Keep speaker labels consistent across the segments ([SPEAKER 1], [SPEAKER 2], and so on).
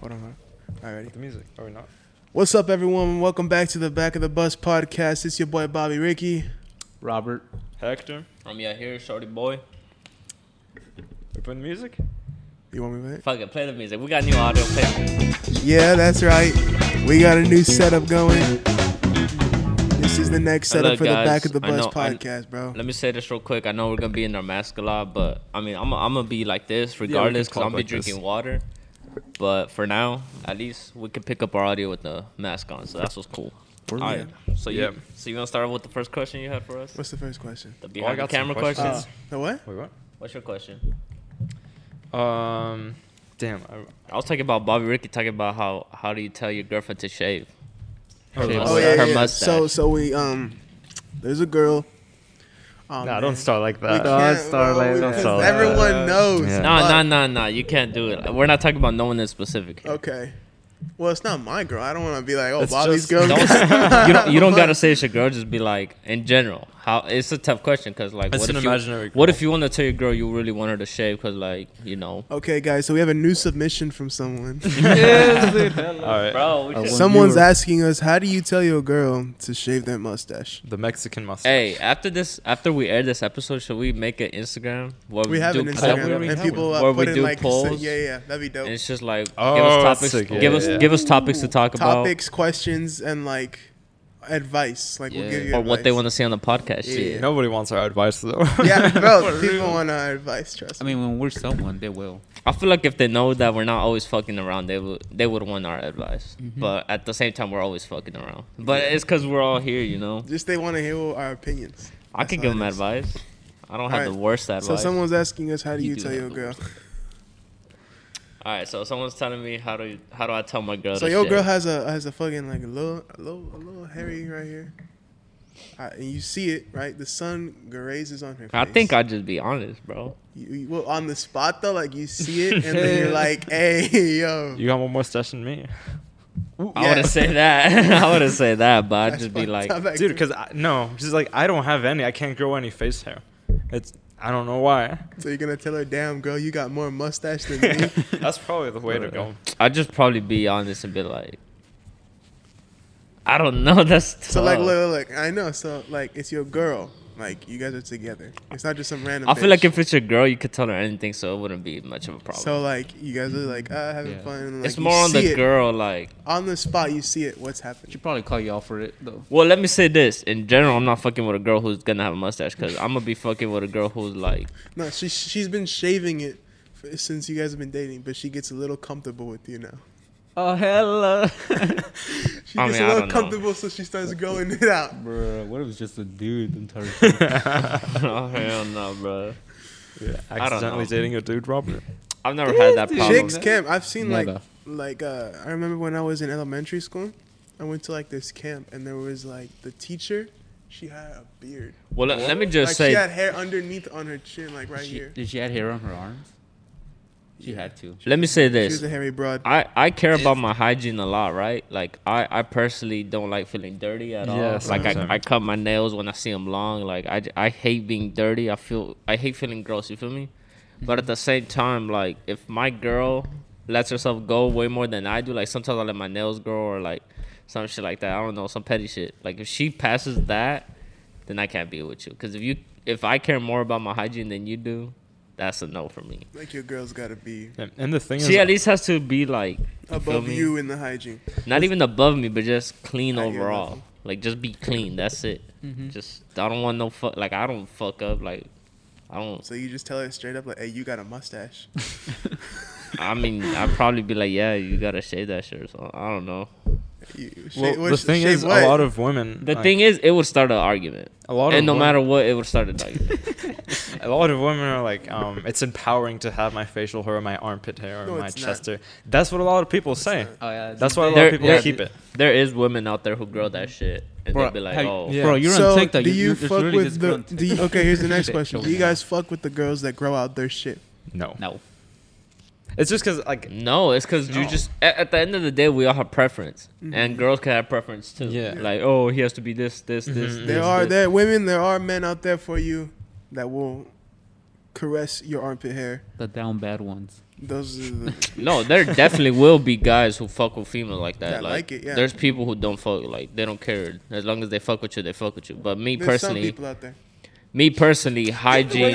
[SPEAKER 1] Hold on, hold on. All righty.
[SPEAKER 2] The music. Are we not?
[SPEAKER 1] What's up, everyone? Welcome back to the Back of the Bus podcast. It's your boy Bobby Ricky.
[SPEAKER 3] Robert.
[SPEAKER 2] Hector.
[SPEAKER 4] I'm yeah here, shorty boy.
[SPEAKER 2] We put the music?
[SPEAKER 1] You want me back?
[SPEAKER 4] Fuck it, play the music. We got new audio. Play.
[SPEAKER 1] Yeah, that's right. We got a new setup going. This is the next setup
[SPEAKER 4] Look,
[SPEAKER 1] for
[SPEAKER 4] guys,
[SPEAKER 1] the Back of the
[SPEAKER 4] I
[SPEAKER 1] Bus
[SPEAKER 4] know- I-
[SPEAKER 1] podcast, bro.
[SPEAKER 4] Let me say this real quick. I know we're gonna be in our mask a lot, but I mean, I'm I'm gonna be like this
[SPEAKER 3] we
[SPEAKER 4] regardless
[SPEAKER 3] can
[SPEAKER 4] because
[SPEAKER 3] talk
[SPEAKER 4] I'm gonna be
[SPEAKER 3] like this.
[SPEAKER 4] drinking water. But for now, at least we can pick up our audio with the mask on, so that's what's cool. All right. So you
[SPEAKER 2] Yep.
[SPEAKER 4] so you gonna start with the first question you had for us?
[SPEAKER 1] What's the first question?
[SPEAKER 3] Oh,
[SPEAKER 4] The behind the
[SPEAKER 2] Oh, got some
[SPEAKER 4] camera
[SPEAKER 2] questions. Ah.
[SPEAKER 4] questions.
[SPEAKER 1] Uh, the what?
[SPEAKER 2] Wait, what?
[SPEAKER 3] Uh.
[SPEAKER 4] What's your question?
[SPEAKER 2] Um, damn. I,
[SPEAKER 4] I was talking about Bobby Ricky talking about how how do you tell your girlfriend to shave?
[SPEAKER 2] okay,
[SPEAKER 4] Oh,
[SPEAKER 1] Oh
[SPEAKER 4] yeah,
[SPEAKER 1] yeah,
[SPEAKER 4] her
[SPEAKER 1] yeah.
[SPEAKER 4] mustache.
[SPEAKER 1] So so we um, there's a girl. Oh,
[SPEAKER 2] nah,
[SPEAKER 1] man.
[SPEAKER 2] don't start like
[SPEAKER 1] We
[SPEAKER 2] that.
[SPEAKER 3] Don't
[SPEAKER 1] can't,
[SPEAKER 3] start
[SPEAKER 1] bro,
[SPEAKER 3] like- don't
[SPEAKER 1] because
[SPEAKER 3] start like
[SPEAKER 1] Everyone
[SPEAKER 4] Uh,
[SPEAKER 2] that.
[SPEAKER 1] knows.
[SPEAKER 3] Yeah.
[SPEAKER 4] No,
[SPEAKER 1] Fuck.
[SPEAKER 4] no, no, no. You can't do it. We're not talking about no one in specific.
[SPEAKER 3] Oh,
[SPEAKER 4] here.
[SPEAKER 1] Okay. Well, it's not my girl. I don't want to be like, oh,
[SPEAKER 2] It's
[SPEAKER 1] Bobby's
[SPEAKER 2] just-
[SPEAKER 1] girl.
[SPEAKER 4] Don't- you don't, you don't gotta say it's your girl. Just be like, in general, how it's a tough question because like,
[SPEAKER 2] It's
[SPEAKER 4] what
[SPEAKER 2] an
[SPEAKER 4] if
[SPEAKER 2] imaginary
[SPEAKER 4] You, what
[SPEAKER 2] girl.
[SPEAKER 4] if you want to tell your girl you really want her to shave? Because like, you know,
[SPEAKER 1] Okay, guys. So we have a new submission from someone.
[SPEAKER 2] All right.
[SPEAKER 3] I
[SPEAKER 4] bro. We just,
[SPEAKER 3] want-
[SPEAKER 1] Someone's
[SPEAKER 3] viewer.
[SPEAKER 1] asking us, how do you tell your girl to shave their mustache?
[SPEAKER 2] The Mexican mustache.
[SPEAKER 4] hey, after this, after we air this episode, should we make an Instagram? Where
[SPEAKER 1] We have
[SPEAKER 4] do
[SPEAKER 1] an
[SPEAKER 4] polls?
[SPEAKER 2] that we
[SPEAKER 1] Instagram,
[SPEAKER 2] already
[SPEAKER 1] and
[SPEAKER 2] have
[SPEAKER 1] people
[SPEAKER 4] one.
[SPEAKER 1] uh,
[SPEAKER 4] Where
[SPEAKER 1] put
[SPEAKER 4] we
[SPEAKER 1] in
[SPEAKER 4] do
[SPEAKER 1] like,
[SPEAKER 4] polls.
[SPEAKER 1] yeah, yeah, that'd be dope.
[SPEAKER 4] And it's just like, give
[SPEAKER 2] Oh,
[SPEAKER 4] us
[SPEAKER 2] that's
[SPEAKER 4] topics.
[SPEAKER 2] sick. Yeah,
[SPEAKER 4] give us
[SPEAKER 2] yeah.
[SPEAKER 4] give us topics to talk about,
[SPEAKER 1] Topics, questions, and like advice. Like we'll give you
[SPEAKER 4] or what
[SPEAKER 1] advice.
[SPEAKER 4] they want to see on the podcast.
[SPEAKER 1] Yeah,
[SPEAKER 4] shit.
[SPEAKER 1] yeah.
[SPEAKER 2] Nobody wants our advice though.
[SPEAKER 1] Yeah, bro. people want our advice. Trust
[SPEAKER 3] I
[SPEAKER 1] me.
[SPEAKER 3] mean, when we're someone, they will.
[SPEAKER 4] I feel like if they know that we're not always fucking around, they would they would want our advice.
[SPEAKER 1] Mm-hmm.
[SPEAKER 4] But at the same time, we're always fucking around. But it's because we're all here, you know.
[SPEAKER 1] Just they want to hear our opinions.
[SPEAKER 4] I
[SPEAKER 1] That's
[SPEAKER 4] can
[SPEAKER 1] all
[SPEAKER 4] give
[SPEAKER 1] it
[SPEAKER 4] them
[SPEAKER 1] is.
[SPEAKER 4] advice. I don't have
[SPEAKER 1] Alright,
[SPEAKER 4] the worst advice.
[SPEAKER 1] So someone's asking us, how do you,
[SPEAKER 4] You do
[SPEAKER 1] tell
[SPEAKER 4] have
[SPEAKER 1] your
[SPEAKER 4] the
[SPEAKER 1] girl?
[SPEAKER 4] All right, so someone's telling me how do how do I tell my girl?
[SPEAKER 1] So
[SPEAKER 4] to
[SPEAKER 1] your
[SPEAKER 4] shave?
[SPEAKER 1] girl has a has a fucking like a little a little a little hairy right here, uh, and you see it right. The sun grazes on her. Face.
[SPEAKER 4] I think I'd just be honest, bro.
[SPEAKER 1] You, you- well, on the spot though, like you see it, and then you're like, "Hey, yo."
[SPEAKER 2] You got more mustache than me,
[SPEAKER 4] I wouldn't say that. I wouldn't say that, but I'd
[SPEAKER 1] That's
[SPEAKER 4] just be
[SPEAKER 1] fucked
[SPEAKER 4] like,
[SPEAKER 1] up, actually.
[SPEAKER 2] dude. Cause I, no, she's like I don't have any. I can't grow any face hair. It's I don't know why.
[SPEAKER 1] so you're gonna tell her, "Damn, girl, you got more mustache than me."
[SPEAKER 2] That's probably the way to go.
[SPEAKER 4] I'd just probably be honest and be like, I don't know. That's tough.
[SPEAKER 1] so like, look, look, look, I know. So like, it's your girl. Like you guys are together. It's not just some random.
[SPEAKER 4] I feel like
[SPEAKER 1] bitch.
[SPEAKER 4] if it's your girl, you could tell her anything, so it wouldn't be much of a problem.
[SPEAKER 1] So like, you guys are like uh, having
[SPEAKER 3] Yeah.
[SPEAKER 1] fun. And, like,
[SPEAKER 4] it's
[SPEAKER 1] you
[SPEAKER 4] more on
[SPEAKER 1] see
[SPEAKER 4] the
[SPEAKER 1] it.
[SPEAKER 4] girl, like.
[SPEAKER 1] On the spot, you see it. What's happening?
[SPEAKER 3] She'd probably call you out for it though.
[SPEAKER 4] Well, let me say this. In general, I'm not fucking with a girl who's gonna have a mustache because I'm gonna be fucking with a girl who's like,
[SPEAKER 1] No, she she's been shaving it f since you guys have been dating, but she gets a little comfortable with you now.
[SPEAKER 3] Oh hella.
[SPEAKER 1] She
[SPEAKER 4] I
[SPEAKER 1] gets
[SPEAKER 4] mean,
[SPEAKER 1] a
[SPEAKER 4] I
[SPEAKER 1] little
[SPEAKER 4] don't know.
[SPEAKER 1] comfortable, so she starts growing it out.
[SPEAKER 5] Bruh, what if it's just a dude? I'm tired of
[SPEAKER 4] oh hell no, bro.
[SPEAKER 2] Yeah,
[SPEAKER 4] I don't
[SPEAKER 2] accidentally
[SPEAKER 4] know.
[SPEAKER 2] dating a dude, Robert.
[SPEAKER 4] I've never had that problem.
[SPEAKER 1] Chicks camp. I've seen like
[SPEAKER 3] Never.
[SPEAKER 1] like uh, I remember when I was in elementary school, I went to like this camp, and there was like the teacher. She had a beard.
[SPEAKER 4] Well, let, let me just
[SPEAKER 1] like
[SPEAKER 4] say,
[SPEAKER 1] she had hair underneath on her chin, like right
[SPEAKER 3] she,
[SPEAKER 1] here.
[SPEAKER 3] did she had hair on her arms? She had to.
[SPEAKER 4] let me say
[SPEAKER 1] She was
[SPEAKER 4] this.
[SPEAKER 1] a hairy broad.
[SPEAKER 4] I, I care about my hygiene a lot, right? Like I, I personally don't like feeling dirty at all.
[SPEAKER 2] Yes,
[SPEAKER 4] like I,
[SPEAKER 2] same.
[SPEAKER 4] I cut my nails when I see them long. Like I, j- I hate being dirty. I feel I hate feeling gross. You feel me? But at the same time, like if my girl lets herself go way more than I do, like sometimes I let my nails grow or like some shit like that. I don't know, some petty shit. Like if she passes that, then I can't be with you. Cause if you if I care more about my hygiene than you do, that's a no for me.
[SPEAKER 1] like your girl's gotta be
[SPEAKER 2] And, and the thing
[SPEAKER 4] She
[SPEAKER 2] is,
[SPEAKER 4] at least has to be like you feel
[SPEAKER 1] above
[SPEAKER 4] me?
[SPEAKER 1] you in the hygiene.
[SPEAKER 4] Not even above me, but just clean
[SPEAKER 1] I hear
[SPEAKER 4] overall.
[SPEAKER 1] nothing.
[SPEAKER 4] Like just be clean. That's it.
[SPEAKER 2] Mm-hmm.
[SPEAKER 4] Just I don't want no fuck. Like I don't fuck up. Like I don't.
[SPEAKER 1] So you just tell her straight up, like, "Hey, you got a mustache."
[SPEAKER 4] I mean, I'd probably be like, yeah, you gotta shave that shit. Or something. I don't know.
[SPEAKER 1] You-
[SPEAKER 2] well,
[SPEAKER 1] shave- what-
[SPEAKER 2] the thing
[SPEAKER 1] shave
[SPEAKER 2] is,
[SPEAKER 1] what?
[SPEAKER 2] a lot of women.
[SPEAKER 4] The
[SPEAKER 2] like,
[SPEAKER 4] thing is, it would start an argument,
[SPEAKER 2] a lot of
[SPEAKER 4] and no
[SPEAKER 2] women-
[SPEAKER 4] matter what, it would start an argument.
[SPEAKER 2] A lot of women are like, um, it's empowering to have my facial hair, or my armpit hair, or
[SPEAKER 1] No,
[SPEAKER 2] my
[SPEAKER 1] it's not.
[SPEAKER 2] chest hair. That's what a lot of people say.
[SPEAKER 3] Oh yeah.
[SPEAKER 2] That's why a lot
[SPEAKER 4] There-
[SPEAKER 2] of people
[SPEAKER 4] there-
[SPEAKER 2] keep it.
[SPEAKER 4] there is women out there who grow that shit, and
[SPEAKER 3] Bro,
[SPEAKER 4] they'd be like,
[SPEAKER 3] have-
[SPEAKER 4] oh,
[SPEAKER 2] yeah.
[SPEAKER 3] Bro, you're
[SPEAKER 1] so
[SPEAKER 3] on TikTok.
[SPEAKER 1] Do
[SPEAKER 3] you-
[SPEAKER 1] you,
[SPEAKER 3] you're just
[SPEAKER 1] fuck
[SPEAKER 3] literally
[SPEAKER 1] with
[SPEAKER 3] just
[SPEAKER 1] the?
[SPEAKER 3] grunt.
[SPEAKER 1] Do you, okay, here's the next
[SPEAKER 3] Shit,
[SPEAKER 1] question.
[SPEAKER 3] show
[SPEAKER 1] Do you
[SPEAKER 3] me.
[SPEAKER 1] guys fuck with the girls that grow out their shit?
[SPEAKER 2] No.
[SPEAKER 3] No.
[SPEAKER 2] It's just because, like,
[SPEAKER 4] no, it's because you
[SPEAKER 2] No. Mm-hmm.
[SPEAKER 4] just. At, at the end of the day, we all have preference, and girls can have preference too.
[SPEAKER 2] Yeah.
[SPEAKER 4] like oh, he has to be this, this, this.
[SPEAKER 2] Mhm.
[SPEAKER 4] this,
[SPEAKER 1] There Mm-hmm. are
[SPEAKER 4] this.
[SPEAKER 1] there are women, there are men out there for you that will caress your armpit hair.
[SPEAKER 3] The down bad ones.
[SPEAKER 1] Those are the,
[SPEAKER 4] No, there definitely will be guys who fuck with females like that.
[SPEAKER 1] That
[SPEAKER 4] like,
[SPEAKER 1] like it, yeah.
[SPEAKER 4] There's people who don't fuck. Like they don't care. As long as they fuck with you, they fuck with you. But me
[SPEAKER 1] there's some
[SPEAKER 4] personally,
[SPEAKER 1] people out there.
[SPEAKER 4] me personally, hygiene.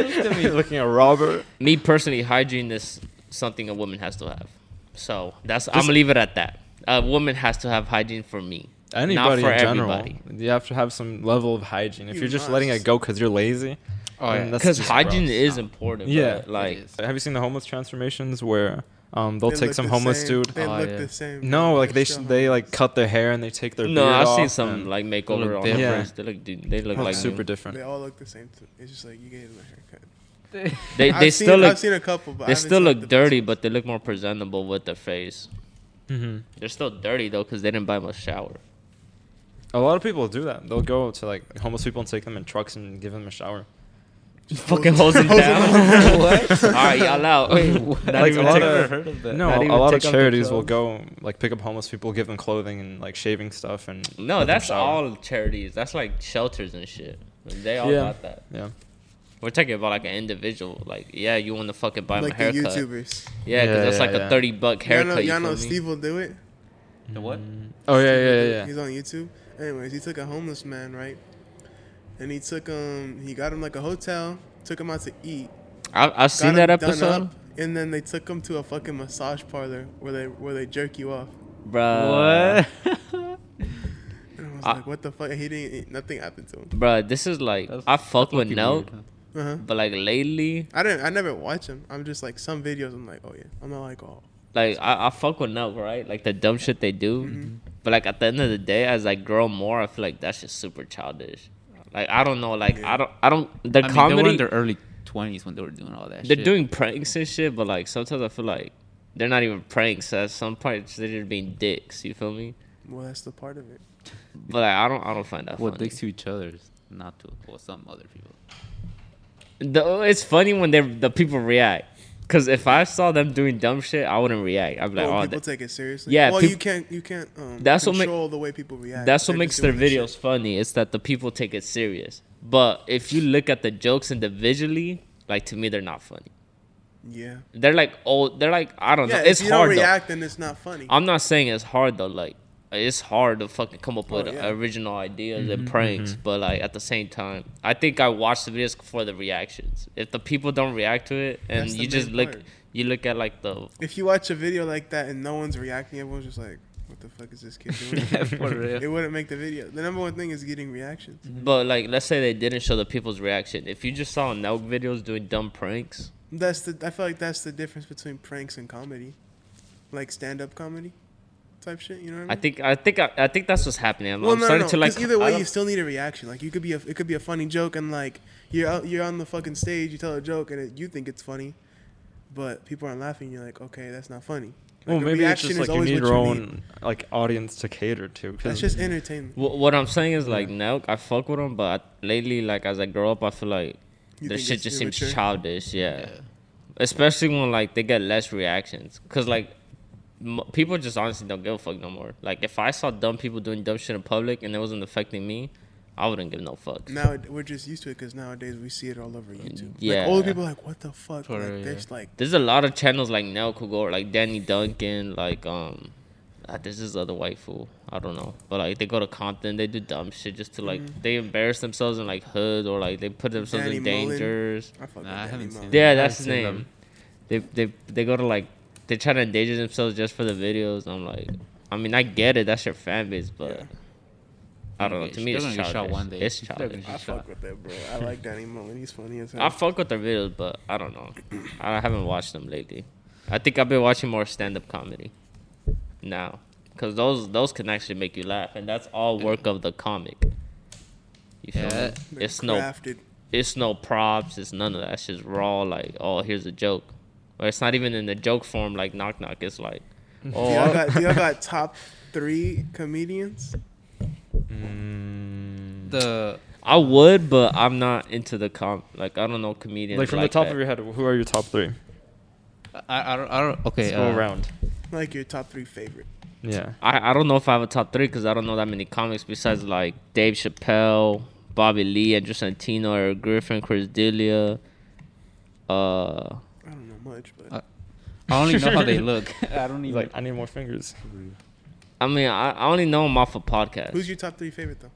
[SPEAKER 2] Looking at Robert.
[SPEAKER 4] me personally, hygiene is something a woman has to have. So that's I'm gonna leave it at that. A woman has to have hygiene for me.
[SPEAKER 2] Anybody
[SPEAKER 4] for
[SPEAKER 2] in general.
[SPEAKER 4] everybody.
[SPEAKER 2] You have to have some level of hygiene. If
[SPEAKER 1] You
[SPEAKER 2] you are just letting
[SPEAKER 1] must.
[SPEAKER 2] it go because you're lazy,
[SPEAKER 3] Oh,
[SPEAKER 2] then
[SPEAKER 3] yeah.
[SPEAKER 2] that's
[SPEAKER 4] Because
[SPEAKER 2] just
[SPEAKER 4] hygiene
[SPEAKER 2] gross.
[SPEAKER 4] is important.
[SPEAKER 2] Yeah.
[SPEAKER 4] Yeah, like
[SPEAKER 3] It is.
[SPEAKER 2] Have you seen the homeless transformations where um they'll
[SPEAKER 1] They
[SPEAKER 2] take
[SPEAKER 1] look
[SPEAKER 2] some
[SPEAKER 1] the
[SPEAKER 2] homeless
[SPEAKER 1] same.
[SPEAKER 2] dude?
[SPEAKER 1] They
[SPEAKER 3] Oh,
[SPEAKER 1] look
[SPEAKER 3] yeah.
[SPEAKER 1] the same.
[SPEAKER 2] No,
[SPEAKER 1] bro.
[SPEAKER 2] like they
[SPEAKER 1] They're
[SPEAKER 2] sh-
[SPEAKER 1] still
[SPEAKER 2] they
[SPEAKER 1] homeless.
[SPEAKER 2] like cut their hair and they take their
[SPEAKER 4] no,
[SPEAKER 2] beard
[SPEAKER 4] I've
[SPEAKER 2] off
[SPEAKER 4] seen some
[SPEAKER 2] and
[SPEAKER 4] like
[SPEAKER 3] They
[SPEAKER 4] makeover
[SPEAKER 3] look
[SPEAKER 4] on the
[SPEAKER 2] different.
[SPEAKER 4] first. They look, dude, they look
[SPEAKER 2] look
[SPEAKER 4] like
[SPEAKER 2] super
[SPEAKER 4] super.
[SPEAKER 2] different.
[SPEAKER 1] They all look the same. Too. It's just like you gave them a haircut.
[SPEAKER 4] They
[SPEAKER 1] I've
[SPEAKER 4] they
[SPEAKER 1] seen,
[SPEAKER 4] still
[SPEAKER 1] I've
[SPEAKER 4] look
[SPEAKER 1] seen a couple, but I
[SPEAKER 4] they
[SPEAKER 1] haven't
[SPEAKER 4] still
[SPEAKER 1] seen
[SPEAKER 4] look
[SPEAKER 1] the-
[SPEAKER 4] dirty, but they look more presentable with their face.
[SPEAKER 2] hmm
[SPEAKER 4] They're still dirty though because they didn't buy them a shower.
[SPEAKER 2] A lot of people do that. They'll go to like homeless people and take them in trucks and give them a shower.
[SPEAKER 4] Just fucking hose them
[SPEAKER 1] Hose 'em
[SPEAKER 4] down. what? All right, y'all out.
[SPEAKER 3] Wait, what?
[SPEAKER 2] Like,
[SPEAKER 3] I've
[SPEAKER 2] a lot
[SPEAKER 3] never
[SPEAKER 2] of-
[SPEAKER 3] heard of that.
[SPEAKER 2] No,
[SPEAKER 3] Not
[SPEAKER 2] a
[SPEAKER 3] even
[SPEAKER 2] lot of
[SPEAKER 3] take off their
[SPEAKER 2] charities will
[SPEAKER 3] clothes?
[SPEAKER 2] go like pick up homeless people, give them clothing and like shaving stuff and let
[SPEAKER 4] No,
[SPEAKER 2] them
[SPEAKER 4] that's
[SPEAKER 2] shower.
[SPEAKER 4] all charities. That's like shelters and shit. They all
[SPEAKER 2] Yeah.
[SPEAKER 4] got that.
[SPEAKER 2] Yeah.
[SPEAKER 4] We're talking about like an individual. Like, yeah, you want to fucking buy my
[SPEAKER 1] Like the
[SPEAKER 4] haircut.
[SPEAKER 1] YouTubers.
[SPEAKER 4] Yeah, because
[SPEAKER 2] Yeah,
[SPEAKER 4] that's
[SPEAKER 2] yeah,
[SPEAKER 4] like a
[SPEAKER 2] yeah.
[SPEAKER 4] thirty buck
[SPEAKER 1] Y'all
[SPEAKER 4] haircut.
[SPEAKER 1] know,
[SPEAKER 4] you
[SPEAKER 1] y'all know
[SPEAKER 4] feel me?
[SPEAKER 1] Steve will do it.
[SPEAKER 3] The what?
[SPEAKER 2] Oh yeah, yeah, yeah, yeah.
[SPEAKER 1] He's on YouTube. Anyways, he took a homeless man, right? And he took him. He got him like a hotel. Took him out to eat.
[SPEAKER 4] I, I've
[SPEAKER 1] got
[SPEAKER 4] seen that
[SPEAKER 1] him done
[SPEAKER 4] episode,
[SPEAKER 1] up, and then they took him to a fucking massage parlor where they where they jerk you off.
[SPEAKER 4] bruh.
[SPEAKER 1] And I was
[SPEAKER 4] I-
[SPEAKER 1] like, what the fuck? He didn't. Nothing happened to him.
[SPEAKER 4] Bruh, this is like
[SPEAKER 3] That's-
[SPEAKER 4] I fuck with
[SPEAKER 3] Fucking
[SPEAKER 4] Nelk,
[SPEAKER 3] weird, huh?
[SPEAKER 1] Uh huh.
[SPEAKER 4] but like lately,
[SPEAKER 1] I didn't. I never watch him. I'm just like some videos. I'm like, oh yeah. I'm not like, oh.
[SPEAKER 4] like I, I fuck with Nelk, right? Like the dumb shit they do,
[SPEAKER 1] Mm-hmm.
[SPEAKER 4] but like at the end of the day, as I grow more, I feel like that's just super childish. Like I don't know, like I don't, I don't. The
[SPEAKER 3] I mean,
[SPEAKER 4] comedy,
[SPEAKER 3] they were in their early 20s when they were doing all that
[SPEAKER 4] they're
[SPEAKER 3] shit.
[SPEAKER 4] doing pranks and shit, but like sometimes I feel like they're not even pranks. At some point, they're just being dicks. You feel me?
[SPEAKER 1] Well, that's the part of it.
[SPEAKER 4] But like, I don't, I don't find that
[SPEAKER 3] Well,
[SPEAKER 4] funny.
[SPEAKER 3] dicks to each other's, not to well, some other people.
[SPEAKER 4] The, it's funny when they the people react. Cause if I saw them doing dumb shit, I wouldn't react. I'd be like,
[SPEAKER 1] Well,
[SPEAKER 4] oh,
[SPEAKER 1] people
[SPEAKER 4] that-
[SPEAKER 1] take it seriously.
[SPEAKER 4] Yeah,
[SPEAKER 1] Well,
[SPEAKER 4] peop-
[SPEAKER 1] you can't. You can't. Um,
[SPEAKER 4] That's what make-
[SPEAKER 1] control the way people react.
[SPEAKER 4] that's
[SPEAKER 1] They're
[SPEAKER 4] what
[SPEAKER 1] just
[SPEAKER 4] makes their
[SPEAKER 1] doing shit.
[SPEAKER 4] videos funny. It's that the people take it serious. But if you look at the jokes individually, like to me, they're not funny.
[SPEAKER 1] Yeah.
[SPEAKER 4] They're like old. They're like I don't
[SPEAKER 1] Yeah.
[SPEAKER 4] know.
[SPEAKER 1] If
[SPEAKER 4] It's
[SPEAKER 1] you
[SPEAKER 4] hard
[SPEAKER 1] don't
[SPEAKER 4] though.
[SPEAKER 1] react, then it's not funny.
[SPEAKER 4] I'm not saying it's hard though. Like it's hard to fucking come up
[SPEAKER 1] Oh,
[SPEAKER 4] with
[SPEAKER 1] yeah.
[SPEAKER 4] original ideas and pranks, but like at the same time, I think I watch the videos for the reactions. If the people don't react to it, and
[SPEAKER 1] That's the
[SPEAKER 4] you just
[SPEAKER 1] main
[SPEAKER 4] look,
[SPEAKER 1] part.
[SPEAKER 4] you look at like the
[SPEAKER 1] If you watch a video like that and no one's reacting, everyone's just like, what the fuck is this kid doing?
[SPEAKER 3] For real.
[SPEAKER 1] it wouldn't make the video. The number one thing is getting reactions.
[SPEAKER 4] but like let's say they didn't show the people's reaction. If you just saw Nelk videos doing dumb pranks,
[SPEAKER 1] That's the. I feel like that's the difference between pranks and comedy, like stand-up comedy, type shit. You know what I mean?
[SPEAKER 4] I think I think I, I think that's what's happening. I'm,
[SPEAKER 1] Well,
[SPEAKER 4] I'm
[SPEAKER 1] no, no,
[SPEAKER 4] starting
[SPEAKER 1] no.
[SPEAKER 4] to
[SPEAKER 1] 'cause
[SPEAKER 4] like
[SPEAKER 1] either
[SPEAKER 4] I
[SPEAKER 1] way,
[SPEAKER 4] don't-
[SPEAKER 1] you still need a reaction. Like you could be a, it could be a funny joke, and like you're out, you're on the fucking stage, you tell a joke, and it, you think it's funny, but people aren't laughing. You're like, okay, that's not funny. Like,
[SPEAKER 2] Well,
[SPEAKER 1] a
[SPEAKER 2] maybe it's
[SPEAKER 1] reaction is
[SPEAKER 2] just like you
[SPEAKER 1] always
[SPEAKER 2] need
[SPEAKER 1] what
[SPEAKER 2] your
[SPEAKER 1] need.
[SPEAKER 2] own like audience to cater to. 'cause-
[SPEAKER 1] That's just entertainment.
[SPEAKER 4] Wh- what I'm saying is like Nelk, I fuck with him, but lately, like as I grow up, I feel like
[SPEAKER 1] You
[SPEAKER 4] their
[SPEAKER 1] think
[SPEAKER 4] shit
[SPEAKER 1] it's
[SPEAKER 4] just seems
[SPEAKER 1] immature?
[SPEAKER 4] childish. Yeah. especially when like they get less reactions, cause like m- people just honestly don't give a fuck no more. Like if I saw dumb people doing dumb shit in public and it wasn't affecting me, I wouldn't give no fuck.
[SPEAKER 1] Now it- we're just used to it because nowadays we see it all over YouTube.
[SPEAKER 4] Mm, Yeah.
[SPEAKER 1] Like, old people are like, what the fuck?
[SPEAKER 3] For
[SPEAKER 1] Like,
[SPEAKER 3] real,
[SPEAKER 1] there's like,
[SPEAKER 4] There's a lot of channels like Nelk who go like Danny Duncan, like um. ah, There's this other white fool. I don't know, but like they go to Compton, they do dumb shit just to like they embarrass themselves in like hood or like they put themselves in
[SPEAKER 1] Mm-hmm. Danny Mullen.
[SPEAKER 4] dangers.
[SPEAKER 1] I fuck
[SPEAKER 3] Nah,
[SPEAKER 1] with
[SPEAKER 3] I
[SPEAKER 1] Danny
[SPEAKER 3] haven't
[SPEAKER 1] Mullen.
[SPEAKER 3] seen
[SPEAKER 4] Yeah,
[SPEAKER 3] I've
[SPEAKER 4] that's his
[SPEAKER 3] seen
[SPEAKER 4] name.
[SPEAKER 3] them.
[SPEAKER 4] They they they go to like they try to endanger themselves just for the videos. I'm like, I mean, I get it. That's your fan base, but
[SPEAKER 1] Yeah.
[SPEAKER 4] I don't know.
[SPEAKER 3] Yeah,
[SPEAKER 4] To me, it's
[SPEAKER 3] they're gonna
[SPEAKER 4] childish.
[SPEAKER 3] get shot one day.
[SPEAKER 4] It's
[SPEAKER 3] They're gonna
[SPEAKER 4] childish.
[SPEAKER 3] get
[SPEAKER 1] I fuck with that, bro. I like Danny Mullen. He's funny as hell.
[SPEAKER 4] I fuck with their videos, but I don't know. I haven't watched them lately. I think I've been watching more stand up comedy now, cause those those can actually make you laugh, and that's all work of the comic. You feel
[SPEAKER 3] Yeah.
[SPEAKER 4] me?
[SPEAKER 1] They're
[SPEAKER 4] It's no
[SPEAKER 1] crafted.
[SPEAKER 4] it's no props. It's none of that. It's just raw. Like, oh, here's a joke. Or it's not even in the joke form. Like, knock knock. It's like,
[SPEAKER 1] Do
[SPEAKER 4] oh,
[SPEAKER 1] y'all got, do y'all got top three comedians?
[SPEAKER 2] Mm.
[SPEAKER 3] The
[SPEAKER 4] I would, but I'm not into the com. Like, I don't know comedians.
[SPEAKER 2] like from the top of your head, who are your top three?
[SPEAKER 3] I, I, don't, I don't okay.
[SPEAKER 2] Let's go
[SPEAKER 3] uh,
[SPEAKER 2] around.
[SPEAKER 1] Like your top three favorite?
[SPEAKER 2] Yeah.
[SPEAKER 4] I, I don't know if I have a top three because I don't know that many comics besides like Dave Chappelle, Bobby Lee, Andrew Santino, Eric Griffin, Chris D'Elia. Uh,
[SPEAKER 1] I don't know much, but
[SPEAKER 3] Uh, I only know how they look. I don't
[SPEAKER 2] He's
[SPEAKER 3] even.
[SPEAKER 2] like, I need more fingers.
[SPEAKER 4] I mean, I, I only know him off a podcast.
[SPEAKER 1] Who's your top three favorite though?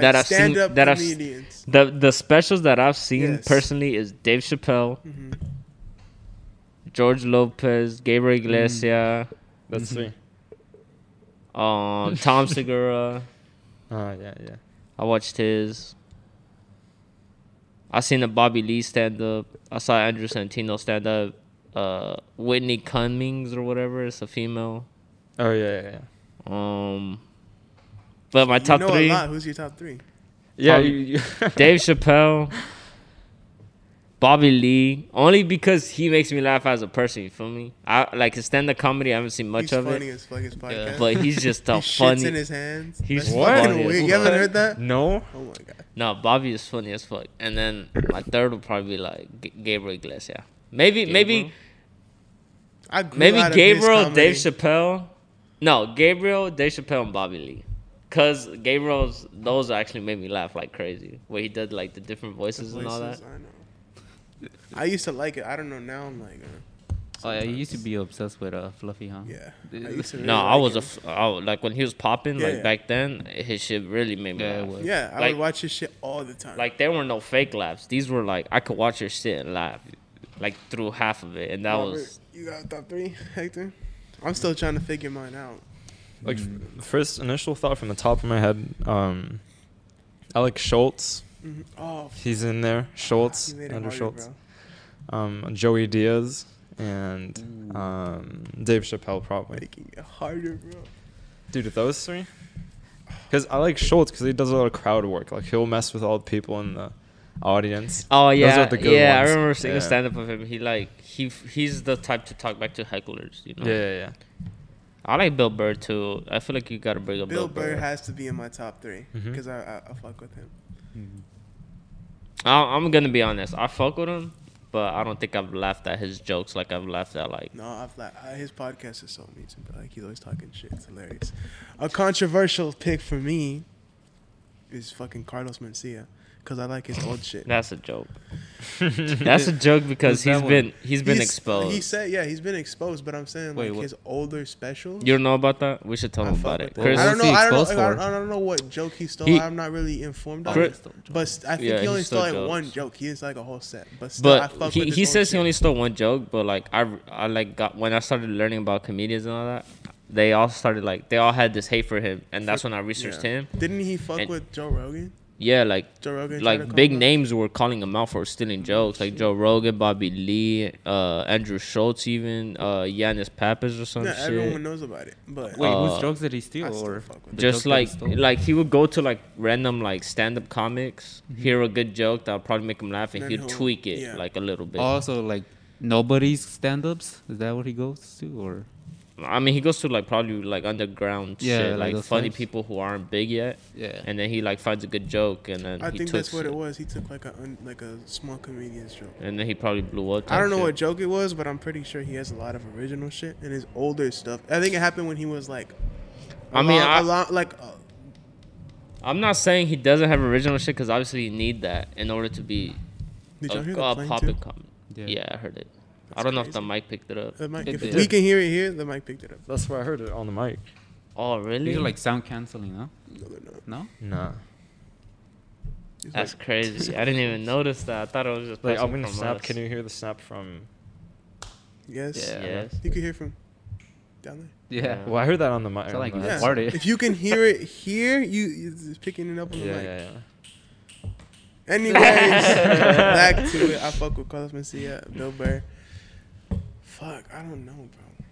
[SPEAKER 4] That I've seen- that I've s-
[SPEAKER 1] comedians.
[SPEAKER 4] the the specials that I've seen
[SPEAKER 1] Yes.
[SPEAKER 4] personally is Dave Chappelle,
[SPEAKER 1] hmm
[SPEAKER 4] George Lopez, Gabriel Iglesias,
[SPEAKER 3] Mm-hmm.
[SPEAKER 2] That's three.
[SPEAKER 4] um, Tom Segura.
[SPEAKER 2] Oh yeah, yeah.
[SPEAKER 4] I watched his. I seen a Bobby Lee stand up. I saw Andrew Santino stand up. Uh, Whitney Cummings or whatever. It's a female.
[SPEAKER 2] Oh yeah, yeah, yeah.
[SPEAKER 4] Um, but my
[SPEAKER 1] You
[SPEAKER 4] top
[SPEAKER 1] know
[SPEAKER 4] three:
[SPEAKER 1] a lot. Who's your top three?
[SPEAKER 2] Yeah,
[SPEAKER 4] Probably-
[SPEAKER 2] you, you
[SPEAKER 4] Dave Chappelle, Bobby Lee. Only because he makes me laugh as a person. You feel me? I like his stand-up comedy. I haven't seen much
[SPEAKER 1] he's
[SPEAKER 4] of
[SPEAKER 1] funny
[SPEAKER 4] it,
[SPEAKER 1] as fuck. His podcast.
[SPEAKER 3] Yeah.
[SPEAKER 4] but he's just a
[SPEAKER 1] he shits in
[SPEAKER 4] funny.
[SPEAKER 1] his hands.
[SPEAKER 4] He's
[SPEAKER 1] That's
[SPEAKER 2] What?
[SPEAKER 1] fucking
[SPEAKER 4] funny as
[SPEAKER 1] weird. You haven't
[SPEAKER 4] fuck.
[SPEAKER 1] heard that?
[SPEAKER 2] No.
[SPEAKER 1] Oh my god.
[SPEAKER 4] No, Bobby is funny as fuck. And then my third would probably be like G- Gabriel Iglesias. Maybe, maybe.
[SPEAKER 1] I grew
[SPEAKER 4] Maybe
[SPEAKER 1] out of his
[SPEAKER 4] Gabriel,
[SPEAKER 1] comedy.
[SPEAKER 4] Dave Chappelle. No, Gabriel, Dave Chappelle, and Bobby Lee. Cause Gabriel's those actually made me laugh like crazy. Where he did like the different
[SPEAKER 1] The
[SPEAKER 4] voices, and all that.
[SPEAKER 1] voices, I know. I used to like it. I don't know now. I'm like, uh,
[SPEAKER 3] oh, yeah, you used to be obsessed with uh, Fluffy, huh?
[SPEAKER 1] yeah. I
[SPEAKER 3] Dude.
[SPEAKER 1] used to really
[SPEAKER 4] no, I
[SPEAKER 1] like
[SPEAKER 4] was a
[SPEAKER 1] him.
[SPEAKER 4] f- I was- like when he was popping
[SPEAKER 1] Yeah,
[SPEAKER 4] like
[SPEAKER 1] yeah.
[SPEAKER 4] back then. His shit really made me
[SPEAKER 3] Yeah, it
[SPEAKER 4] laugh.
[SPEAKER 3] was.
[SPEAKER 1] yeah, I
[SPEAKER 4] like-
[SPEAKER 1] would watch his shit all the time.
[SPEAKER 4] Like there were no fake laughs. These were like I could watch your shit and laugh, like through half of it, and that
[SPEAKER 1] Robert,
[SPEAKER 4] was
[SPEAKER 1] You got top three, Hector. I'm still trying to figure mine out.
[SPEAKER 2] like
[SPEAKER 4] Mm.
[SPEAKER 2] f- first initial thought from the top of my head. Um, Alex Schultz,
[SPEAKER 1] Mhm. Oh, f-
[SPEAKER 2] he's in there. Schultz,
[SPEAKER 1] you made it
[SPEAKER 2] Andrew
[SPEAKER 1] harder,
[SPEAKER 2] Schultz.
[SPEAKER 1] bro.
[SPEAKER 2] Um, Joey Diaz and um Dave Chappelle probably.
[SPEAKER 1] Making it harder, bro.
[SPEAKER 2] Dude, those three. Because I like Schultz because he does a lot of crowd work. Like he'll mess with all the people in the audience.
[SPEAKER 4] Oh
[SPEAKER 2] Those
[SPEAKER 4] yeah,
[SPEAKER 2] are the good
[SPEAKER 4] yeah.
[SPEAKER 2] ones.
[SPEAKER 4] I remember seeing
[SPEAKER 2] Yeah.
[SPEAKER 4] a stand up of him. He like he f- he's the type to talk back to hecklers. You know.
[SPEAKER 2] Yeah, yeah, yeah.
[SPEAKER 4] I like Bill Burr too. I feel like you gotta bring up
[SPEAKER 1] Bill
[SPEAKER 4] Bill,
[SPEAKER 1] Burr
[SPEAKER 4] Burr.
[SPEAKER 1] has to be in my top three
[SPEAKER 2] Mhm.
[SPEAKER 1] because I, I I fuck with him.
[SPEAKER 4] I, I'm gonna be honest. I fuck with him, but I don't think I've laughed at his jokes like I've laughed at like.
[SPEAKER 1] No, I've la- I, his podcast is so amazing. But like he's always talking shit. It's hilarious. A controversial pick for me is fucking Carlos Mencia because I like his old shit.
[SPEAKER 4] That's a joke. That's a joke because
[SPEAKER 3] Who's that
[SPEAKER 4] he's
[SPEAKER 3] one?
[SPEAKER 4] been he's been
[SPEAKER 1] He's-
[SPEAKER 4] exposed.
[SPEAKER 1] He said, yeah, he's been exposed. But I'm saying
[SPEAKER 3] Wait,
[SPEAKER 1] like
[SPEAKER 3] what-
[SPEAKER 1] his older specials.
[SPEAKER 4] you don't know about that? We should tell
[SPEAKER 1] I
[SPEAKER 4] him
[SPEAKER 1] fuck
[SPEAKER 4] about
[SPEAKER 1] with
[SPEAKER 4] it.
[SPEAKER 1] that.
[SPEAKER 4] Chris,
[SPEAKER 1] I don't know.
[SPEAKER 3] What's he
[SPEAKER 1] I don't
[SPEAKER 3] exposed
[SPEAKER 1] know. I
[SPEAKER 3] for?
[SPEAKER 1] don't, I don't know what joke he stole.
[SPEAKER 4] He-
[SPEAKER 1] I'm not really informed on.
[SPEAKER 4] Chris-
[SPEAKER 1] it. But s- I think
[SPEAKER 4] Yeah,
[SPEAKER 1] he
[SPEAKER 4] he
[SPEAKER 1] only stole like
[SPEAKER 4] stole
[SPEAKER 1] one
[SPEAKER 4] jokes.
[SPEAKER 1] joke. He didn't like a whole set. But still, I
[SPEAKER 4] but
[SPEAKER 1] fuck
[SPEAKER 4] he,
[SPEAKER 1] with
[SPEAKER 4] he
[SPEAKER 1] his old
[SPEAKER 4] says he
[SPEAKER 1] shit.
[SPEAKER 4] only stole one joke, but like I I like got when I started learning about comedians and all that, they all started like they all had this hate for him, and that's when I researched
[SPEAKER 1] Yeah.
[SPEAKER 4] him.
[SPEAKER 1] Didn't he fuck
[SPEAKER 4] And-
[SPEAKER 1] with Joe Rogan?
[SPEAKER 4] Yeah, like
[SPEAKER 1] Joe Rogan. tried to
[SPEAKER 4] like
[SPEAKER 1] call
[SPEAKER 4] big
[SPEAKER 1] him out?
[SPEAKER 4] names were calling him out for stealing jokes, like Joe Rogan, Bobby Lee, uh, Andrew Schultz, even uh, Yanis Pappas or some
[SPEAKER 1] Yeah, everyone
[SPEAKER 4] shit.
[SPEAKER 1] knows about it. But
[SPEAKER 5] Wait,
[SPEAKER 4] Uh,
[SPEAKER 5] whose drugs did he steal?
[SPEAKER 1] I still
[SPEAKER 5] Or
[SPEAKER 1] fuck with
[SPEAKER 5] the drugs
[SPEAKER 4] Just
[SPEAKER 5] that he
[SPEAKER 4] like
[SPEAKER 5] stole?
[SPEAKER 4] like he would go to like random like stand up comics,
[SPEAKER 5] Mm-hmm.
[SPEAKER 4] hear a good joke that'll probably make him laugh, and
[SPEAKER 1] Then
[SPEAKER 4] he'd
[SPEAKER 1] he'll-
[SPEAKER 4] tweak it
[SPEAKER 1] yeah.
[SPEAKER 4] like a little bit.
[SPEAKER 5] also like
[SPEAKER 3] Nobody's stand ups? Is that what he goes to? Or
[SPEAKER 4] I mean, he goes to like probably like underground
[SPEAKER 5] Yeah,
[SPEAKER 4] shit,
[SPEAKER 5] like
[SPEAKER 4] like,
[SPEAKER 5] those
[SPEAKER 4] funny
[SPEAKER 5] types.
[SPEAKER 4] people who aren't big yet,
[SPEAKER 3] Yeah.
[SPEAKER 4] and then he like finds a good joke, and then
[SPEAKER 1] I
[SPEAKER 4] he
[SPEAKER 1] think that's what
[SPEAKER 4] tweaks
[SPEAKER 1] it
[SPEAKER 4] it,
[SPEAKER 1] was. He took like a un, like a small comedian's joke.
[SPEAKER 4] and then he probably blew up.
[SPEAKER 1] I
[SPEAKER 4] type
[SPEAKER 1] don't know
[SPEAKER 4] shit.
[SPEAKER 1] what joke it was, but I'm pretty sure he has a lot of original shit and his older stuff. I think it happened when he was like,
[SPEAKER 4] I mean,
[SPEAKER 1] a
[SPEAKER 4] I-
[SPEAKER 1] lot like uh,
[SPEAKER 4] I'm not saying he doesn't have original shit because obviously you need that in order to be
[SPEAKER 1] did
[SPEAKER 4] a,
[SPEAKER 1] y'all hear
[SPEAKER 4] a
[SPEAKER 1] the plane
[SPEAKER 4] Uh, popping
[SPEAKER 1] too?
[SPEAKER 4] comment. Yeah.
[SPEAKER 5] Yeah.
[SPEAKER 4] I heard it. I
[SPEAKER 1] That's
[SPEAKER 4] don't know if the
[SPEAKER 1] crazy.
[SPEAKER 4] mic picked it up.
[SPEAKER 1] The mic,
[SPEAKER 3] It
[SPEAKER 1] if
[SPEAKER 3] did.
[SPEAKER 1] we can hear it here, the mic picked it up.
[SPEAKER 2] That's where I heard it on the mic.
[SPEAKER 4] Oh, really?
[SPEAKER 3] these are like sound canceling, huh?
[SPEAKER 1] No, they're not.
[SPEAKER 3] No?
[SPEAKER 2] Nah.
[SPEAKER 1] It's
[SPEAKER 4] That's
[SPEAKER 1] like-
[SPEAKER 4] crazy. I didn't even notice that. I thought it was just
[SPEAKER 2] Like I'm
[SPEAKER 4] passing
[SPEAKER 2] gonna
[SPEAKER 4] from
[SPEAKER 2] snap.
[SPEAKER 4] us.
[SPEAKER 2] Can you hear the snap from?
[SPEAKER 1] yes.
[SPEAKER 3] Yeah.
[SPEAKER 4] Yes.
[SPEAKER 1] You can hear from down there.
[SPEAKER 3] Yeah.
[SPEAKER 2] Well, I heard that on the mic.
[SPEAKER 3] So, like,
[SPEAKER 2] on the
[SPEAKER 3] yeah.
[SPEAKER 1] Yes.
[SPEAKER 2] headset.
[SPEAKER 3] farted.
[SPEAKER 1] If you can hear it here, you it's picking it up on the
[SPEAKER 2] yeah,
[SPEAKER 1] mic.
[SPEAKER 2] yeah, yeah.
[SPEAKER 1] Anyways, back to it. I fuck with Carlos Mencia, Bill Burr. Fuck, I don't know, bro.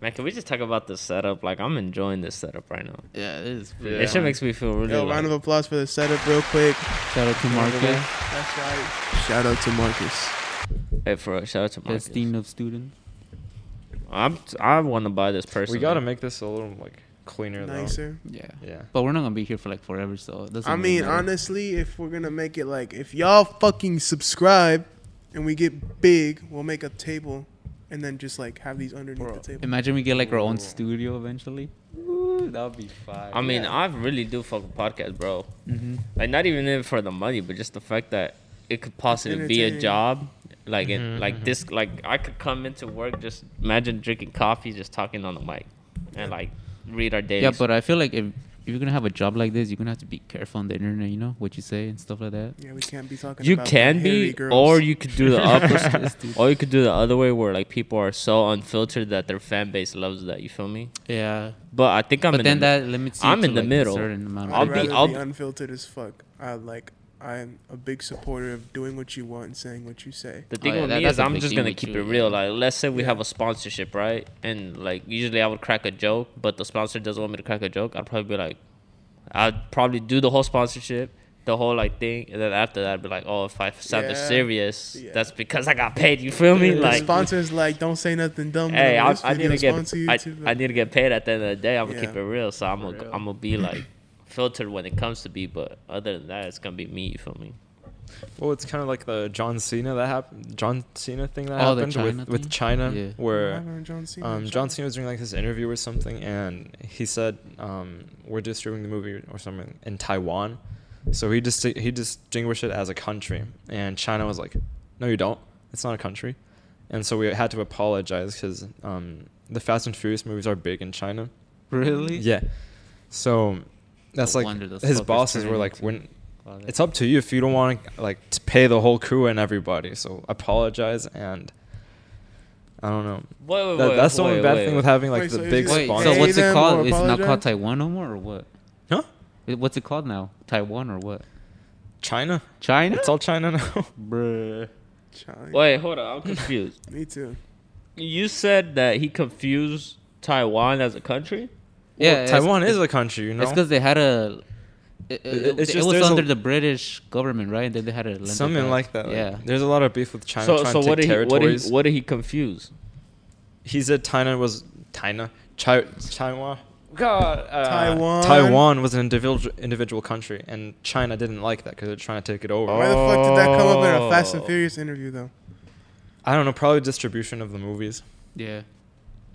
[SPEAKER 4] Man, can we just talk about the setup? Like, I'm enjoying this setup right now.
[SPEAKER 3] Yeah, it is.
[SPEAKER 2] Yeah.
[SPEAKER 4] It shit makes me feel really.
[SPEAKER 1] Yo,
[SPEAKER 4] like-
[SPEAKER 1] round of applause for the setup, real quick.
[SPEAKER 5] shout out to Marcus,
[SPEAKER 1] That's right. Shout out to Marcus.
[SPEAKER 4] hey, for a shout out to Marcus.
[SPEAKER 5] best dean of students.
[SPEAKER 4] I'm. I want to buy this person.
[SPEAKER 2] We gotta make this a little like cleaner though.
[SPEAKER 1] Nicer.
[SPEAKER 3] Yeah.
[SPEAKER 2] Yeah.
[SPEAKER 3] But we're not going to be here for like forever, so it doesn't
[SPEAKER 1] I
[SPEAKER 3] really
[SPEAKER 1] mean,
[SPEAKER 3] matter.
[SPEAKER 1] honestly, if we're gonna make it like, if y'all fucking subscribe, and we get big, we'll make a table, and then just like have these underneath the table.
[SPEAKER 5] Imagine we get like our own
[SPEAKER 2] Ooh.
[SPEAKER 5] studio eventually. Ooh, that would be fire.
[SPEAKER 4] I mean,
[SPEAKER 1] Yeah.
[SPEAKER 4] I really do fuck with podcasts, bro.
[SPEAKER 5] mm-hmm.
[SPEAKER 4] Like, not even in it for the money, but just the fact that it could possibly be a
[SPEAKER 1] entertaining.
[SPEAKER 4] job Like it,
[SPEAKER 2] Mhm,
[SPEAKER 4] like
[SPEAKER 2] mhm.
[SPEAKER 4] this, like I could come into work just imagine drinking coffee, just talking on the mic, and like read our days.
[SPEAKER 3] Yeah, but I feel like if, if you're gonna have a job like this, you're gonna have to be careful on the internet. You know what you say and stuff like that.
[SPEAKER 1] Yeah, we can't be talking.
[SPEAKER 4] you
[SPEAKER 1] about
[SPEAKER 4] can
[SPEAKER 1] hairy
[SPEAKER 4] be,
[SPEAKER 1] girls.
[SPEAKER 4] or you could do the opposite,
[SPEAKER 3] Stupid.
[SPEAKER 4] or you could do the other way where like people are so unfiltered that their fan base loves that. You feel me?
[SPEAKER 3] Yeah,
[SPEAKER 4] But I think I'm.
[SPEAKER 3] but
[SPEAKER 4] in
[SPEAKER 3] then
[SPEAKER 4] the,
[SPEAKER 3] that limits. You
[SPEAKER 4] I'm
[SPEAKER 3] to,
[SPEAKER 4] in the
[SPEAKER 3] like, a
[SPEAKER 4] middle.
[SPEAKER 3] certain amount of
[SPEAKER 1] I'll
[SPEAKER 4] I'll
[SPEAKER 1] be,
[SPEAKER 4] be-
[SPEAKER 3] people.
[SPEAKER 1] rather
[SPEAKER 4] I'll
[SPEAKER 1] be
[SPEAKER 4] be-
[SPEAKER 1] unfiltered as fuck. I like. I'm a big supporter of doing what you want and saying what you say.
[SPEAKER 4] The
[SPEAKER 3] Oh,
[SPEAKER 4] thing
[SPEAKER 3] yeah,
[SPEAKER 4] with
[SPEAKER 3] that-
[SPEAKER 4] me
[SPEAKER 3] that's
[SPEAKER 4] is
[SPEAKER 3] a
[SPEAKER 4] I'm
[SPEAKER 3] big
[SPEAKER 4] just
[SPEAKER 3] thing
[SPEAKER 4] gonna
[SPEAKER 3] with
[SPEAKER 4] keep
[SPEAKER 3] you,
[SPEAKER 4] it
[SPEAKER 3] yeah.
[SPEAKER 4] real. Like, let's say we
[SPEAKER 1] Yeah.
[SPEAKER 4] have a sponsorship, right? And like usually I would crack a joke, but the sponsor doesn't want me to crack a joke. I'd probably be like, I'd probably do the whole sponsorship, the whole like thing, and then after that, I'd be like, oh, if I sounded
[SPEAKER 1] Yeah.
[SPEAKER 4] serious,
[SPEAKER 1] Yeah.
[SPEAKER 4] that's because I got paid. You feel me?
[SPEAKER 1] The
[SPEAKER 4] like,
[SPEAKER 1] sponsors like don't say nothing dumb.
[SPEAKER 4] hey,
[SPEAKER 1] whenever
[SPEAKER 4] I,
[SPEAKER 1] this
[SPEAKER 4] I need
[SPEAKER 1] video
[SPEAKER 4] to get,
[SPEAKER 1] sponsor you
[SPEAKER 4] I,
[SPEAKER 1] too,
[SPEAKER 4] I need to get paid at the end of the day. I'm gonna
[SPEAKER 1] Yeah.
[SPEAKER 4] keep it real, so I'm gonna,
[SPEAKER 3] real.
[SPEAKER 4] I'm gonna be like filtered when it comes to be. But other than that, it's gonna be me. You feel me?
[SPEAKER 2] Well, it's kind of like the John Cena that happened, John Cena thing that
[SPEAKER 3] Oh,
[SPEAKER 2] happened
[SPEAKER 3] the
[SPEAKER 2] with
[SPEAKER 3] China
[SPEAKER 2] with
[SPEAKER 3] thing?
[SPEAKER 2] China,
[SPEAKER 3] Yeah.
[SPEAKER 1] What
[SPEAKER 2] where
[SPEAKER 1] happened to John Cena?
[SPEAKER 2] um, John Cena was doing like this interview or something, and he said, um, "We're distributing the movie or something in Taiwan," so he just he distinguished it as a country, and China was like, "No, you don't. It's not a country," and so we had to apologize because um, the Fast and Furious movies are big in China.
[SPEAKER 3] Really?
[SPEAKER 2] Yeah, so that's
[SPEAKER 3] No
[SPEAKER 2] like
[SPEAKER 3] wonder those
[SPEAKER 2] his
[SPEAKER 3] fuckers
[SPEAKER 2] bosses
[SPEAKER 3] turn
[SPEAKER 2] were like,
[SPEAKER 3] into-
[SPEAKER 2] "When
[SPEAKER 3] Wow, that-
[SPEAKER 2] it's up to you if you don't want to like to pay the whole crew and everybody. So apologize and I don't know.
[SPEAKER 4] Wait, wait,
[SPEAKER 2] That-
[SPEAKER 4] wait,
[SPEAKER 2] that's the only
[SPEAKER 4] wait,
[SPEAKER 2] bad
[SPEAKER 4] wait,
[SPEAKER 2] thing with
[SPEAKER 4] wait.
[SPEAKER 2] having like
[SPEAKER 1] Wait,
[SPEAKER 2] the
[SPEAKER 1] so is
[SPEAKER 2] big
[SPEAKER 1] it-
[SPEAKER 3] Wait,
[SPEAKER 2] sponsors.
[SPEAKER 3] so what's it
[SPEAKER 1] them
[SPEAKER 3] called?
[SPEAKER 1] or
[SPEAKER 3] It's not
[SPEAKER 1] apologize?
[SPEAKER 3] called Taiwan no more, or what?
[SPEAKER 2] Huh?
[SPEAKER 3] It- What's it called now? Taiwan or what?
[SPEAKER 2] China?
[SPEAKER 3] China?
[SPEAKER 2] It's all China now.
[SPEAKER 3] Bruh.
[SPEAKER 1] China.
[SPEAKER 4] Wait, hold on. I'm confused.
[SPEAKER 1] Me too.
[SPEAKER 4] You said that he confused Taiwan as a country.
[SPEAKER 3] Yeah,
[SPEAKER 2] Well,
[SPEAKER 3] it's-
[SPEAKER 2] Taiwan
[SPEAKER 3] it's-
[SPEAKER 2] is a country, you know.
[SPEAKER 3] It's because they had a. It,
[SPEAKER 2] It-
[SPEAKER 3] it,
[SPEAKER 2] it's
[SPEAKER 3] it
[SPEAKER 2] just
[SPEAKER 3] was
[SPEAKER 2] there's a-
[SPEAKER 3] under the British government, right? And then they had a
[SPEAKER 2] Something like that. like,
[SPEAKER 3] Yeah.
[SPEAKER 2] there's a lot of beef with China
[SPEAKER 4] so,
[SPEAKER 2] trying
[SPEAKER 4] so
[SPEAKER 2] to
[SPEAKER 4] what
[SPEAKER 2] take
[SPEAKER 4] did, he, what, did
[SPEAKER 2] territories.
[SPEAKER 4] he, what did he confuse?
[SPEAKER 2] he said China was China, Chi- China. God, uh,
[SPEAKER 1] Taiwan.
[SPEAKER 2] Taiwan was an individual individual country, and China didn't like that because they're trying to take it over.
[SPEAKER 1] Why the fuck did that come up in a Fast and
[SPEAKER 4] Oh.
[SPEAKER 1] Furious interview though?
[SPEAKER 2] I don't know, probably distribution of the movies.
[SPEAKER 3] yeah.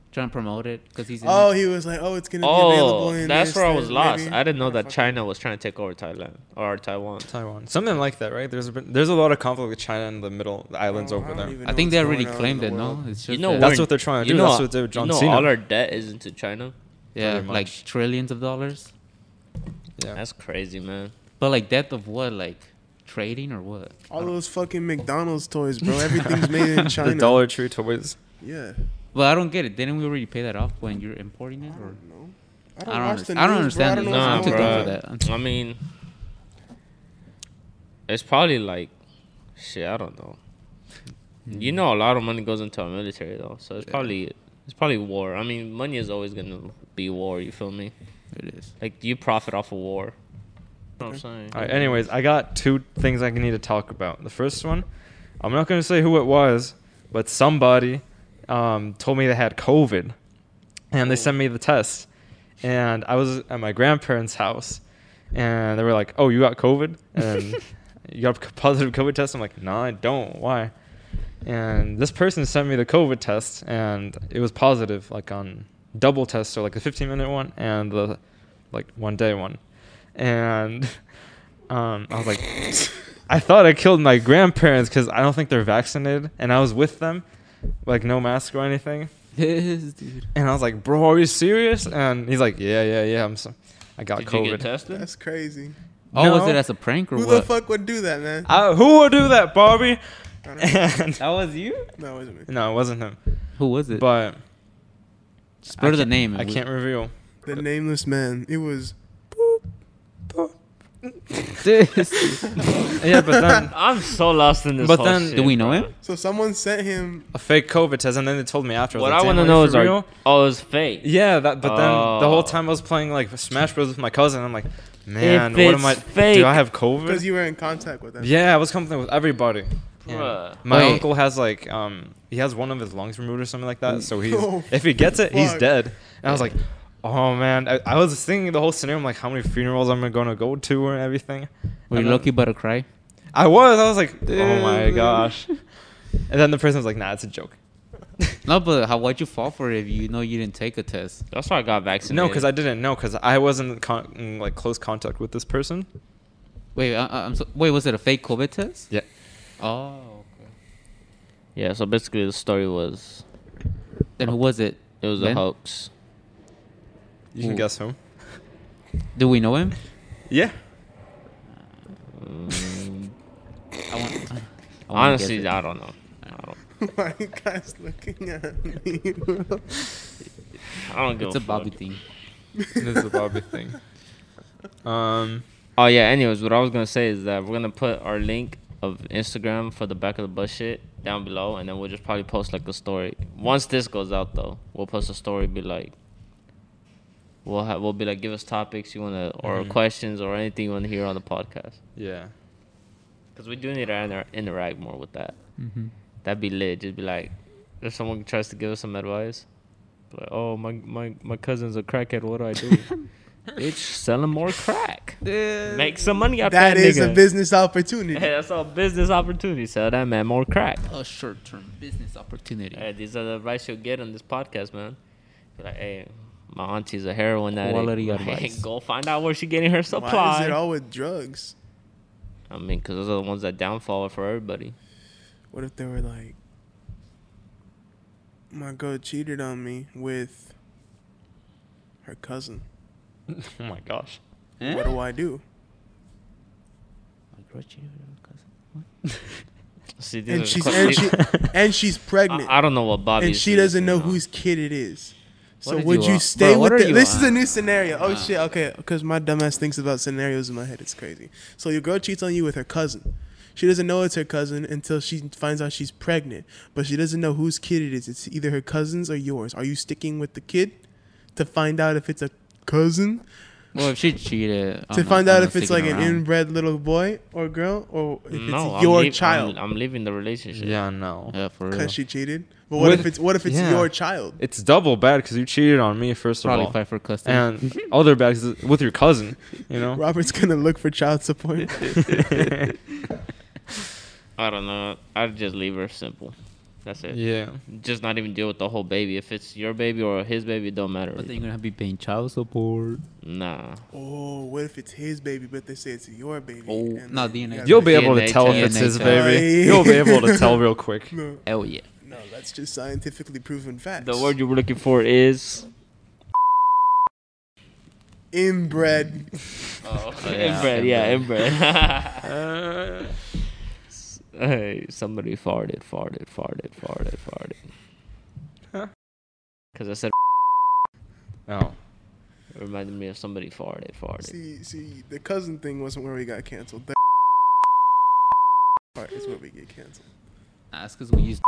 [SPEAKER 3] Trying to promote it because he's. in
[SPEAKER 1] Oh,
[SPEAKER 3] it.
[SPEAKER 1] he was like, oh, it's gonna be available.
[SPEAKER 4] Oh,
[SPEAKER 1] in
[SPEAKER 4] that's
[SPEAKER 1] this,
[SPEAKER 4] where I
[SPEAKER 1] that,
[SPEAKER 4] was lost.
[SPEAKER 1] maybe.
[SPEAKER 4] I didn't know
[SPEAKER 1] Oh,
[SPEAKER 4] that
[SPEAKER 1] fuck.
[SPEAKER 4] China was trying to take over Thailand or Taiwan.
[SPEAKER 2] Taiwan, something like that, right? There's a bit, there's a lot of conflict with China and the middle the islands
[SPEAKER 1] Oh, I
[SPEAKER 2] over
[SPEAKER 1] don't
[SPEAKER 2] there.
[SPEAKER 1] even
[SPEAKER 3] I
[SPEAKER 1] know
[SPEAKER 3] think
[SPEAKER 1] what's
[SPEAKER 3] they
[SPEAKER 1] going
[SPEAKER 3] already
[SPEAKER 1] on in
[SPEAKER 3] claimed
[SPEAKER 1] the
[SPEAKER 3] it. No,
[SPEAKER 1] world.
[SPEAKER 3] it's just
[SPEAKER 4] You know
[SPEAKER 3] that-
[SPEAKER 2] That's
[SPEAKER 4] we're-
[SPEAKER 2] what they're trying to
[SPEAKER 4] you
[SPEAKER 2] do.
[SPEAKER 4] Know,
[SPEAKER 2] That's what they're- John
[SPEAKER 4] you know
[SPEAKER 2] Cena.
[SPEAKER 4] all our debt is into China.
[SPEAKER 3] yeah,
[SPEAKER 2] pretty
[SPEAKER 3] like
[SPEAKER 2] much.
[SPEAKER 3] trillions of dollars.
[SPEAKER 2] Yeah.
[SPEAKER 4] That's crazy, man.
[SPEAKER 3] But like death of what? Like trading or what?
[SPEAKER 1] All those fucking McDonald's toys, bro. Everything's made in China.
[SPEAKER 2] The Dollar Tree toys.
[SPEAKER 1] Yeah.
[SPEAKER 3] Well, I don't get it. Didn't we already pay that off when you're importing
[SPEAKER 1] I
[SPEAKER 3] it? Or
[SPEAKER 1] don't know.
[SPEAKER 3] I don't
[SPEAKER 1] watch the
[SPEAKER 3] understand- I don't
[SPEAKER 1] news, bro.
[SPEAKER 3] understand
[SPEAKER 1] don't
[SPEAKER 3] this.
[SPEAKER 1] know
[SPEAKER 3] Nah,
[SPEAKER 4] Nah,
[SPEAKER 1] what's
[SPEAKER 3] too
[SPEAKER 1] going
[SPEAKER 3] dumb
[SPEAKER 1] on.
[SPEAKER 3] for that.
[SPEAKER 4] bruh. I mean, it's probably like, shit. I don't know.
[SPEAKER 3] Hmm.
[SPEAKER 4] You know, a lot of money goes into our military though, so it's probably it's probably war. I mean, money is always gonna be war. You feel me?
[SPEAKER 3] it is.
[SPEAKER 4] Like you profit off of war. You know what I'm saying.
[SPEAKER 2] All right. Anyways, I got two things I need to talk about. The first one, I'm not going to say who it was, but somebody um, told me they had COVID, and they sent me the test, and I was at my grandparents' house, and they were like, "Oh, you got COVID, and you got a positive COVID test." I'm like, "No, I don't. Why?" And this person sent me the COVID test, and it was positive, like on double test, so like the 15 minute one and the like one day one, and. Um, I was like, I thought I killed my grandparents because I don't think they're vaccinated, and I was with them, like no mask or anything.
[SPEAKER 3] Yes, dude.
[SPEAKER 2] And I was like, "Bro, are you serious?" And he's like, "Yeah, yeah, yeah. I'm so, I got
[SPEAKER 4] Did
[SPEAKER 2] COVID."
[SPEAKER 4] you get tested?
[SPEAKER 1] That's crazy.
[SPEAKER 3] Oh, was
[SPEAKER 2] No.
[SPEAKER 3] it as a prank or
[SPEAKER 1] Who the
[SPEAKER 3] what?
[SPEAKER 1] fuck would do that, man?
[SPEAKER 2] I- who would do that,
[SPEAKER 1] I
[SPEAKER 2] Barbie?
[SPEAKER 1] don't know.
[SPEAKER 2] And
[SPEAKER 5] That was you?
[SPEAKER 1] no, it wasn't me.
[SPEAKER 2] no, it wasn't him.
[SPEAKER 3] Who was it?
[SPEAKER 2] But
[SPEAKER 3] Spur the
[SPEAKER 2] can't-
[SPEAKER 3] name.
[SPEAKER 2] I
[SPEAKER 3] and we-
[SPEAKER 2] can't reveal.
[SPEAKER 1] The nameless man. It was.
[SPEAKER 2] Yeah, but then
[SPEAKER 4] I'm so lost in this.
[SPEAKER 2] But
[SPEAKER 4] whole
[SPEAKER 2] then-
[SPEAKER 4] shit,
[SPEAKER 3] Do we know
[SPEAKER 4] bro.
[SPEAKER 3] him?
[SPEAKER 1] So someone sent him.
[SPEAKER 2] a fake COVID test, and then they told me after.
[SPEAKER 4] What
[SPEAKER 2] was
[SPEAKER 4] I
[SPEAKER 2] like,
[SPEAKER 4] want to
[SPEAKER 2] "Damn,
[SPEAKER 4] know
[SPEAKER 2] are you
[SPEAKER 4] is
[SPEAKER 2] for
[SPEAKER 4] our
[SPEAKER 2] real?"
[SPEAKER 4] oh, it's fake.
[SPEAKER 2] Yeah, that. But then the
[SPEAKER 4] Oh.
[SPEAKER 2] whole time I was playing like Smash Bros with my cousin. I'm like, man,
[SPEAKER 4] If
[SPEAKER 2] what
[SPEAKER 4] it's
[SPEAKER 2] am I?
[SPEAKER 4] fake-
[SPEAKER 2] Do I have COVID?
[SPEAKER 1] Because you were in contact with him.
[SPEAKER 2] Yeah, I was comfortable with everybody. And
[SPEAKER 4] Bruh.
[SPEAKER 2] My
[SPEAKER 3] Wait.
[SPEAKER 2] uncle has like um he has one of his lungs removed or something like that. So he's
[SPEAKER 1] Oh,
[SPEAKER 2] if he gets it, he's
[SPEAKER 1] fuck.
[SPEAKER 2] dead. And I was like, oh man, I, I was thinking the whole scenario. I'm like, how many funerals am I gonna go to and everything. And
[SPEAKER 3] Were you
[SPEAKER 2] then-
[SPEAKER 3] lucky but a cry?
[SPEAKER 2] I was. I was like, oh my
[SPEAKER 1] Dude.
[SPEAKER 2] gosh. And then the person was like, nah, it's a joke.
[SPEAKER 3] No, but how why'd you fall for it if you know you didn't take a test?
[SPEAKER 4] That's why I got vaccinated.
[SPEAKER 2] No, because I didn't know because I wasn't in con- in like close contact with this person.
[SPEAKER 3] uh, Wait, I, I- I'm so, wait, was it a fake COVID test?
[SPEAKER 2] Yeah.
[SPEAKER 3] Oh, okay.
[SPEAKER 4] Yeah, so basically the story was
[SPEAKER 3] Then who was it?
[SPEAKER 4] it was a
[SPEAKER 3] Ben?
[SPEAKER 4] hoax.
[SPEAKER 2] You can
[SPEAKER 3] Ooh.
[SPEAKER 2] guess who.
[SPEAKER 3] Do we know him?
[SPEAKER 2] Yeah.
[SPEAKER 4] Mm,
[SPEAKER 3] I want. I wanna guess
[SPEAKER 4] honestly,
[SPEAKER 3] it.
[SPEAKER 4] I don't know. I don't,
[SPEAKER 1] Why you guys looking at me, bro?
[SPEAKER 4] I don't give
[SPEAKER 3] it's
[SPEAKER 4] a,
[SPEAKER 3] a Bobby
[SPEAKER 4] fuck.
[SPEAKER 3] thing.
[SPEAKER 2] this is a Bobby thing. Um,
[SPEAKER 4] Oh yeah. Anyways, what I was gonna say is that we're gonna put our link of Instagram for the back of the bus shit down below, and then we'll just probably post like a story. Once this goes out though, we'll post a story. Be like, we'll have we'll be like, give us topics you wanna or
[SPEAKER 3] Mm-hmm.
[SPEAKER 2] Mhm.
[SPEAKER 4] questions or anything you wanna hear on the podcast.
[SPEAKER 2] yeah.
[SPEAKER 4] Cause we do need to inter- interact more with that.
[SPEAKER 3] Mm-hmm.
[SPEAKER 4] That'd be lit. Just be like, if someone tries to give us some advice, be like, oh my my my cousin's a crackhead. What do I do? Bitch, sell him more crack.
[SPEAKER 3] Mm-hmm.
[SPEAKER 4] Make some money out that
[SPEAKER 1] That is
[SPEAKER 4] nigga.
[SPEAKER 1] a business opportunity.
[SPEAKER 4] Hey, that's all business opportunity. Sell that man more crack.
[SPEAKER 3] A short-term business opportunity.
[SPEAKER 4] Hey, these are the advice you'll get on this podcast, man. Be like, hey, my auntie's a heroin addict.
[SPEAKER 3] Quality
[SPEAKER 4] Hey,
[SPEAKER 3] advice.
[SPEAKER 4] go find out where she's getting her
[SPEAKER 1] Why
[SPEAKER 4] supply.
[SPEAKER 1] is it all with drugs?
[SPEAKER 4] I mean, because those are the ones that downfall for everybody.
[SPEAKER 1] What if they were like, my girl cheated on me with her cousin?
[SPEAKER 2] Oh my gosh.
[SPEAKER 1] What
[SPEAKER 4] Eh?
[SPEAKER 1] do I do?
[SPEAKER 4] See, these are
[SPEAKER 1] And
[SPEAKER 4] the
[SPEAKER 1] she's
[SPEAKER 4] que-
[SPEAKER 1] and, she,
[SPEAKER 4] these-
[SPEAKER 1] and she's pregnant,
[SPEAKER 4] I, I don't know what Bobby
[SPEAKER 1] and
[SPEAKER 4] is
[SPEAKER 1] she
[SPEAKER 4] doing,
[SPEAKER 1] doesn't know
[SPEAKER 4] you
[SPEAKER 1] whose kid it is. So
[SPEAKER 3] did
[SPEAKER 1] would
[SPEAKER 3] you
[SPEAKER 1] you
[SPEAKER 3] want?
[SPEAKER 1] stay
[SPEAKER 3] Bro,
[SPEAKER 1] with
[SPEAKER 3] what are
[SPEAKER 1] it?
[SPEAKER 3] you
[SPEAKER 1] This is a
[SPEAKER 3] on?
[SPEAKER 1] new scenario. Oh
[SPEAKER 3] Wow.
[SPEAKER 1] shit, okay, because my dumbass thinks about scenarios in my head. It's crazy. So your girl cheats on you with her cousin. She doesn't know it's her cousin until she finds out she's pregnant, but she doesn't know whose kid it is. It's either her cousin's or yours. Are you sticking with the kid to find out if it's a cousin
[SPEAKER 3] Well, if she cheated, I'm
[SPEAKER 1] to
[SPEAKER 3] not-
[SPEAKER 1] find
[SPEAKER 3] I'm
[SPEAKER 1] out
[SPEAKER 3] not
[SPEAKER 1] if it's like
[SPEAKER 3] sticking
[SPEAKER 1] an
[SPEAKER 3] around.
[SPEAKER 1] inbred little boy or girl or if
[SPEAKER 4] no,
[SPEAKER 1] it's your
[SPEAKER 4] I'm leav-
[SPEAKER 1] child
[SPEAKER 4] I'm, I'm leaving the relationship.
[SPEAKER 2] Yeah, no.
[SPEAKER 3] Yeah, for real.
[SPEAKER 1] because she cheated. But what
[SPEAKER 2] With-
[SPEAKER 1] if it's what if it's
[SPEAKER 2] yeah.
[SPEAKER 1] your child?
[SPEAKER 2] It's double bad because you cheated on me first of
[SPEAKER 3] Probably
[SPEAKER 2] all,
[SPEAKER 3] fight for custody.
[SPEAKER 2] and other bad 'cause it's with your cousin. You know.
[SPEAKER 1] Robert's gonna look for child support.
[SPEAKER 4] I don't know. I'd just leave her simple. That's it.
[SPEAKER 2] yeah.
[SPEAKER 4] Just not even deal with the whole baby. If it's your baby or his baby, it don't matter.
[SPEAKER 3] but then you're gonna be paying child support.
[SPEAKER 4] nah.
[SPEAKER 1] oh, what if it's his baby, but they say it's your baby?
[SPEAKER 3] Oh,
[SPEAKER 1] and
[SPEAKER 3] no,
[SPEAKER 1] then
[SPEAKER 3] DNA.
[SPEAKER 1] you gotta
[SPEAKER 2] You'll be
[SPEAKER 1] make-
[SPEAKER 2] able to
[SPEAKER 4] DNA
[SPEAKER 2] tell if
[SPEAKER 3] test.
[SPEAKER 2] it's his
[SPEAKER 3] DNA
[SPEAKER 2] baby.
[SPEAKER 1] test.
[SPEAKER 2] You'll be able to tell real quick.
[SPEAKER 1] No,
[SPEAKER 3] Hell yeah.
[SPEAKER 1] no, that's just scientifically proven facts.
[SPEAKER 4] The word you were looking for is.
[SPEAKER 1] inbred.
[SPEAKER 4] Oh,
[SPEAKER 3] yeah,
[SPEAKER 4] inbred. Yeah, inbred. S- hey, somebody farted, farted, farted, farted, farted.
[SPEAKER 2] Huh?
[SPEAKER 4] Because I said
[SPEAKER 2] Oh.
[SPEAKER 4] it reminded me of somebody farted, farted.
[SPEAKER 1] See, see, the cousin thing wasn't where we got canceled. The part is where we get canceled.
[SPEAKER 3] That's because we use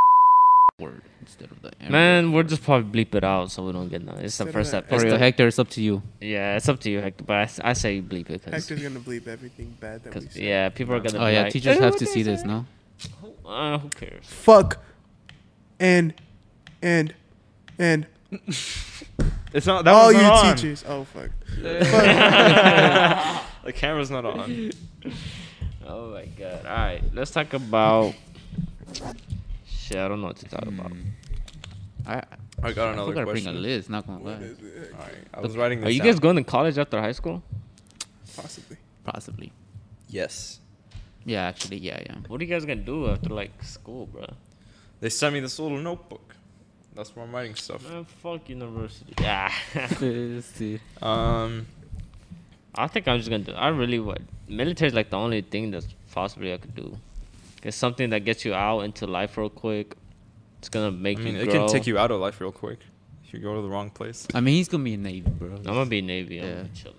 [SPEAKER 3] word instead of the N
[SPEAKER 4] Man,
[SPEAKER 3] word.
[SPEAKER 4] we'll just probably bleep it out so we don't get none. It's the
[SPEAKER 1] Said
[SPEAKER 4] first
[SPEAKER 1] that.
[SPEAKER 4] step.
[SPEAKER 3] For real, Hector, it's up to you.
[SPEAKER 4] Yeah, it's up to you, Hector. But I s- I, say you bleep it because
[SPEAKER 1] Hector's gonna bleep everything bad that we said.
[SPEAKER 4] yeah, people are gonna.
[SPEAKER 3] Oh
[SPEAKER 4] be
[SPEAKER 3] yeah,
[SPEAKER 4] like,
[SPEAKER 3] teachers
[SPEAKER 4] "Eh,
[SPEAKER 3] have
[SPEAKER 4] what
[SPEAKER 3] to
[SPEAKER 4] they
[SPEAKER 3] see this,
[SPEAKER 4] say?"
[SPEAKER 3] no?
[SPEAKER 4] Uh, who cares?
[SPEAKER 1] Fuck. And, and, and
[SPEAKER 2] It's not. That
[SPEAKER 1] all
[SPEAKER 2] one's
[SPEAKER 1] you
[SPEAKER 2] not on.
[SPEAKER 1] teachers. Oh fuck.
[SPEAKER 2] The camera's not on.
[SPEAKER 4] Oh my god! All right, let's talk about. Shit, I don't know what to talk about.
[SPEAKER 3] Mm. I,
[SPEAKER 2] I got
[SPEAKER 3] I
[SPEAKER 2] another
[SPEAKER 3] gotta bring
[SPEAKER 2] question.
[SPEAKER 3] a list. Not gonna
[SPEAKER 1] What
[SPEAKER 3] lie,
[SPEAKER 1] is it?
[SPEAKER 2] All right. I was writing this.
[SPEAKER 4] Are you
[SPEAKER 2] down.
[SPEAKER 4] guys going to college after high school?
[SPEAKER 1] Possibly.
[SPEAKER 3] possibly.
[SPEAKER 2] Yes.
[SPEAKER 3] Yeah, actually, yeah, yeah.
[SPEAKER 4] What are you guys gonna do after like school, bro?
[SPEAKER 2] They sent me this little notebook. That's where I'm writing stuff.
[SPEAKER 4] Man, Uh, fuck university. Yeah.
[SPEAKER 2] Um.
[SPEAKER 4] I think I'm just gonna do. I really would. Military's like the only thing that's possibly I could do. It's something that gets you out into life real quick. It's gonna
[SPEAKER 2] I
[SPEAKER 4] make
[SPEAKER 2] mean,
[SPEAKER 4] you.
[SPEAKER 2] it
[SPEAKER 4] grow.
[SPEAKER 2] can take you out of life real quick if you go to the wrong place.
[SPEAKER 3] I mean, he's gonna be a navy, bro.
[SPEAKER 4] I'm gonna be Navy. I'm
[SPEAKER 3] Yeah.
[SPEAKER 4] gonna be chilling.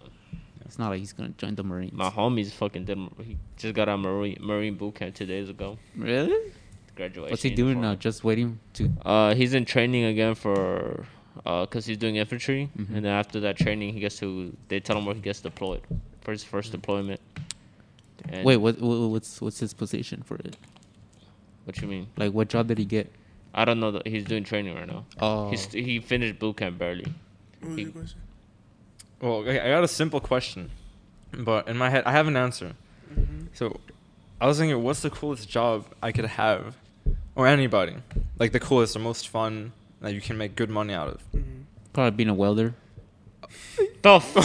[SPEAKER 3] It's not like he's gonna join the Marines.
[SPEAKER 4] My homies fucking did. He just got out of Marine Marine boot camp two days ago.
[SPEAKER 3] Really?
[SPEAKER 4] Graduation.
[SPEAKER 3] What's he doing now?
[SPEAKER 4] uniform.
[SPEAKER 3] Just waiting to.
[SPEAKER 4] Uh, he's in training again for, uh, cause he's doing infantry,
[SPEAKER 3] Mhm.
[SPEAKER 4] and then after that training, he gets to. They tell him where he gets deployed for his first deployment.
[SPEAKER 3] Mm-hmm.
[SPEAKER 4] And-
[SPEAKER 3] Wait, what, what? What's what's his position for it?
[SPEAKER 4] What you mean?
[SPEAKER 3] Like, what job did he get?
[SPEAKER 4] I don't know. That he's doing training right now.
[SPEAKER 3] Oh,
[SPEAKER 4] He's he finished boot camp barely.
[SPEAKER 1] What was your question?
[SPEAKER 2] Well, okay, I got a simple question, but in my head, I have an answer.
[SPEAKER 4] Mm-hmm.
[SPEAKER 2] So, I was thinking, what's the coolest job I could have, or anybody, like the coolest, the most fun that you can make good money out of?
[SPEAKER 1] Mm-hmm.
[SPEAKER 3] probably being a welder.
[SPEAKER 4] The fuck?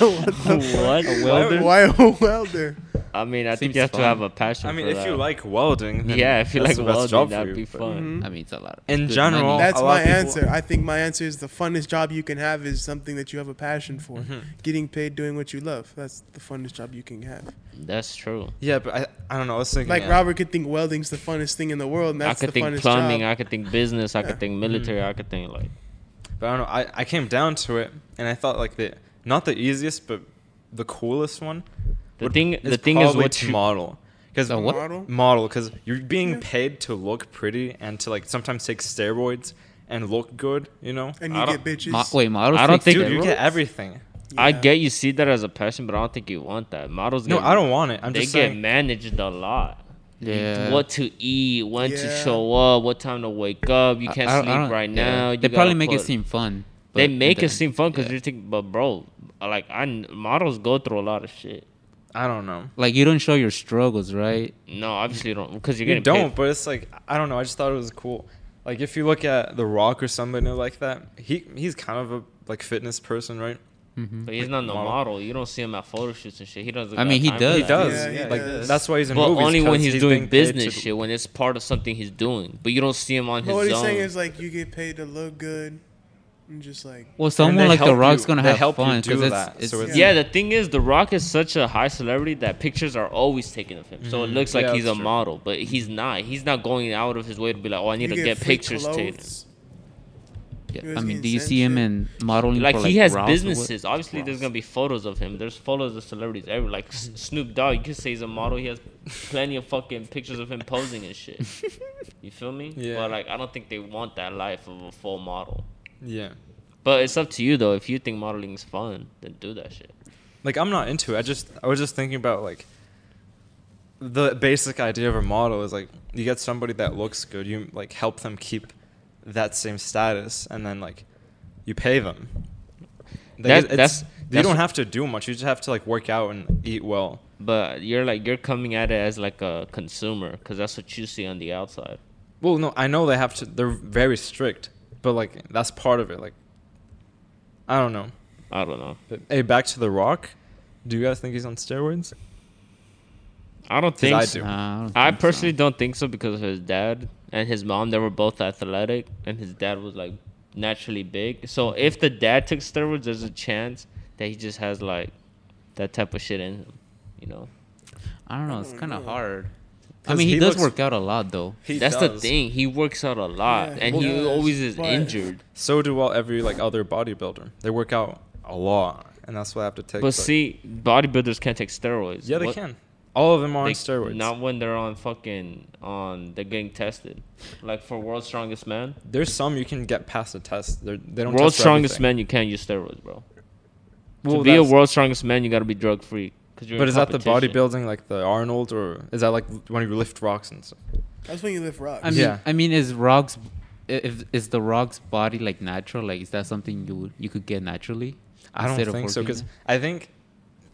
[SPEAKER 4] what?
[SPEAKER 1] Why, why a welder?
[SPEAKER 4] I mean, I
[SPEAKER 3] Seems
[SPEAKER 4] think you have
[SPEAKER 3] fun.
[SPEAKER 4] to have a passion.
[SPEAKER 2] I mean,
[SPEAKER 4] for
[SPEAKER 2] if you
[SPEAKER 4] that.
[SPEAKER 2] like welding, then
[SPEAKER 4] yeah, if you
[SPEAKER 2] that's
[SPEAKER 4] like
[SPEAKER 2] the best
[SPEAKER 4] welding,
[SPEAKER 2] job for
[SPEAKER 4] that'd
[SPEAKER 2] you,
[SPEAKER 4] be
[SPEAKER 2] but-
[SPEAKER 4] fun.
[SPEAKER 1] Mhm.
[SPEAKER 3] I mean, it's a lot. Of
[SPEAKER 2] In
[SPEAKER 3] good
[SPEAKER 2] general,
[SPEAKER 3] money. Oh,
[SPEAKER 2] That-
[SPEAKER 1] That's
[SPEAKER 2] a lot
[SPEAKER 1] my
[SPEAKER 2] of people-
[SPEAKER 1] answer. I think my answer is the funnest job you can have is something that you have a passion for.
[SPEAKER 2] Mm-hmm.
[SPEAKER 1] Getting paid doing what you love. That's the funnest job you can have.
[SPEAKER 3] Mm-hmm.
[SPEAKER 4] That's true.
[SPEAKER 2] Yeah, but I, I don't know. I was thinking
[SPEAKER 1] Like
[SPEAKER 2] yeah.
[SPEAKER 1] Robert could think welding's the funnest thing in the world, and
[SPEAKER 4] I
[SPEAKER 1] that's
[SPEAKER 4] could
[SPEAKER 1] the
[SPEAKER 4] think
[SPEAKER 1] funnest
[SPEAKER 4] plumbing.
[SPEAKER 1] job.
[SPEAKER 4] I could think business. I could think military. I could think like
[SPEAKER 2] But I don't know. I, I came down to it, and I thought like the not the easiest, but the coolest one.
[SPEAKER 4] the
[SPEAKER 2] would-
[SPEAKER 4] thing. The thing is
[SPEAKER 2] probably
[SPEAKER 4] what
[SPEAKER 2] to
[SPEAKER 4] you,
[SPEAKER 2] model because
[SPEAKER 3] The what?
[SPEAKER 1] Model?
[SPEAKER 2] model because you're being
[SPEAKER 1] Yeah.
[SPEAKER 2] paid to look pretty and to like sometimes take steroids and look good. You know,
[SPEAKER 1] and
[SPEAKER 2] I
[SPEAKER 1] you
[SPEAKER 2] don't-
[SPEAKER 1] get bitches.
[SPEAKER 3] Mo- wait, models.
[SPEAKER 4] I don't
[SPEAKER 3] take
[SPEAKER 4] think-
[SPEAKER 2] dude, you
[SPEAKER 3] steroids?
[SPEAKER 2] get everything.
[SPEAKER 4] I
[SPEAKER 1] Yeah.
[SPEAKER 4] get you see that as a passion, but I don't think you want that. Models.
[SPEAKER 2] No,
[SPEAKER 4] get-
[SPEAKER 2] I don't want it. I'm
[SPEAKER 4] they
[SPEAKER 2] just
[SPEAKER 4] get
[SPEAKER 2] saying.
[SPEAKER 4] managed a lot. You-
[SPEAKER 3] Yeah.
[SPEAKER 4] What to eat, when to
[SPEAKER 1] Yeah.
[SPEAKER 4] show up, what time to wake up. You
[SPEAKER 3] I-
[SPEAKER 4] can't
[SPEAKER 3] I don't- I
[SPEAKER 4] sleep
[SPEAKER 3] don't-
[SPEAKER 4] right
[SPEAKER 3] yeah.
[SPEAKER 4] now. You
[SPEAKER 3] They probably
[SPEAKER 4] gotta
[SPEAKER 3] make it
[SPEAKER 4] put-
[SPEAKER 3] seem fun.
[SPEAKER 4] They
[SPEAKER 3] but
[SPEAKER 4] make
[SPEAKER 3] then-
[SPEAKER 4] it seem fun because
[SPEAKER 3] yeah.
[SPEAKER 4] you're thinking, but bro, like I kn- models go through a lot of shit.
[SPEAKER 2] I don't know.
[SPEAKER 3] like you don't show your struggles, right?
[SPEAKER 4] No, obviously you don't because you're
[SPEAKER 2] you
[SPEAKER 4] getting
[SPEAKER 2] don't,
[SPEAKER 4] paid.
[SPEAKER 2] but it's like I don't know. I just thought it was cool. Like if you look at The Rock or somebody like that, he he's kind of a like fitness person, right?
[SPEAKER 3] Mm-hmm.
[SPEAKER 4] But he's not no
[SPEAKER 2] model.
[SPEAKER 4] model. You don't see him at photo shoots and shit. He doesn't.
[SPEAKER 3] I
[SPEAKER 4] got
[SPEAKER 3] mean, he
[SPEAKER 4] time for
[SPEAKER 3] does.
[SPEAKER 2] He
[SPEAKER 4] that.
[SPEAKER 2] does.
[SPEAKER 1] Yeah, he
[SPEAKER 2] like
[SPEAKER 1] does.
[SPEAKER 2] that's why he's in
[SPEAKER 4] But
[SPEAKER 2] movies.
[SPEAKER 4] only when
[SPEAKER 2] 'cause
[SPEAKER 4] he's,
[SPEAKER 2] being
[SPEAKER 4] doing
[SPEAKER 2] paid
[SPEAKER 4] business
[SPEAKER 2] to-
[SPEAKER 4] shit, when it's part of something he's doing. But you don't see him on
[SPEAKER 1] But
[SPEAKER 4] his
[SPEAKER 1] what he's
[SPEAKER 4] own.
[SPEAKER 1] saying is like you get paid to look good, and just like
[SPEAKER 3] Well,
[SPEAKER 2] they
[SPEAKER 3] someone like The
[SPEAKER 2] help
[SPEAKER 3] Rock's
[SPEAKER 2] you-
[SPEAKER 3] gonna
[SPEAKER 2] they
[SPEAKER 3] have
[SPEAKER 2] help you
[SPEAKER 3] fun
[SPEAKER 2] do
[SPEAKER 3] because it's,
[SPEAKER 2] that,
[SPEAKER 3] it's,
[SPEAKER 2] so it's-
[SPEAKER 4] yeah. the thing is, The Rock is such a high celebrity that pictures are always taken of him. So it looks like
[SPEAKER 2] Mm-hmm. Yeah,
[SPEAKER 4] he's a
[SPEAKER 2] that's true.
[SPEAKER 4] model, but he's not. He's not going out of his way to be like, oh, I need
[SPEAKER 1] you
[SPEAKER 4] to get,
[SPEAKER 1] free
[SPEAKER 4] pictures taken.
[SPEAKER 1] clothes.
[SPEAKER 3] yeah,
[SPEAKER 1] He was
[SPEAKER 3] I mean,
[SPEAKER 1] getting
[SPEAKER 3] do you
[SPEAKER 1] sent
[SPEAKER 3] see him
[SPEAKER 1] shit.
[SPEAKER 3] in modeling?
[SPEAKER 4] Like,
[SPEAKER 3] for,
[SPEAKER 4] he has
[SPEAKER 3] Ross or what?
[SPEAKER 4] businesses. Obviously, there's
[SPEAKER 2] Ross.
[SPEAKER 4] gonna be photos of him. There's photos of celebrities everywhere. Like S- Snoop Dogg, you could say he's a model. He has plenty of fucking pictures of him posing and shit. You feel me?
[SPEAKER 2] Yeah.
[SPEAKER 4] But like, I don't think they want that life of a full model.
[SPEAKER 2] Yeah.
[SPEAKER 4] But it's up to you though. If you think modeling is fun, then do that shit.
[SPEAKER 2] Like I'm not into it. I just I was just thinking about like the basic idea of a model is like you get somebody that looks good, you like help them keep that same status and then like you pay them. They
[SPEAKER 4] That-
[SPEAKER 2] get- it's-
[SPEAKER 4] that's-
[SPEAKER 2] you
[SPEAKER 4] that's-
[SPEAKER 2] don't have to do much. You just have to like work out and eat well.
[SPEAKER 4] But you're like you're coming at it as like a consumer because that's what you see on the outside.
[SPEAKER 2] Well, no, I know they have to. They're very strict, but like that's part of it. Like I don't know.
[SPEAKER 4] I don't know.
[SPEAKER 2] But, hey, back to the Rock. Do you guys think he's on steroids?
[SPEAKER 4] I don't
[SPEAKER 2] 'Cause
[SPEAKER 4] think.
[SPEAKER 2] I
[SPEAKER 4] so.
[SPEAKER 2] do.
[SPEAKER 3] Nah, I, don't
[SPEAKER 4] I
[SPEAKER 3] think so.
[SPEAKER 4] personally don't think so because of his dad and his mom. They were both athletic, and his dad was like naturally big. So if the dad took steroids, there's a chance that he just has like that type of shit in him. You know,
[SPEAKER 3] I don't know. It's
[SPEAKER 1] don't
[SPEAKER 3] kind of
[SPEAKER 1] know.
[SPEAKER 3] hard. I
[SPEAKER 2] 'Cause
[SPEAKER 3] mean, he,
[SPEAKER 2] he
[SPEAKER 3] does
[SPEAKER 2] looks-
[SPEAKER 3] work out a lot though.
[SPEAKER 2] He
[SPEAKER 4] that's the
[SPEAKER 2] does.
[SPEAKER 4] thing. He works out a lot,
[SPEAKER 1] Yeah,
[SPEAKER 4] and
[SPEAKER 1] he
[SPEAKER 4] he
[SPEAKER 1] does,
[SPEAKER 4] always is
[SPEAKER 1] but-
[SPEAKER 4] injured.
[SPEAKER 2] So do all every like other bodybuilder. They work out a lot, and that's why I have to take.
[SPEAKER 4] But see, bodybuilders can't take steroids.
[SPEAKER 2] yeah, they
[SPEAKER 4] What-
[SPEAKER 2] can. All of them are on
[SPEAKER 4] They-
[SPEAKER 2] steroids.
[SPEAKER 4] Not when they're on fucking on they're getting tested, like for World's Strongest Man.
[SPEAKER 2] There's some you can get past the test. They're, they don't. test
[SPEAKER 4] World's
[SPEAKER 2] for
[SPEAKER 4] Strongest
[SPEAKER 2] everything.
[SPEAKER 4] Man, you can't use steroids, bro.
[SPEAKER 2] Well,
[SPEAKER 4] to be a
[SPEAKER 2] that's-
[SPEAKER 4] World's Strongest Man, you gotta be drug free.
[SPEAKER 2] But is that the bodybuilding like the Arnold, or is that like when you lift rocks and stuff?
[SPEAKER 1] That's when you lift rocks.
[SPEAKER 3] I mean,
[SPEAKER 2] Yeah.
[SPEAKER 3] I mean, is Rock's i- if is the Rock's body like natural? Like, is that something you would- you could get naturally?
[SPEAKER 2] I don't
[SPEAKER 3] instead of
[SPEAKER 2] think so
[SPEAKER 3] working
[SPEAKER 2] because I think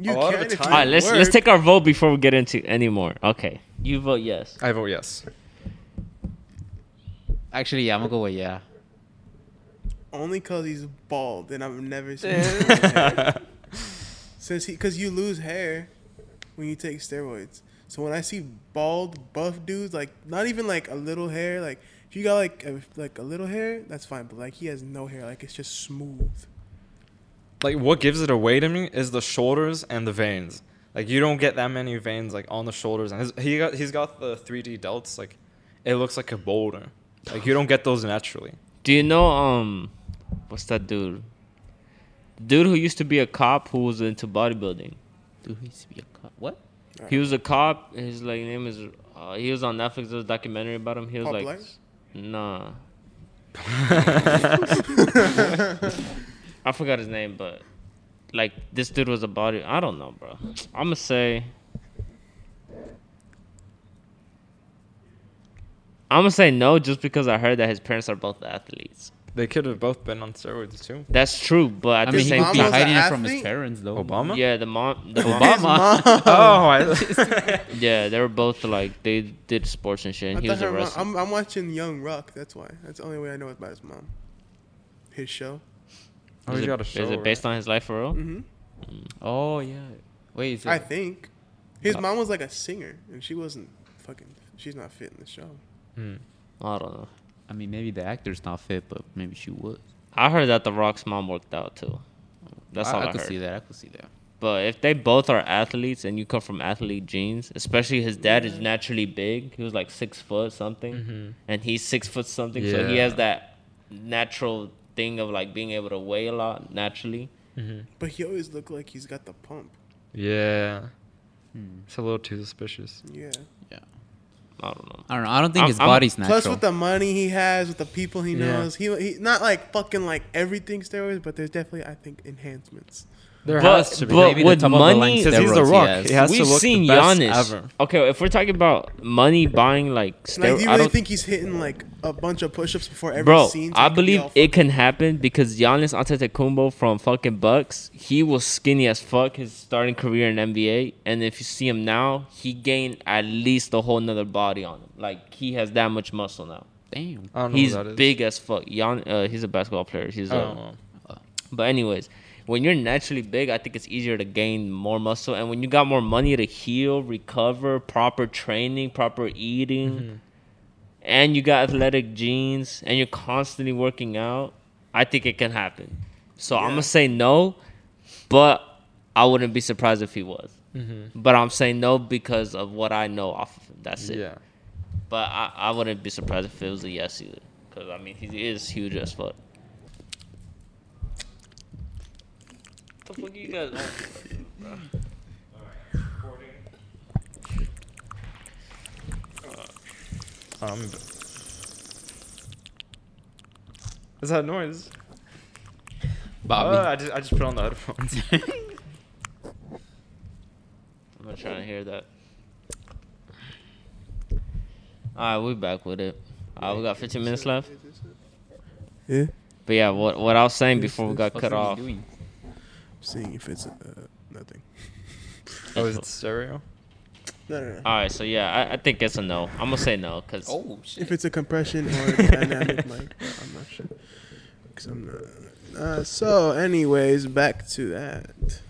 [SPEAKER 1] you
[SPEAKER 2] a lot
[SPEAKER 1] can
[SPEAKER 2] of the
[SPEAKER 1] if you
[SPEAKER 2] time-
[SPEAKER 4] All right, let's let's
[SPEAKER 1] work.
[SPEAKER 4] take our vote before we get into any more. Okay, you vote yes.
[SPEAKER 2] I vote yes.
[SPEAKER 3] there? Actually, yeah, I'm gonna go with yeah.
[SPEAKER 1] only because he's bald, and I've never seen him with hair.
[SPEAKER 2] yeah,
[SPEAKER 1] since he because you lose hair when you take steroids. So when I see bald buff dudes, like not even like a little hair, like if you got like a, like a little hair, that's fine. But like he has no hair, like it's just smooth.
[SPEAKER 2] like what gives it away to me is the shoulders and the veins. Like you don't get that many veins like on the shoulders, and his, he got he's got the 3D delts. Like it looks like a boulder. Like you don't get those naturally.
[SPEAKER 4] Do you know um, what's that dude? Dude who used to be a cop who was into bodybuilding.
[SPEAKER 3] Dude, he used to be a cop. What?
[SPEAKER 4] He was a cop. His like name is. Uh, he was on Netflix. There was a documentary about him. He was
[SPEAKER 1] Pop
[SPEAKER 4] like,
[SPEAKER 1] Light?
[SPEAKER 4] nah. I forgot his name, but like this dude was a body. I don't know, bro. I'm gonna say. I'm gonna say no, just because I heard that his parents are both athletes.
[SPEAKER 2] They could have both been on steroids too.
[SPEAKER 4] That's true, but
[SPEAKER 3] I
[SPEAKER 4] at
[SPEAKER 3] mean,
[SPEAKER 4] the
[SPEAKER 3] he
[SPEAKER 4] same
[SPEAKER 3] could be
[SPEAKER 1] Obama's
[SPEAKER 4] time,
[SPEAKER 1] a-
[SPEAKER 3] hiding it from his
[SPEAKER 1] athlete?
[SPEAKER 3] parents though.
[SPEAKER 2] Obama?
[SPEAKER 4] yeah, the mom, the mom,
[SPEAKER 3] Obama.
[SPEAKER 2] Oh, I,
[SPEAKER 4] yeah, they were both like they did sports and shit.
[SPEAKER 1] I
[SPEAKER 4] And he
[SPEAKER 1] thought
[SPEAKER 4] was a
[SPEAKER 1] her mom,
[SPEAKER 4] wrestler.
[SPEAKER 1] I'm, I'm watching Young Rock. That's why. That's the only way I know about his mom. His show.
[SPEAKER 2] oh
[SPEAKER 4] is,
[SPEAKER 2] you
[SPEAKER 4] it-
[SPEAKER 2] got a
[SPEAKER 4] is
[SPEAKER 2] show.
[SPEAKER 1] Mm.
[SPEAKER 4] Mm-hmm. it based on his life for real?
[SPEAKER 1] hmm
[SPEAKER 3] Oh yeah. Wait, is it?
[SPEAKER 1] I think.
[SPEAKER 4] Uh,
[SPEAKER 1] His mom was like a singer, and she wasn't fucking. She's not fit in the show.
[SPEAKER 2] Hmm.
[SPEAKER 4] I don't know.
[SPEAKER 3] I mean, maybe the actor's not fit, but maybe she would.
[SPEAKER 4] I heard that The Rock's mom worked out too. That's
[SPEAKER 3] I,
[SPEAKER 4] all I,
[SPEAKER 3] I could
[SPEAKER 4] heard.
[SPEAKER 3] see that. I could see that.
[SPEAKER 4] But if they both are athletes and you come from athlete genes, especially his dad is naturally big. He was like six foot something,
[SPEAKER 2] Hmm.
[SPEAKER 4] and he's six foot something, so he
[SPEAKER 2] Mm-hmm. Yeah.
[SPEAKER 4] has that natural thing of like being able to weigh a lot naturally.
[SPEAKER 1] But he always looked like he's got the pump.
[SPEAKER 2] Yeah. It's a little too suspicious.
[SPEAKER 1] Yeah.
[SPEAKER 4] I don't know.
[SPEAKER 3] I don't know. I don't think
[SPEAKER 4] I'm-
[SPEAKER 3] his
[SPEAKER 4] I'm-
[SPEAKER 3] body's natural.
[SPEAKER 1] Plus, with the money he has, with the people he
[SPEAKER 2] Yeah.
[SPEAKER 1] knows, he, he not like fucking like everything steroids, but there's definitely I think enhancements.
[SPEAKER 2] There
[SPEAKER 4] But-
[SPEAKER 2] has to be.
[SPEAKER 4] but
[SPEAKER 2] Maybe
[SPEAKER 4] with
[SPEAKER 2] the top of the line
[SPEAKER 4] money-
[SPEAKER 2] says he's
[SPEAKER 4] steroids
[SPEAKER 2] the
[SPEAKER 4] he
[SPEAKER 2] rock.
[SPEAKER 4] has.
[SPEAKER 2] He has
[SPEAKER 4] We've
[SPEAKER 2] to look
[SPEAKER 4] seen
[SPEAKER 2] the best
[SPEAKER 4] Giannis.
[SPEAKER 2] ever.
[SPEAKER 4] Okay, if we're talking about money buying like,
[SPEAKER 1] Like,
[SPEAKER 4] steroids,
[SPEAKER 1] do you
[SPEAKER 4] I
[SPEAKER 1] really
[SPEAKER 4] don't
[SPEAKER 1] think he's hitting like a bunch of push-ups before every
[SPEAKER 4] Bro,
[SPEAKER 1] scene? so
[SPEAKER 4] I
[SPEAKER 1] he can be
[SPEAKER 4] believe
[SPEAKER 1] all
[SPEAKER 4] it can happen because Giannis Antetokounmpo from fucking Bucks, he was skinny as fuck his starting career in NBA, and if you see him now, he gained at least a whole nother body on him. Like he has that much muscle now.
[SPEAKER 3] Damn.
[SPEAKER 2] I don't know
[SPEAKER 4] He's
[SPEAKER 2] who that is.
[SPEAKER 4] big as fuck. Gian, uh, he's a basketball player. He's
[SPEAKER 2] Oh,
[SPEAKER 4] uh,
[SPEAKER 2] well.
[SPEAKER 4] but anyways, when you're naturally big, I think it's easier to gain more muscle. And when you got more money to heal, recover, proper training, proper eating, and you got athletic genes, and you're constantly working out, I think it can happen. So I'm gonna say no, but I wouldn't be surprised if he was. But I'm saying no because of what I know off of him. That's it.
[SPEAKER 2] Yeah.
[SPEAKER 4] But I, I wouldn't be surprised if it was a yes either. Because, I mean, he is huge as fuck. The fuck you guys
[SPEAKER 2] Um, is that noise?
[SPEAKER 3] Bobby.
[SPEAKER 2] Oh, I just I just put on the headphones.
[SPEAKER 4] I'm not trying to hear that. Alright, we're back with it. Uh, we got 15 minutes left.
[SPEAKER 1] Yeah.
[SPEAKER 4] But yeah, what what I was saying before we got
[SPEAKER 3] What's
[SPEAKER 4] cut
[SPEAKER 3] he
[SPEAKER 4] off.
[SPEAKER 3] doing?
[SPEAKER 1] Seeing if it's uh, nothing.
[SPEAKER 2] oh, is it stereo?
[SPEAKER 1] No, no, no.
[SPEAKER 4] Alright, so yeah, I, I think it's a no. I'm gonna say no because
[SPEAKER 3] Oh shit.
[SPEAKER 1] If it's a compression or a dynamic mic, but I'm not sure. Cause I'm not. Uh, so, anyways, back to that.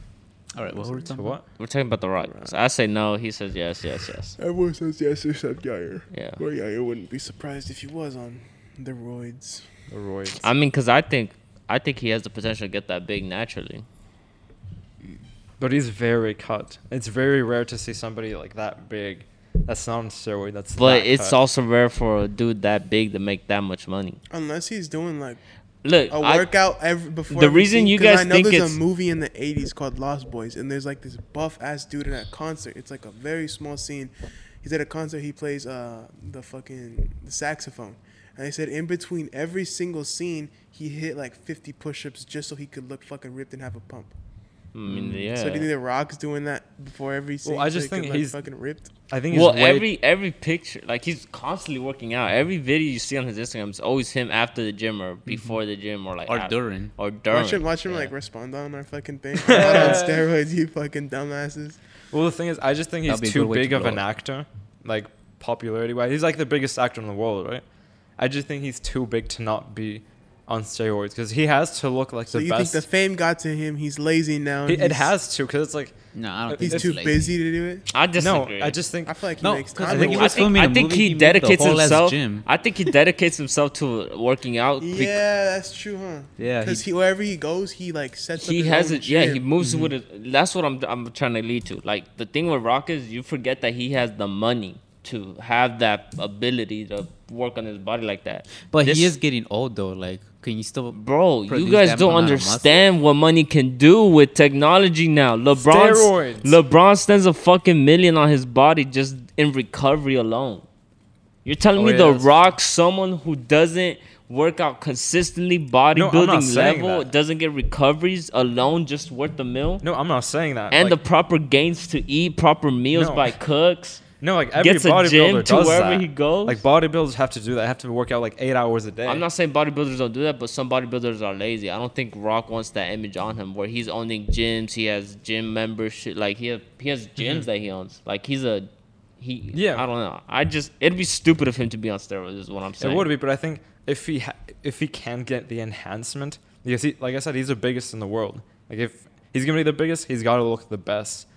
[SPEAKER 3] All right. What were we
[SPEAKER 2] To
[SPEAKER 3] talking about?
[SPEAKER 2] what?
[SPEAKER 4] we're talking about The Rock. So I say no. He says yes, yes, yes.
[SPEAKER 1] Everyone says yes except Yair.
[SPEAKER 4] Yeah.
[SPEAKER 1] Well, Yair wouldn't be surprised if he was on the roids.
[SPEAKER 2] The roids.
[SPEAKER 4] I mean, because I think I think he has the potential to get that big naturally.
[SPEAKER 2] But he's very cut. It's very rare to see somebody like that big. That's not on steroid. That's
[SPEAKER 4] But
[SPEAKER 2] that
[SPEAKER 4] it's
[SPEAKER 2] cut.
[SPEAKER 4] also rare for a dude that big to make that much money.
[SPEAKER 1] Unless he's doing like
[SPEAKER 4] Look,
[SPEAKER 1] a
[SPEAKER 4] I-
[SPEAKER 1] workout every before.
[SPEAKER 4] the
[SPEAKER 1] every
[SPEAKER 4] reason
[SPEAKER 1] scene,
[SPEAKER 4] you
[SPEAKER 1] 'cause
[SPEAKER 4] guys
[SPEAKER 1] I know
[SPEAKER 4] think
[SPEAKER 1] there's
[SPEAKER 4] it's-
[SPEAKER 1] a movie in the '80s called Lost Boys, and there's like this buff ass dude in a concert. It's like a very small scene. He's at a concert. He plays uh the fucking the saxophone, and they said in between every single scene, he hit like 50 push-ups just so he could look fucking ripped and have a pump.
[SPEAKER 4] I mean, yeah.
[SPEAKER 1] So do you think the Rock's doing that before every scene?
[SPEAKER 2] I
[SPEAKER 1] so
[SPEAKER 2] just
[SPEAKER 1] he could
[SPEAKER 2] think
[SPEAKER 1] look
[SPEAKER 2] he's-
[SPEAKER 1] fucking ripped.
[SPEAKER 2] I think he's
[SPEAKER 4] well,
[SPEAKER 2] way-
[SPEAKER 4] every every picture, like he's constantly working out. Every video you see on his Instagram is always him after the gym or before the gym or like
[SPEAKER 3] Or
[SPEAKER 4] af-
[SPEAKER 3] during.
[SPEAKER 4] or during.
[SPEAKER 1] Watch him, watch him
[SPEAKER 4] yeah.
[SPEAKER 1] like respond on our fucking thing. I'm not on steroids, you fucking dumbasses.
[SPEAKER 2] Well, the thing is, I just think he's
[SPEAKER 3] That'd be a
[SPEAKER 2] too
[SPEAKER 3] good way to
[SPEAKER 2] big of
[SPEAKER 3] blow
[SPEAKER 2] an
[SPEAKER 3] up.
[SPEAKER 2] actor, like popularity wise. He's like the biggest actor in the world, right? I just think he's too big to not be on steroids because he has to look like
[SPEAKER 1] So
[SPEAKER 2] the
[SPEAKER 1] you
[SPEAKER 2] best.
[SPEAKER 1] think the fame got to him? He's lazy now. and
[SPEAKER 2] he, it
[SPEAKER 1] he's-
[SPEAKER 2] has to because it's like
[SPEAKER 3] No, I don't
[SPEAKER 2] If
[SPEAKER 3] think
[SPEAKER 1] He's
[SPEAKER 2] It's
[SPEAKER 1] too
[SPEAKER 3] lazy.
[SPEAKER 1] busy to do it.
[SPEAKER 4] I
[SPEAKER 2] no.
[SPEAKER 4] disagree.
[SPEAKER 2] I just think
[SPEAKER 1] I feel like he
[SPEAKER 3] No,
[SPEAKER 1] makes
[SPEAKER 3] 'cause
[SPEAKER 1] time.
[SPEAKER 2] I
[SPEAKER 1] to
[SPEAKER 2] think he
[SPEAKER 1] work.
[SPEAKER 4] I
[SPEAKER 2] was
[SPEAKER 4] think,
[SPEAKER 3] filming
[SPEAKER 4] I
[SPEAKER 3] a
[SPEAKER 4] think
[SPEAKER 3] movie,
[SPEAKER 4] he
[SPEAKER 3] he moved the
[SPEAKER 4] dedicates
[SPEAKER 3] whole ass
[SPEAKER 4] himself.
[SPEAKER 3] gym.
[SPEAKER 4] I think he dedicates himself to working out. bec-
[SPEAKER 1] Yeah, that's true, huh?
[SPEAKER 5] Yeah,
[SPEAKER 1] because he,
[SPEAKER 5] he-
[SPEAKER 1] wherever he goes, he like sets.
[SPEAKER 4] he
[SPEAKER 1] up his
[SPEAKER 4] has
[SPEAKER 1] own
[SPEAKER 4] it. Yeah, he
[SPEAKER 1] gym.
[SPEAKER 4] moves with it. That's what I'm. I'm trying to lead to. Like the thing with Rock is, you forget that he has the money to have that ability to work on his body like that.
[SPEAKER 3] But
[SPEAKER 4] This-
[SPEAKER 3] he is getting old though. Like, can you still?
[SPEAKER 4] Bro, you
[SPEAKER 3] produce
[SPEAKER 4] guys
[SPEAKER 3] that
[SPEAKER 4] don't
[SPEAKER 3] amount of muscle?
[SPEAKER 4] understand what money can do with technology now. LeBron,
[SPEAKER 2] Steroids.
[SPEAKER 4] LeBron spends a fucking million on his body just in recovery alone. You're telling
[SPEAKER 2] Oh,
[SPEAKER 4] me
[SPEAKER 2] yeah,
[SPEAKER 4] The
[SPEAKER 2] that's-
[SPEAKER 4] Rock, someone who doesn't work out consistently,
[SPEAKER 2] No, I'm not
[SPEAKER 4] bodybuilding
[SPEAKER 2] saying
[SPEAKER 4] level,
[SPEAKER 2] that.
[SPEAKER 4] doesn't get recoveries alone, just worth the meal,
[SPEAKER 2] no. I'm not saying that. like,
[SPEAKER 4] and the proper gains to eat, proper meals
[SPEAKER 2] No.
[SPEAKER 4] by cooks.
[SPEAKER 2] no, like every
[SPEAKER 4] gets a
[SPEAKER 2] bodybuilder
[SPEAKER 4] gym to
[SPEAKER 2] does
[SPEAKER 4] wherever
[SPEAKER 2] that.
[SPEAKER 4] he goes.
[SPEAKER 2] Like bodybuilders have to do that. They have to work out like eight hours a day.
[SPEAKER 4] I'm not saying bodybuilders don't do that, but some bodybuilders are lazy. I don't think Rock wants that image on him where he's owning gyms. He has gym membership. Like he has, he has gyms that he owns. Like he's a he.
[SPEAKER 2] Mm-hmm. Yeah.
[SPEAKER 4] I don't know. I just it'd be stupid of him to be on steroids. Is what I'm saying.
[SPEAKER 2] It would be, but I think if he ha- if he can get the enhancement, because he, like I said, he's the biggest in the world. Like if he's gonna be the biggest, he's got to look the best.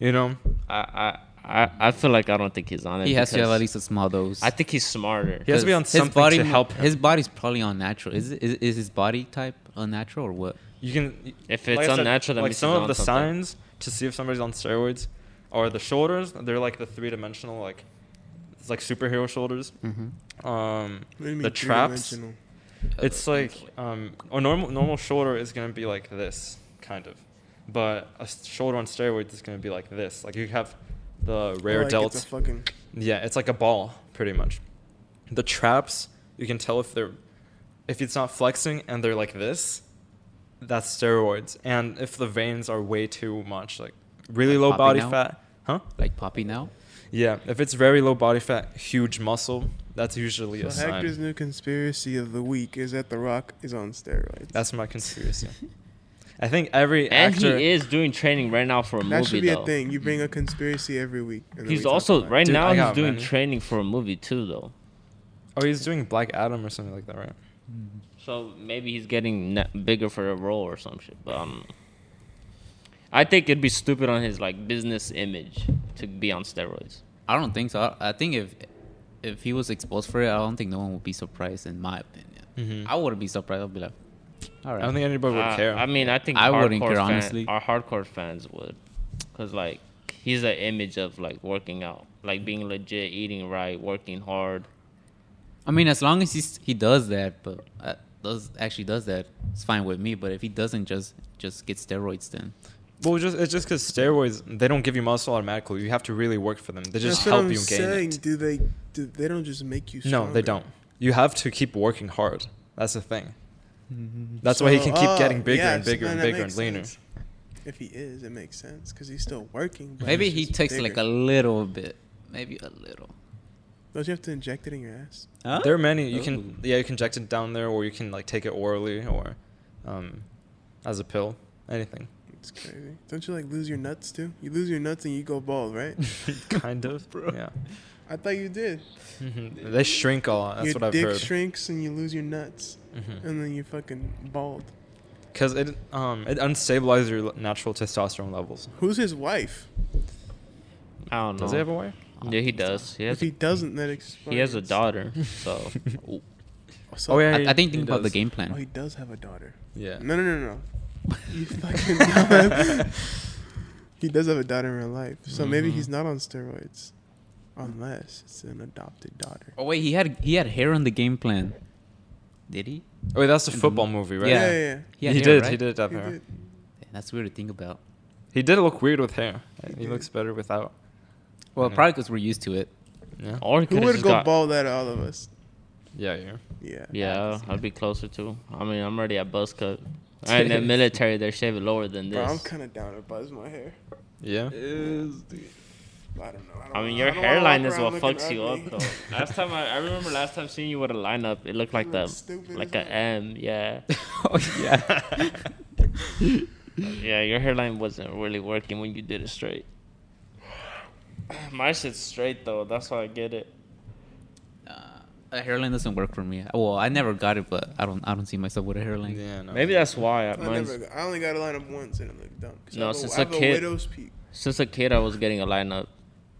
[SPEAKER 2] You know,
[SPEAKER 4] I, I, I, I feel like I don't think he's on it.
[SPEAKER 3] He has to have
[SPEAKER 4] because
[SPEAKER 3] at least a small dose.
[SPEAKER 4] I think he's smarter.
[SPEAKER 2] he has to be on
[SPEAKER 3] His
[SPEAKER 2] something
[SPEAKER 3] body-
[SPEAKER 2] to help him.
[SPEAKER 3] His body's probably unnatural. Is, it- is is his body type unnatural or what?
[SPEAKER 2] you can
[SPEAKER 4] If
[SPEAKER 2] like
[SPEAKER 4] it's
[SPEAKER 2] I said,
[SPEAKER 4] unnatural, then
[SPEAKER 2] like some of the
[SPEAKER 4] something.
[SPEAKER 2] signs to see if somebody's on steroids are the shoulders. They're like the three dimensional, like it's like superhero shoulders.
[SPEAKER 3] Mm-hmm.
[SPEAKER 2] Um,
[SPEAKER 1] What do you mean
[SPEAKER 2] the traps.
[SPEAKER 1] three-dimensional?
[SPEAKER 3] Uh,
[SPEAKER 2] It's like um, a normal normal shoulder is gonna be like this kind of, but a s- shoulder on steroids is gonna be like this. Like you have the rare
[SPEAKER 1] Like,
[SPEAKER 2] delts.
[SPEAKER 1] It's a fucking
[SPEAKER 2] Yeah, it's like a ball, pretty much. The traps, you can tell if they're if it's not flexing and they're like this, that's steroids. And if the veins are way too much, like really
[SPEAKER 3] Like
[SPEAKER 2] low body
[SPEAKER 3] popping out?
[SPEAKER 2] fat, huh?
[SPEAKER 3] Like Poppy now?
[SPEAKER 2] Yeah, if it's very low body fat, huge muscle, that's usually
[SPEAKER 1] So
[SPEAKER 2] a sign.
[SPEAKER 1] Hector's new conspiracy of the week is that The Rock is on steroids.
[SPEAKER 2] that's my conspiracy. I think every
[SPEAKER 4] And
[SPEAKER 2] actor
[SPEAKER 4] he is doing training right now for a
[SPEAKER 1] that
[SPEAKER 4] movie
[SPEAKER 1] should be
[SPEAKER 4] though.
[SPEAKER 1] a thing. You bring a conspiracy every week. and then we
[SPEAKER 4] He's
[SPEAKER 1] talk
[SPEAKER 4] also
[SPEAKER 1] about it.
[SPEAKER 4] right
[SPEAKER 2] Dude,
[SPEAKER 4] now
[SPEAKER 2] I
[SPEAKER 4] he's
[SPEAKER 2] got
[SPEAKER 4] doing
[SPEAKER 2] many.
[SPEAKER 4] training for a movie too though.
[SPEAKER 2] Oh, he's doing Black Adam or something like that, right?
[SPEAKER 4] So maybe he's getting ne- bigger for the role or some shit. But um, I think it'd be stupid on his like business image to be on steroids.
[SPEAKER 3] I don't think so. I, I think if if he was exposed for it, I don't think no one would be surprised. In my opinion,
[SPEAKER 2] Mhm.
[SPEAKER 3] I wouldn't be surprised. I'd be like, all
[SPEAKER 2] I
[SPEAKER 3] right.
[SPEAKER 2] don't think anybody would
[SPEAKER 4] Uh,
[SPEAKER 2] care.
[SPEAKER 4] I mean, I think
[SPEAKER 3] I
[SPEAKER 4] hardcore
[SPEAKER 3] wouldn't care,
[SPEAKER 4] fan-
[SPEAKER 3] honestly.
[SPEAKER 4] Our hardcore fans would, cause like he's an image of like working out, like being legit, eating right, working hard.
[SPEAKER 3] I mean, as long as he's, he does that, but uh, does actually does that, it's fine with me. But if he doesn't, just just get steroids then.
[SPEAKER 2] well, just it's just because steroids they don't give you muscle automatically. You have to really work for them. They just
[SPEAKER 1] That's what
[SPEAKER 2] help
[SPEAKER 1] I'm
[SPEAKER 2] you gain
[SPEAKER 1] saying.
[SPEAKER 2] it.
[SPEAKER 1] Do they? Do, they don't just make you.
[SPEAKER 2] No,
[SPEAKER 1] stronger.
[SPEAKER 2] they don't. You have to keep working hard. That's the thing.
[SPEAKER 1] Mm-hmm.
[SPEAKER 2] That's why he can keep
[SPEAKER 1] So,
[SPEAKER 2] getting
[SPEAKER 1] oh,
[SPEAKER 2] bigger
[SPEAKER 1] yeah,
[SPEAKER 2] and
[SPEAKER 1] so
[SPEAKER 2] bigger
[SPEAKER 1] then
[SPEAKER 2] and
[SPEAKER 1] that
[SPEAKER 2] bigger and
[SPEAKER 1] makes
[SPEAKER 2] leaner.
[SPEAKER 1] sense. If he is, it makes sense because he's still working. But
[SPEAKER 3] Maybe
[SPEAKER 1] he's
[SPEAKER 3] he
[SPEAKER 1] just
[SPEAKER 3] takes like a
[SPEAKER 1] bigger.
[SPEAKER 3] little bit, maybe a little.
[SPEAKER 1] Don't you have to inject it in your ass?
[SPEAKER 5] Huh?
[SPEAKER 2] There are many you can yeah you can inject it down there or you can like take it orally or um, as a pill anything.
[SPEAKER 1] It's crazy. Don't you like lose your nuts too? You lose your nuts and you go bald, right?
[SPEAKER 2] kind of yeah.
[SPEAKER 1] I thought you did.
[SPEAKER 2] Mhm. They shrink a lot.
[SPEAKER 1] Mm-hmm.
[SPEAKER 2] That's
[SPEAKER 1] your
[SPEAKER 2] what I've
[SPEAKER 1] dick
[SPEAKER 2] heard.
[SPEAKER 1] shrinks and you lose your nuts,
[SPEAKER 2] Mhm.
[SPEAKER 1] and then you fucking bald.
[SPEAKER 2] Because it um it unstabilizes your natural testosterone levels.
[SPEAKER 1] Who's his wife?
[SPEAKER 4] I don't know.
[SPEAKER 2] Does he have a wife?
[SPEAKER 4] Yeah, he does. He
[SPEAKER 1] If
[SPEAKER 4] has.
[SPEAKER 1] he doesn't, that explains.
[SPEAKER 4] He has a daughter. So
[SPEAKER 1] So-
[SPEAKER 2] Oh, yeah.
[SPEAKER 3] I, I
[SPEAKER 2] he
[SPEAKER 3] think think about the
[SPEAKER 2] does.
[SPEAKER 3] game
[SPEAKER 1] Oh,
[SPEAKER 3] plan.
[SPEAKER 1] he does have a daughter.
[SPEAKER 2] Yeah.
[SPEAKER 1] No, no, no, no. You fucking dumb. he does have a daughter in real life, so maybe
[SPEAKER 4] Mm-hmm.
[SPEAKER 1] he's not on steroids, unless it's an adopted daughter.
[SPEAKER 3] Oh wait, he had he had hair on the game plan. Did he?
[SPEAKER 2] Oh, wait, that's the
[SPEAKER 3] In the
[SPEAKER 2] football
[SPEAKER 3] mo-
[SPEAKER 2] movie, right?
[SPEAKER 3] Yeah.
[SPEAKER 1] yeah, yeah.
[SPEAKER 2] He,
[SPEAKER 3] had hair,
[SPEAKER 2] did. He
[SPEAKER 3] right?
[SPEAKER 2] did have
[SPEAKER 1] He
[SPEAKER 2] hair.
[SPEAKER 1] did.
[SPEAKER 3] Damn, that's weird to think about.
[SPEAKER 2] He did look weird with hair.
[SPEAKER 1] He
[SPEAKER 2] He,
[SPEAKER 1] did.
[SPEAKER 2] looks better without.
[SPEAKER 3] Well,
[SPEAKER 2] Mhm.
[SPEAKER 3] probably because we're used to it.
[SPEAKER 2] Yeah.
[SPEAKER 4] or he
[SPEAKER 1] Who
[SPEAKER 4] could've
[SPEAKER 1] would
[SPEAKER 4] just
[SPEAKER 1] go
[SPEAKER 4] got-
[SPEAKER 1] bald out of all of us?
[SPEAKER 2] Yeah, yeah.
[SPEAKER 1] Yeah.
[SPEAKER 4] Yeah, I'd be closer to. I mean, I'm already at buzz cut. And in the military, they're shaving lower than
[SPEAKER 1] Bro, I'm
[SPEAKER 4] this.
[SPEAKER 1] kind of down to buzz my hair.
[SPEAKER 2] Yeah.
[SPEAKER 1] I don't know. I, don't
[SPEAKER 4] I mean,
[SPEAKER 1] wanna-
[SPEAKER 4] your
[SPEAKER 1] don't wanna
[SPEAKER 4] hairline
[SPEAKER 1] walk
[SPEAKER 4] is
[SPEAKER 1] around
[SPEAKER 4] what fucks
[SPEAKER 1] looking
[SPEAKER 4] you
[SPEAKER 1] ugly.
[SPEAKER 4] up, though. Last time I, I remember last time seeing you with a lineup, it looked like
[SPEAKER 1] You
[SPEAKER 4] the
[SPEAKER 1] look stupid as
[SPEAKER 4] like a
[SPEAKER 1] hell.
[SPEAKER 4] M. Yeah,
[SPEAKER 3] oh yeah.
[SPEAKER 4] yeah. Your hairline wasn't really working when you did it straight. My shit's straight though. That's why I get it.
[SPEAKER 3] Uh, a hairline doesn't work for me. Well, I never got it, but I don't I don't see myself with a hairline.
[SPEAKER 2] Yeah, no.
[SPEAKER 4] Maybe that's why. I,
[SPEAKER 1] I,
[SPEAKER 4] mine's,
[SPEAKER 1] never, I only got a lineup once and it looked dumb. 'cause I
[SPEAKER 4] No,
[SPEAKER 1] have
[SPEAKER 4] since
[SPEAKER 1] I
[SPEAKER 4] a
[SPEAKER 1] have
[SPEAKER 4] kid-
[SPEAKER 1] widow's peak.
[SPEAKER 4] since a kid, I was getting a lineup.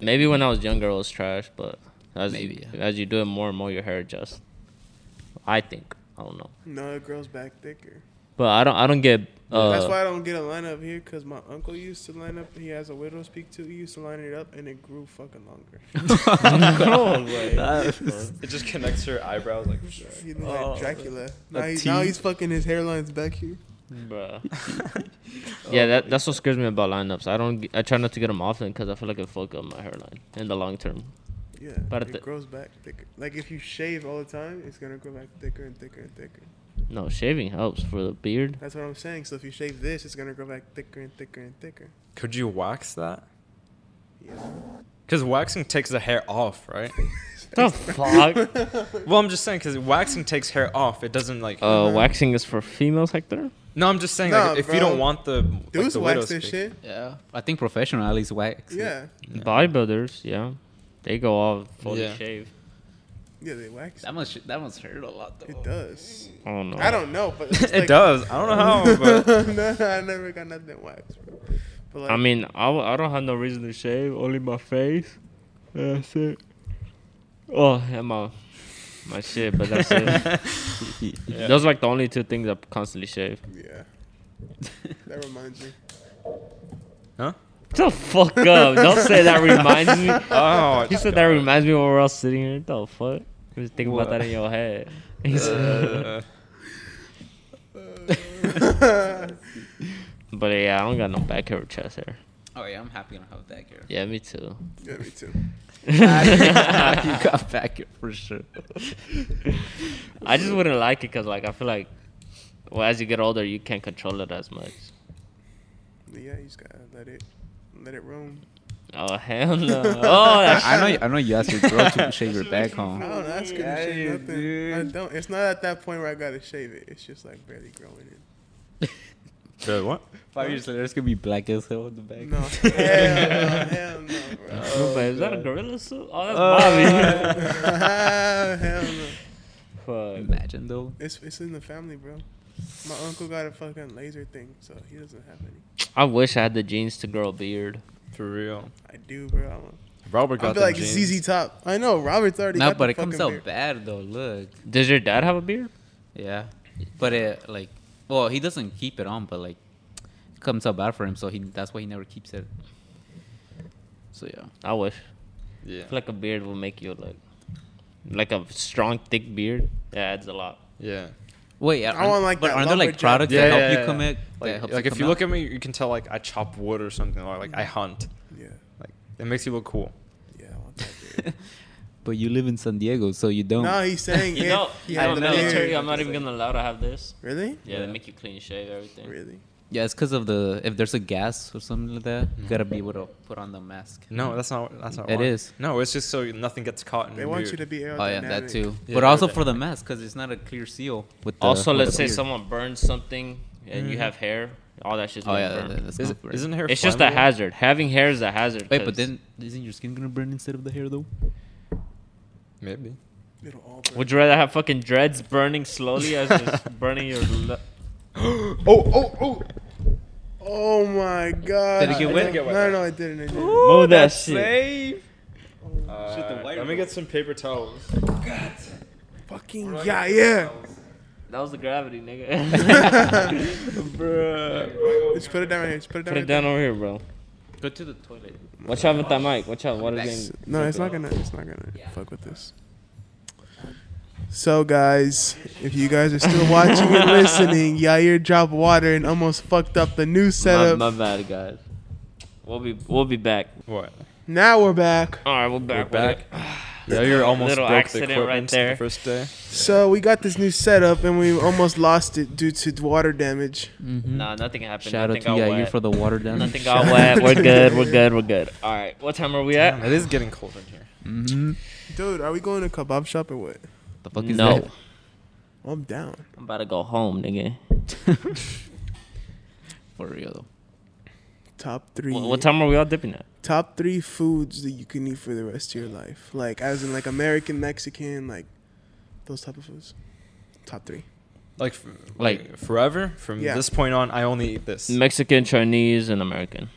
[SPEAKER 4] Maybe when I was younger, it was trash, but as
[SPEAKER 3] Maybe, yeah.
[SPEAKER 4] as you do it more and more, your hair adjusts. I think. I don't know.
[SPEAKER 1] No, it grows back thicker.
[SPEAKER 4] But I don't. I don't get. Uh,
[SPEAKER 1] That's why I don't get a lineup here because my uncle used to line up. He has a widow's peak too. He used to line it up and it grew fucking longer.
[SPEAKER 2] It just connects your eyebrows like.
[SPEAKER 1] He looked like Dracula. Now,
[SPEAKER 2] Oh. a
[SPEAKER 1] he, now
[SPEAKER 2] T.
[SPEAKER 1] he's fucking his hairline's back here.
[SPEAKER 4] Bruh. yeah, that, that's what scares me about lineups. I don't. g- I try not to get them often because I feel like it fuck up my hairline in the long term.
[SPEAKER 1] Yeah,
[SPEAKER 4] But
[SPEAKER 1] it
[SPEAKER 4] the-
[SPEAKER 1] grows back thicker. Like if you shave all the time, it's gonna grow back thicker and thicker and thicker.
[SPEAKER 4] No, shaving helps for the beard.
[SPEAKER 1] That's what I'm saying. So if you shave this, it's gonna grow back thicker and thicker and thicker.
[SPEAKER 2] Could you wax that?
[SPEAKER 1] Yeah.
[SPEAKER 2] Because waxing takes the hair off, right?
[SPEAKER 4] The fuck.
[SPEAKER 2] well, I'm just saying because waxing takes hair off. It doesn't like.
[SPEAKER 4] Uh, waxing is for females, Hector.
[SPEAKER 2] no, I'm just saying
[SPEAKER 1] Nah,
[SPEAKER 2] like, if you don't
[SPEAKER 1] bro.
[SPEAKER 2] want the like,
[SPEAKER 1] Dudes
[SPEAKER 2] the
[SPEAKER 1] wax
[SPEAKER 2] widow's
[SPEAKER 1] their
[SPEAKER 2] peak-
[SPEAKER 1] shit.
[SPEAKER 3] Yeah. I think professional at least wax. it.
[SPEAKER 1] Yeah,
[SPEAKER 2] Yeah.
[SPEAKER 4] Bodybuilders, yeah, they go all fully
[SPEAKER 2] Yeah.
[SPEAKER 4] shaved.
[SPEAKER 1] yeah, they wax.
[SPEAKER 3] That must that must hurt a lot though.
[SPEAKER 1] It does.
[SPEAKER 4] I don't know.
[SPEAKER 1] I don't know, but it's
[SPEAKER 2] it
[SPEAKER 1] like-
[SPEAKER 2] does. I don't know how, but
[SPEAKER 1] no, I never got nothing waxed, bro. But like,
[SPEAKER 4] I mean, I, w- I don't have no reason to shave, only my face. That's it. Oh, and my my shit, but that's it. Those are like the only two things I constantly shave.
[SPEAKER 1] yeah. that reminds me.
[SPEAKER 4] The fuck up! Don't say that reminds me.
[SPEAKER 2] Oh,
[SPEAKER 4] You said that reminds me when we're all sitting here. The fuck? I was thinking about
[SPEAKER 2] What?
[SPEAKER 4] that in your head.
[SPEAKER 2] uh,
[SPEAKER 5] Uh.
[SPEAKER 4] but yeah, I don't got no back hair or chest hair.
[SPEAKER 3] Oh yeah, I'm happy gonna have that girl.
[SPEAKER 4] Yeah, me too.
[SPEAKER 1] yeah, me too.
[SPEAKER 3] you got back here for sure.
[SPEAKER 4] I just wouldn't like it because, like, I feel like, well, as you get older, you can't control it as much.
[SPEAKER 1] But yeah, you just gotta let it, let it roam.
[SPEAKER 4] Oh hell no! Oh, that's
[SPEAKER 5] I know. I know. You asked your girl to shave your back,
[SPEAKER 3] Oh.
[SPEAKER 1] I
[SPEAKER 5] huh?
[SPEAKER 1] don't ask her to
[SPEAKER 5] Yeah,
[SPEAKER 1] shave
[SPEAKER 5] you
[SPEAKER 1] nothing. I
[SPEAKER 5] do.
[SPEAKER 1] don't. It's not at that point where I gotta shave it. It's just like barely growing in.
[SPEAKER 2] really, what?
[SPEAKER 5] Five years later, it's gonna be black as hell in the back.
[SPEAKER 1] No, hell no, hell no, bro.
[SPEAKER 4] Oh, but is that a gorilla suit? Oh, that's
[SPEAKER 5] Uh,
[SPEAKER 1] hell no.
[SPEAKER 4] Bobby. Fuck.
[SPEAKER 3] Imagine though.
[SPEAKER 1] It's it's in the family, bro. My uncle got a fucking laser thing, so he doesn't have any.
[SPEAKER 4] I wish I had the jeans to grow a beard.
[SPEAKER 2] For real.
[SPEAKER 1] I do, bro. I'm,
[SPEAKER 2] Robert
[SPEAKER 1] I
[SPEAKER 2] got
[SPEAKER 1] feel
[SPEAKER 2] the
[SPEAKER 1] like
[SPEAKER 2] jeans.
[SPEAKER 1] ZZ Top. I know Robert's already.
[SPEAKER 3] No,
[SPEAKER 1] got
[SPEAKER 3] but
[SPEAKER 1] the
[SPEAKER 3] it comes
[SPEAKER 1] fucking
[SPEAKER 3] out
[SPEAKER 1] beard.
[SPEAKER 3] bad though. Look,
[SPEAKER 4] Does your dad have a beard?
[SPEAKER 3] yeah, but it like, well, he doesn't keep it on, but like, it comes out bad for him, so he that's why he never keeps it. So yeah,
[SPEAKER 4] I wish.
[SPEAKER 2] Yeah.
[SPEAKER 4] I feel like a beard will make you look like a strong, thick beard. Yeah, adds a lot.
[SPEAKER 2] Yeah.
[SPEAKER 3] wait,
[SPEAKER 1] I
[SPEAKER 3] aren't-
[SPEAKER 1] want, like,
[SPEAKER 3] but
[SPEAKER 1] that
[SPEAKER 3] aren't there like
[SPEAKER 1] lumberjack-
[SPEAKER 3] products
[SPEAKER 2] Yeah,
[SPEAKER 3] that help
[SPEAKER 2] yeah,
[SPEAKER 3] you
[SPEAKER 2] yeah.
[SPEAKER 3] commit? that
[SPEAKER 2] Like,
[SPEAKER 3] helps
[SPEAKER 2] like if
[SPEAKER 3] come
[SPEAKER 2] you
[SPEAKER 3] out?
[SPEAKER 2] look at me, you can tell like I chop wood or something, or like I hunt.
[SPEAKER 1] Yeah,
[SPEAKER 2] Like it makes you look cool.
[SPEAKER 1] yeah. I want that beard.
[SPEAKER 5] But you live in San Diego, so you don't.
[SPEAKER 1] no, he's saying
[SPEAKER 4] You
[SPEAKER 1] if
[SPEAKER 4] know,
[SPEAKER 1] he
[SPEAKER 4] I'm
[SPEAKER 1] had the
[SPEAKER 4] military.
[SPEAKER 1] beard.
[SPEAKER 4] I'm not even gonna allow to have this.
[SPEAKER 1] Really?
[SPEAKER 4] Yeah,
[SPEAKER 5] Yeah.
[SPEAKER 4] they make you clean shave everything.
[SPEAKER 1] Really?
[SPEAKER 3] yeah, it's because of the if there's a gas or something like that, you gotta be able to put on the mask.
[SPEAKER 2] No, that's not. That's not.
[SPEAKER 3] It
[SPEAKER 2] why.
[SPEAKER 3] is.
[SPEAKER 2] No, it's just so nothing gets caught in
[SPEAKER 1] They
[SPEAKER 2] your
[SPEAKER 1] want
[SPEAKER 2] beard.
[SPEAKER 1] you to be aerodynamic.
[SPEAKER 3] Oh yeah, that too.
[SPEAKER 2] Yeah,
[SPEAKER 3] but also
[SPEAKER 2] aerodynamic.
[SPEAKER 3] for the mask, because it's not a clear seal. With the,
[SPEAKER 4] Also,
[SPEAKER 3] with
[SPEAKER 4] let's
[SPEAKER 3] the
[SPEAKER 4] say
[SPEAKER 3] beard.
[SPEAKER 4] someone burns something and
[SPEAKER 1] Mm.
[SPEAKER 4] you have hair. All that shit's
[SPEAKER 3] Oh
[SPEAKER 4] gonna
[SPEAKER 3] yeah,
[SPEAKER 4] burn.
[SPEAKER 3] that, that's
[SPEAKER 2] Is,
[SPEAKER 3] not for it.
[SPEAKER 2] isn't hair?
[SPEAKER 4] It's just a
[SPEAKER 2] flammable?
[SPEAKER 4] hazard. Having hair is a hazard.
[SPEAKER 3] Wait, but
[SPEAKER 4] 'cause
[SPEAKER 3] then isn't your skin gonna burn instead of the hair though?
[SPEAKER 2] Maybe.
[SPEAKER 1] It'll all burn.
[SPEAKER 4] would you rather have fucking dreads burning slowly as just burning your? Le-
[SPEAKER 2] oh oh oh!
[SPEAKER 1] Oh my god.
[SPEAKER 3] Did it get
[SPEAKER 1] I
[SPEAKER 3] wet?
[SPEAKER 1] didn't-
[SPEAKER 2] Get wet.
[SPEAKER 1] No, no, I didn't. I didn't.
[SPEAKER 4] Move that shit.
[SPEAKER 2] Uh, let me get some paper towels.
[SPEAKER 1] Fucking yeah, yeah.
[SPEAKER 4] That was the gravity, nigga. Bruh.
[SPEAKER 1] Just put it down right here. Just put it down.
[SPEAKER 4] Put it
[SPEAKER 1] right
[SPEAKER 4] down over here, bro.
[SPEAKER 3] Go to the toilet.
[SPEAKER 4] Watch out with that mic. Watch out. What is
[SPEAKER 1] there.
[SPEAKER 4] it?
[SPEAKER 1] No, it's not gonna. It's not gonna fuck with this. So guys, if you guys are still watching and listening, Yair dropped water and almost fucked up the new setup.
[SPEAKER 4] My, my bad, guys. We'll be we'll be back.
[SPEAKER 2] What?
[SPEAKER 1] Now we're back.
[SPEAKER 4] All right, we're back.
[SPEAKER 2] We're
[SPEAKER 4] with
[SPEAKER 2] Yeah, you're almost
[SPEAKER 4] Little
[SPEAKER 2] broke the
[SPEAKER 4] accident
[SPEAKER 2] equipment
[SPEAKER 4] right there.
[SPEAKER 2] the first day.
[SPEAKER 1] So we got this new setup and we almost lost it due to water damage.
[SPEAKER 4] it. Nah, nothing happened.
[SPEAKER 3] Mm-hmm. Shout out
[SPEAKER 4] nothing
[SPEAKER 3] to
[SPEAKER 4] got
[SPEAKER 3] Yair
[SPEAKER 4] wet.
[SPEAKER 3] for the water damage.
[SPEAKER 4] nothing got wet. We're good. We're good. We're good. All right. What time are we
[SPEAKER 2] Damn,
[SPEAKER 4] at?
[SPEAKER 2] it is getting cold in here.
[SPEAKER 1] Dude, are we going to kebab shop or what?
[SPEAKER 3] Mm-hmm. The fuck is
[SPEAKER 4] No.
[SPEAKER 3] that?
[SPEAKER 1] I'm down.
[SPEAKER 4] I'm about to go home, nigga.
[SPEAKER 3] For real though.
[SPEAKER 1] Top three.
[SPEAKER 4] What, what time are we all dipping at?
[SPEAKER 1] top three foods that you can eat for the rest of your life like as in like american mexican like those type of foods top three
[SPEAKER 2] Like, f-
[SPEAKER 4] Like-
[SPEAKER 2] forever. From
[SPEAKER 1] Yeah.
[SPEAKER 2] this point on, I only eat this. Oh,
[SPEAKER 4] Mexican, Chinese, and American.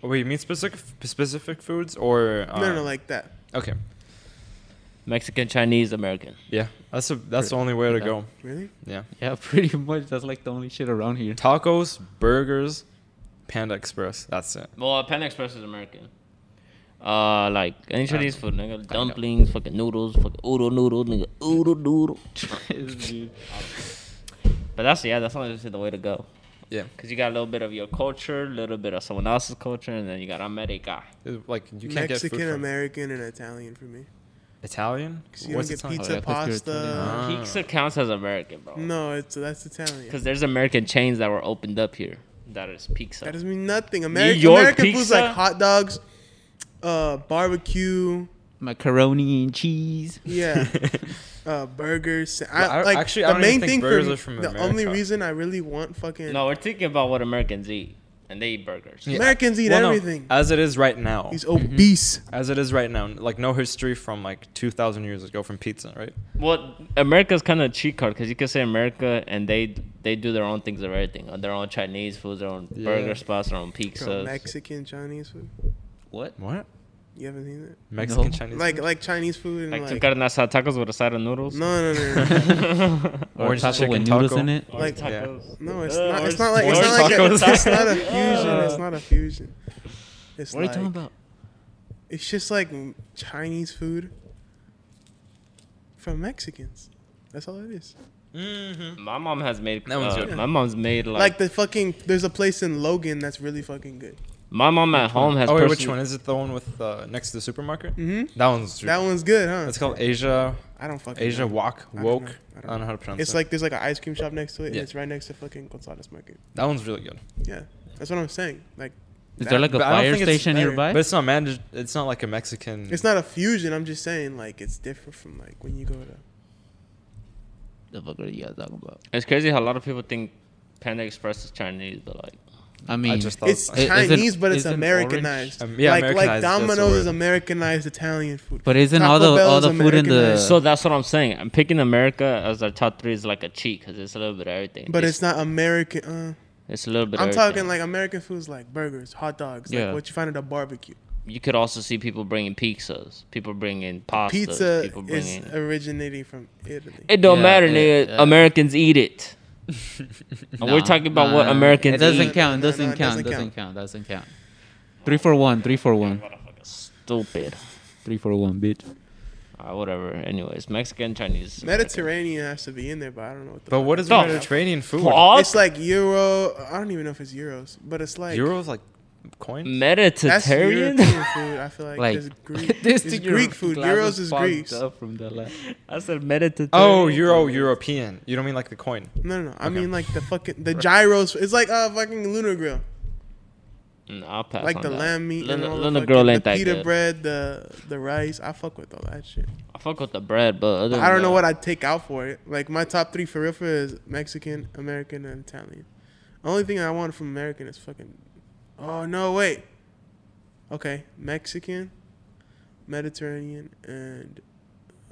[SPEAKER 2] Wait, you mean specific specific foods or? Uh,
[SPEAKER 1] no no no like that
[SPEAKER 2] Okay.
[SPEAKER 4] Mexican, Chinese, American.
[SPEAKER 2] Yeah, that's a that's the only way to go.
[SPEAKER 1] really
[SPEAKER 2] Yeah.
[SPEAKER 5] Yeah, pretty much. That's like the only shit around here.
[SPEAKER 2] Tacos, burgers, Panda Express. That's it.
[SPEAKER 4] Well, Panda Express is American. Uh, like any Chinese food, nigga.
[SPEAKER 2] know.
[SPEAKER 4] Dumplings, fucking noodles, fucking oodle noodle, nigga. Oodle noodle.
[SPEAKER 5] Dude.
[SPEAKER 4] But that's yeah, that's honestly the way to go.
[SPEAKER 2] Yeah.
[SPEAKER 4] Cause you got a little bit of your culture, a little bit of someone else's culture, and then you got America.
[SPEAKER 2] It- Like you can't get
[SPEAKER 1] mexican
[SPEAKER 2] food from
[SPEAKER 1] american and italian for me
[SPEAKER 2] Italian.
[SPEAKER 1] 'Cause you
[SPEAKER 2] What's
[SPEAKER 1] don't get
[SPEAKER 2] Italian?
[SPEAKER 1] pizza
[SPEAKER 5] Oh, yeah, that's good
[SPEAKER 1] pasta
[SPEAKER 5] Italian.
[SPEAKER 2] Ah.
[SPEAKER 4] Pizza counts as American, bro.
[SPEAKER 1] no it's that's italian
[SPEAKER 4] Cause there's American chains that were opened up here. That is pizza.
[SPEAKER 1] that doesn't mean nothing Ameri-
[SPEAKER 4] York
[SPEAKER 1] american foods
[SPEAKER 4] pizza?
[SPEAKER 1] like hot dogs uh barbecue
[SPEAKER 5] Macaroni and cheese.
[SPEAKER 1] yeah uh burgers I,
[SPEAKER 2] Well, I-
[SPEAKER 1] like
[SPEAKER 2] actually,
[SPEAKER 1] the
[SPEAKER 2] I don't even
[SPEAKER 1] main
[SPEAKER 2] think
[SPEAKER 1] thing for
[SPEAKER 2] burgers
[SPEAKER 1] me-
[SPEAKER 2] are from
[SPEAKER 1] the only
[SPEAKER 2] America.
[SPEAKER 1] reason i really want fucking
[SPEAKER 4] no, we're thinking about what Americans eat. and they eat burgers.
[SPEAKER 2] Yeah.
[SPEAKER 1] Americans eat
[SPEAKER 2] Well, no,
[SPEAKER 1] everything.
[SPEAKER 2] as it is right now.
[SPEAKER 1] He's obese.
[SPEAKER 2] as it is right now, like no history from like 2,000 years ago from pizza, right?
[SPEAKER 4] Well, America's kind of a cheat card because you can say America and they they do their own things of everything. uh, Their own Chinese foods, their own
[SPEAKER 2] Yeah.
[SPEAKER 4] burger spots, their own
[SPEAKER 1] Bro,
[SPEAKER 4] pizzas.
[SPEAKER 1] Mexican Chinese food.
[SPEAKER 3] What?
[SPEAKER 2] What?
[SPEAKER 1] You haven't seen it?
[SPEAKER 2] Mexican
[SPEAKER 5] No.
[SPEAKER 2] Chinese?
[SPEAKER 1] Like
[SPEAKER 2] food?
[SPEAKER 1] like Chinese food and
[SPEAKER 4] like two
[SPEAKER 1] like,
[SPEAKER 4] carne asada tacos with a side of noodles.
[SPEAKER 1] no no no. no.
[SPEAKER 5] Or
[SPEAKER 2] Orange
[SPEAKER 5] taco
[SPEAKER 2] chicken
[SPEAKER 5] with noodles
[SPEAKER 2] taco.
[SPEAKER 5] in it.
[SPEAKER 4] Or
[SPEAKER 1] Like-
[SPEAKER 4] tacos.
[SPEAKER 1] No, it's
[SPEAKER 4] Uh,
[SPEAKER 1] not. It's
[SPEAKER 4] orange-
[SPEAKER 1] not like it's
[SPEAKER 2] orange
[SPEAKER 1] not like a,
[SPEAKER 2] tacos.
[SPEAKER 1] it's not a fusion.
[SPEAKER 4] Yeah.
[SPEAKER 1] It's not a fusion. It's
[SPEAKER 4] What are you
[SPEAKER 1] like,
[SPEAKER 4] talking about?
[SPEAKER 1] It's just like Chinese food from Mexicans. That's all it is.
[SPEAKER 2] Mm-hmm.
[SPEAKER 4] My mom has made.
[SPEAKER 2] That one's
[SPEAKER 4] uh,
[SPEAKER 2] good.
[SPEAKER 4] My mom's made like,
[SPEAKER 1] Like, the fucking there's a place in Logan that's really fucking good.
[SPEAKER 4] my mom at home has.
[SPEAKER 2] Oh, wait, which
[SPEAKER 4] person-
[SPEAKER 2] one? Is it the one with uh, next to the supermarket?
[SPEAKER 1] Mhm.
[SPEAKER 2] That one's.
[SPEAKER 1] That one's good, huh?
[SPEAKER 2] It's called Asia
[SPEAKER 1] I don't fucking
[SPEAKER 2] Asia
[SPEAKER 1] know.
[SPEAKER 2] Walk
[SPEAKER 1] I don't
[SPEAKER 2] Woke.
[SPEAKER 1] know. I
[SPEAKER 2] I
[SPEAKER 1] don't
[SPEAKER 2] don't know how to pronounce it.
[SPEAKER 1] It's like there's like an ice cream shop next to it, and
[SPEAKER 2] Yeah.
[SPEAKER 1] it's right next to fucking Gonzalez Market.
[SPEAKER 2] that one's really good,
[SPEAKER 1] Yeah, that's what I'm saying. Like,
[SPEAKER 5] Is
[SPEAKER 1] that-
[SPEAKER 5] there like a
[SPEAKER 2] But I don't
[SPEAKER 5] fire
[SPEAKER 2] think it's
[SPEAKER 5] station
[SPEAKER 1] better,
[SPEAKER 5] nearby?
[SPEAKER 2] but it's not managed. It's not like a Mexican.
[SPEAKER 1] it's not a fusion. I'm just saying like it's different from like when you go to.
[SPEAKER 3] The fuck are you guys talking about?
[SPEAKER 4] It's crazy how a lot of people think Panda Express is Chinese, but like
[SPEAKER 5] I mean,
[SPEAKER 2] just thought-
[SPEAKER 1] It's
[SPEAKER 2] I- is
[SPEAKER 5] it-
[SPEAKER 1] Chinese, but it's
[SPEAKER 5] isn't
[SPEAKER 1] Americanized.
[SPEAKER 2] orange- Um, yeah,
[SPEAKER 1] like like
[SPEAKER 2] Americanized, that's the
[SPEAKER 1] Domino's is
[SPEAKER 2] word.
[SPEAKER 1] Americanized Italian food.
[SPEAKER 5] But isn't
[SPEAKER 1] Taco
[SPEAKER 5] all the all
[SPEAKER 1] Bell's
[SPEAKER 5] the food in the
[SPEAKER 1] Americanized.
[SPEAKER 4] so that's what I'm saying. I'm picking America as our top three is like a cheat because it's a little bit of everything.
[SPEAKER 1] But it's not American. Uh,
[SPEAKER 4] it's a little bit. of
[SPEAKER 1] I'm
[SPEAKER 4] everything.
[SPEAKER 1] talking like American foods, like burgers, hot dogs,
[SPEAKER 4] Yeah.
[SPEAKER 1] like what you find at a barbecue.
[SPEAKER 4] you could also see people bringing pizzas, people bringing pastas,
[SPEAKER 1] Pizza
[SPEAKER 4] people
[SPEAKER 1] is
[SPEAKER 4] bringing.
[SPEAKER 1] originating from Italy.
[SPEAKER 4] it don't
[SPEAKER 3] Yeah,
[SPEAKER 4] matter,
[SPEAKER 3] yeah,
[SPEAKER 4] nigga.
[SPEAKER 3] yeah.
[SPEAKER 4] Americans eat it. And
[SPEAKER 3] Nah,
[SPEAKER 4] we're talking about
[SPEAKER 3] nah,
[SPEAKER 4] what
[SPEAKER 3] nah, nah.
[SPEAKER 4] Americans
[SPEAKER 5] It doesn't
[SPEAKER 4] eat.
[SPEAKER 5] count.
[SPEAKER 1] No, no,
[SPEAKER 5] Doesn't count.
[SPEAKER 1] it doesn't
[SPEAKER 5] Doesn't
[SPEAKER 1] count.
[SPEAKER 5] count. Doesn't count. Three for one. Three for one.
[SPEAKER 4] Stupid.
[SPEAKER 5] Three for one, bitch.
[SPEAKER 4] Ah, whatever. Anyways, Mexican, Chinese.
[SPEAKER 1] Mediterranean has to be in there, but I don't know what. The
[SPEAKER 2] but
[SPEAKER 1] fuck
[SPEAKER 2] what is
[SPEAKER 1] it's
[SPEAKER 4] Dog.
[SPEAKER 1] called.
[SPEAKER 2] Mediterranean food?
[SPEAKER 4] What?
[SPEAKER 1] It's like euro. I don't even know if it's euros, but it's like
[SPEAKER 2] Euros like coins.
[SPEAKER 1] That's European
[SPEAKER 4] Mediterranean.
[SPEAKER 1] food. I feel like,
[SPEAKER 5] Like-
[SPEAKER 1] it's Greek. it's Greek food. Euros is Greece. No,
[SPEAKER 4] I said Mediterranean.
[SPEAKER 2] oh, Euro European. You don't mean like the coin?
[SPEAKER 1] no, no. I
[SPEAKER 2] Okay.
[SPEAKER 1] mean like the fucking the gyros. It's like uh fucking Lunar Grill.
[SPEAKER 4] Nah, Mm, I'll pass
[SPEAKER 1] like
[SPEAKER 4] on
[SPEAKER 1] the
[SPEAKER 4] that.
[SPEAKER 1] lamb meat and
[SPEAKER 4] Luna-
[SPEAKER 1] all
[SPEAKER 4] Luna
[SPEAKER 1] the
[SPEAKER 4] girl
[SPEAKER 1] fucking-
[SPEAKER 4] ain't
[SPEAKER 1] the
[SPEAKER 4] that
[SPEAKER 1] pita
[SPEAKER 4] good.
[SPEAKER 1] bread, the the rice. I fuck with all that shit.
[SPEAKER 4] I fuck with the bread, but other
[SPEAKER 1] I don't know what I'd take out for it. Like my top three for real for is Mexican, American, and Italian. Only thing I want from American is fucking. Oh no! Wait. Okay, Mexican, Mediterranean, and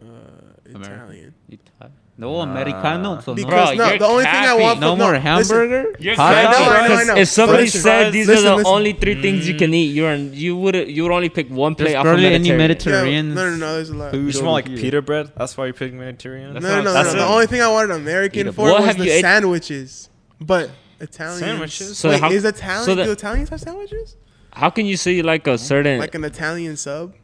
[SPEAKER 1] uh, Italian.
[SPEAKER 5] No americano. So no.
[SPEAKER 1] Because
[SPEAKER 4] Bro,
[SPEAKER 1] no,
[SPEAKER 4] you're
[SPEAKER 1] the only thing I
[SPEAKER 4] capping.
[SPEAKER 1] want
[SPEAKER 5] no
[SPEAKER 1] from,
[SPEAKER 5] more
[SPEAKER 1] listen,
[SPEAKER 5] hamburger.
[SPEAKER 4] You're
[SPEAKER 5] Hot
[SPEAKER 1] I
[SPEAKER 4] crazy.
[SPEAKER 1] know,
[SPEAKER 5] dog?
[SPEAKER 1] I know, I know.
[SPEAKER 4] If somebody
[SPEAKER 1] Listen,
[SPEAKER 4] said these
[SPEAKER 1] listen,
[SPEAKER 4] are the
[SPEAKER 1] listen.
[SPEAKER 4] only three things you can eat, you're you would you would only pick one plate
[SPEAKER 5] There's
[SPEAKER 4] off of
[SPEAKER 5] barely any
[SPEAKER 4] Mediterranean.
[SPEAKER 1] Yeah, no,
[SPEAKER 5] Mediterranean.
[SPEAKER 1] no, no. There's a lot. No,
[SPEAKER 5] food
[SPEAKER 2] You just
[SPEAKER 5] over
[SPEAKER 2] want like
[SPEAKER 5] here.
[SPEAKER 2] pita bread. That's why you're picking Mediterranean.
[SPEAKER 4] That's
[SPEAKER 1] no, no.
[SPEAKER 4] That's
[SPEAKER 1] no, The
[SPEAKER 4] it.
[SPEAKER 1] only thing I wanted American
[SPEAKER 4] Eatable.
[SPEAKER 1] for
[SPEAKER 4] What
[SPEAKER 1] was
[SPEAKER 4] have
[SPEAKER 1] the
[SPEAKER 4] you ate-
[SPEAKER 1] sandwiches, but Italian
[SPEAKER 2] Sandwiches?
[SPEAKER 1] So
[SPEAKER 4] So
[SPEAKER 1] Wait,
[SPEAKER 4] how-
[SPEAKER 1] is Italian?
[SPEAKER 4] so that-
[SPEAKER 1] do Italians have sandwiches?
[SPEAKER 4] How can you say like a certain?
[SPEAKER 1] Like an Italian sub?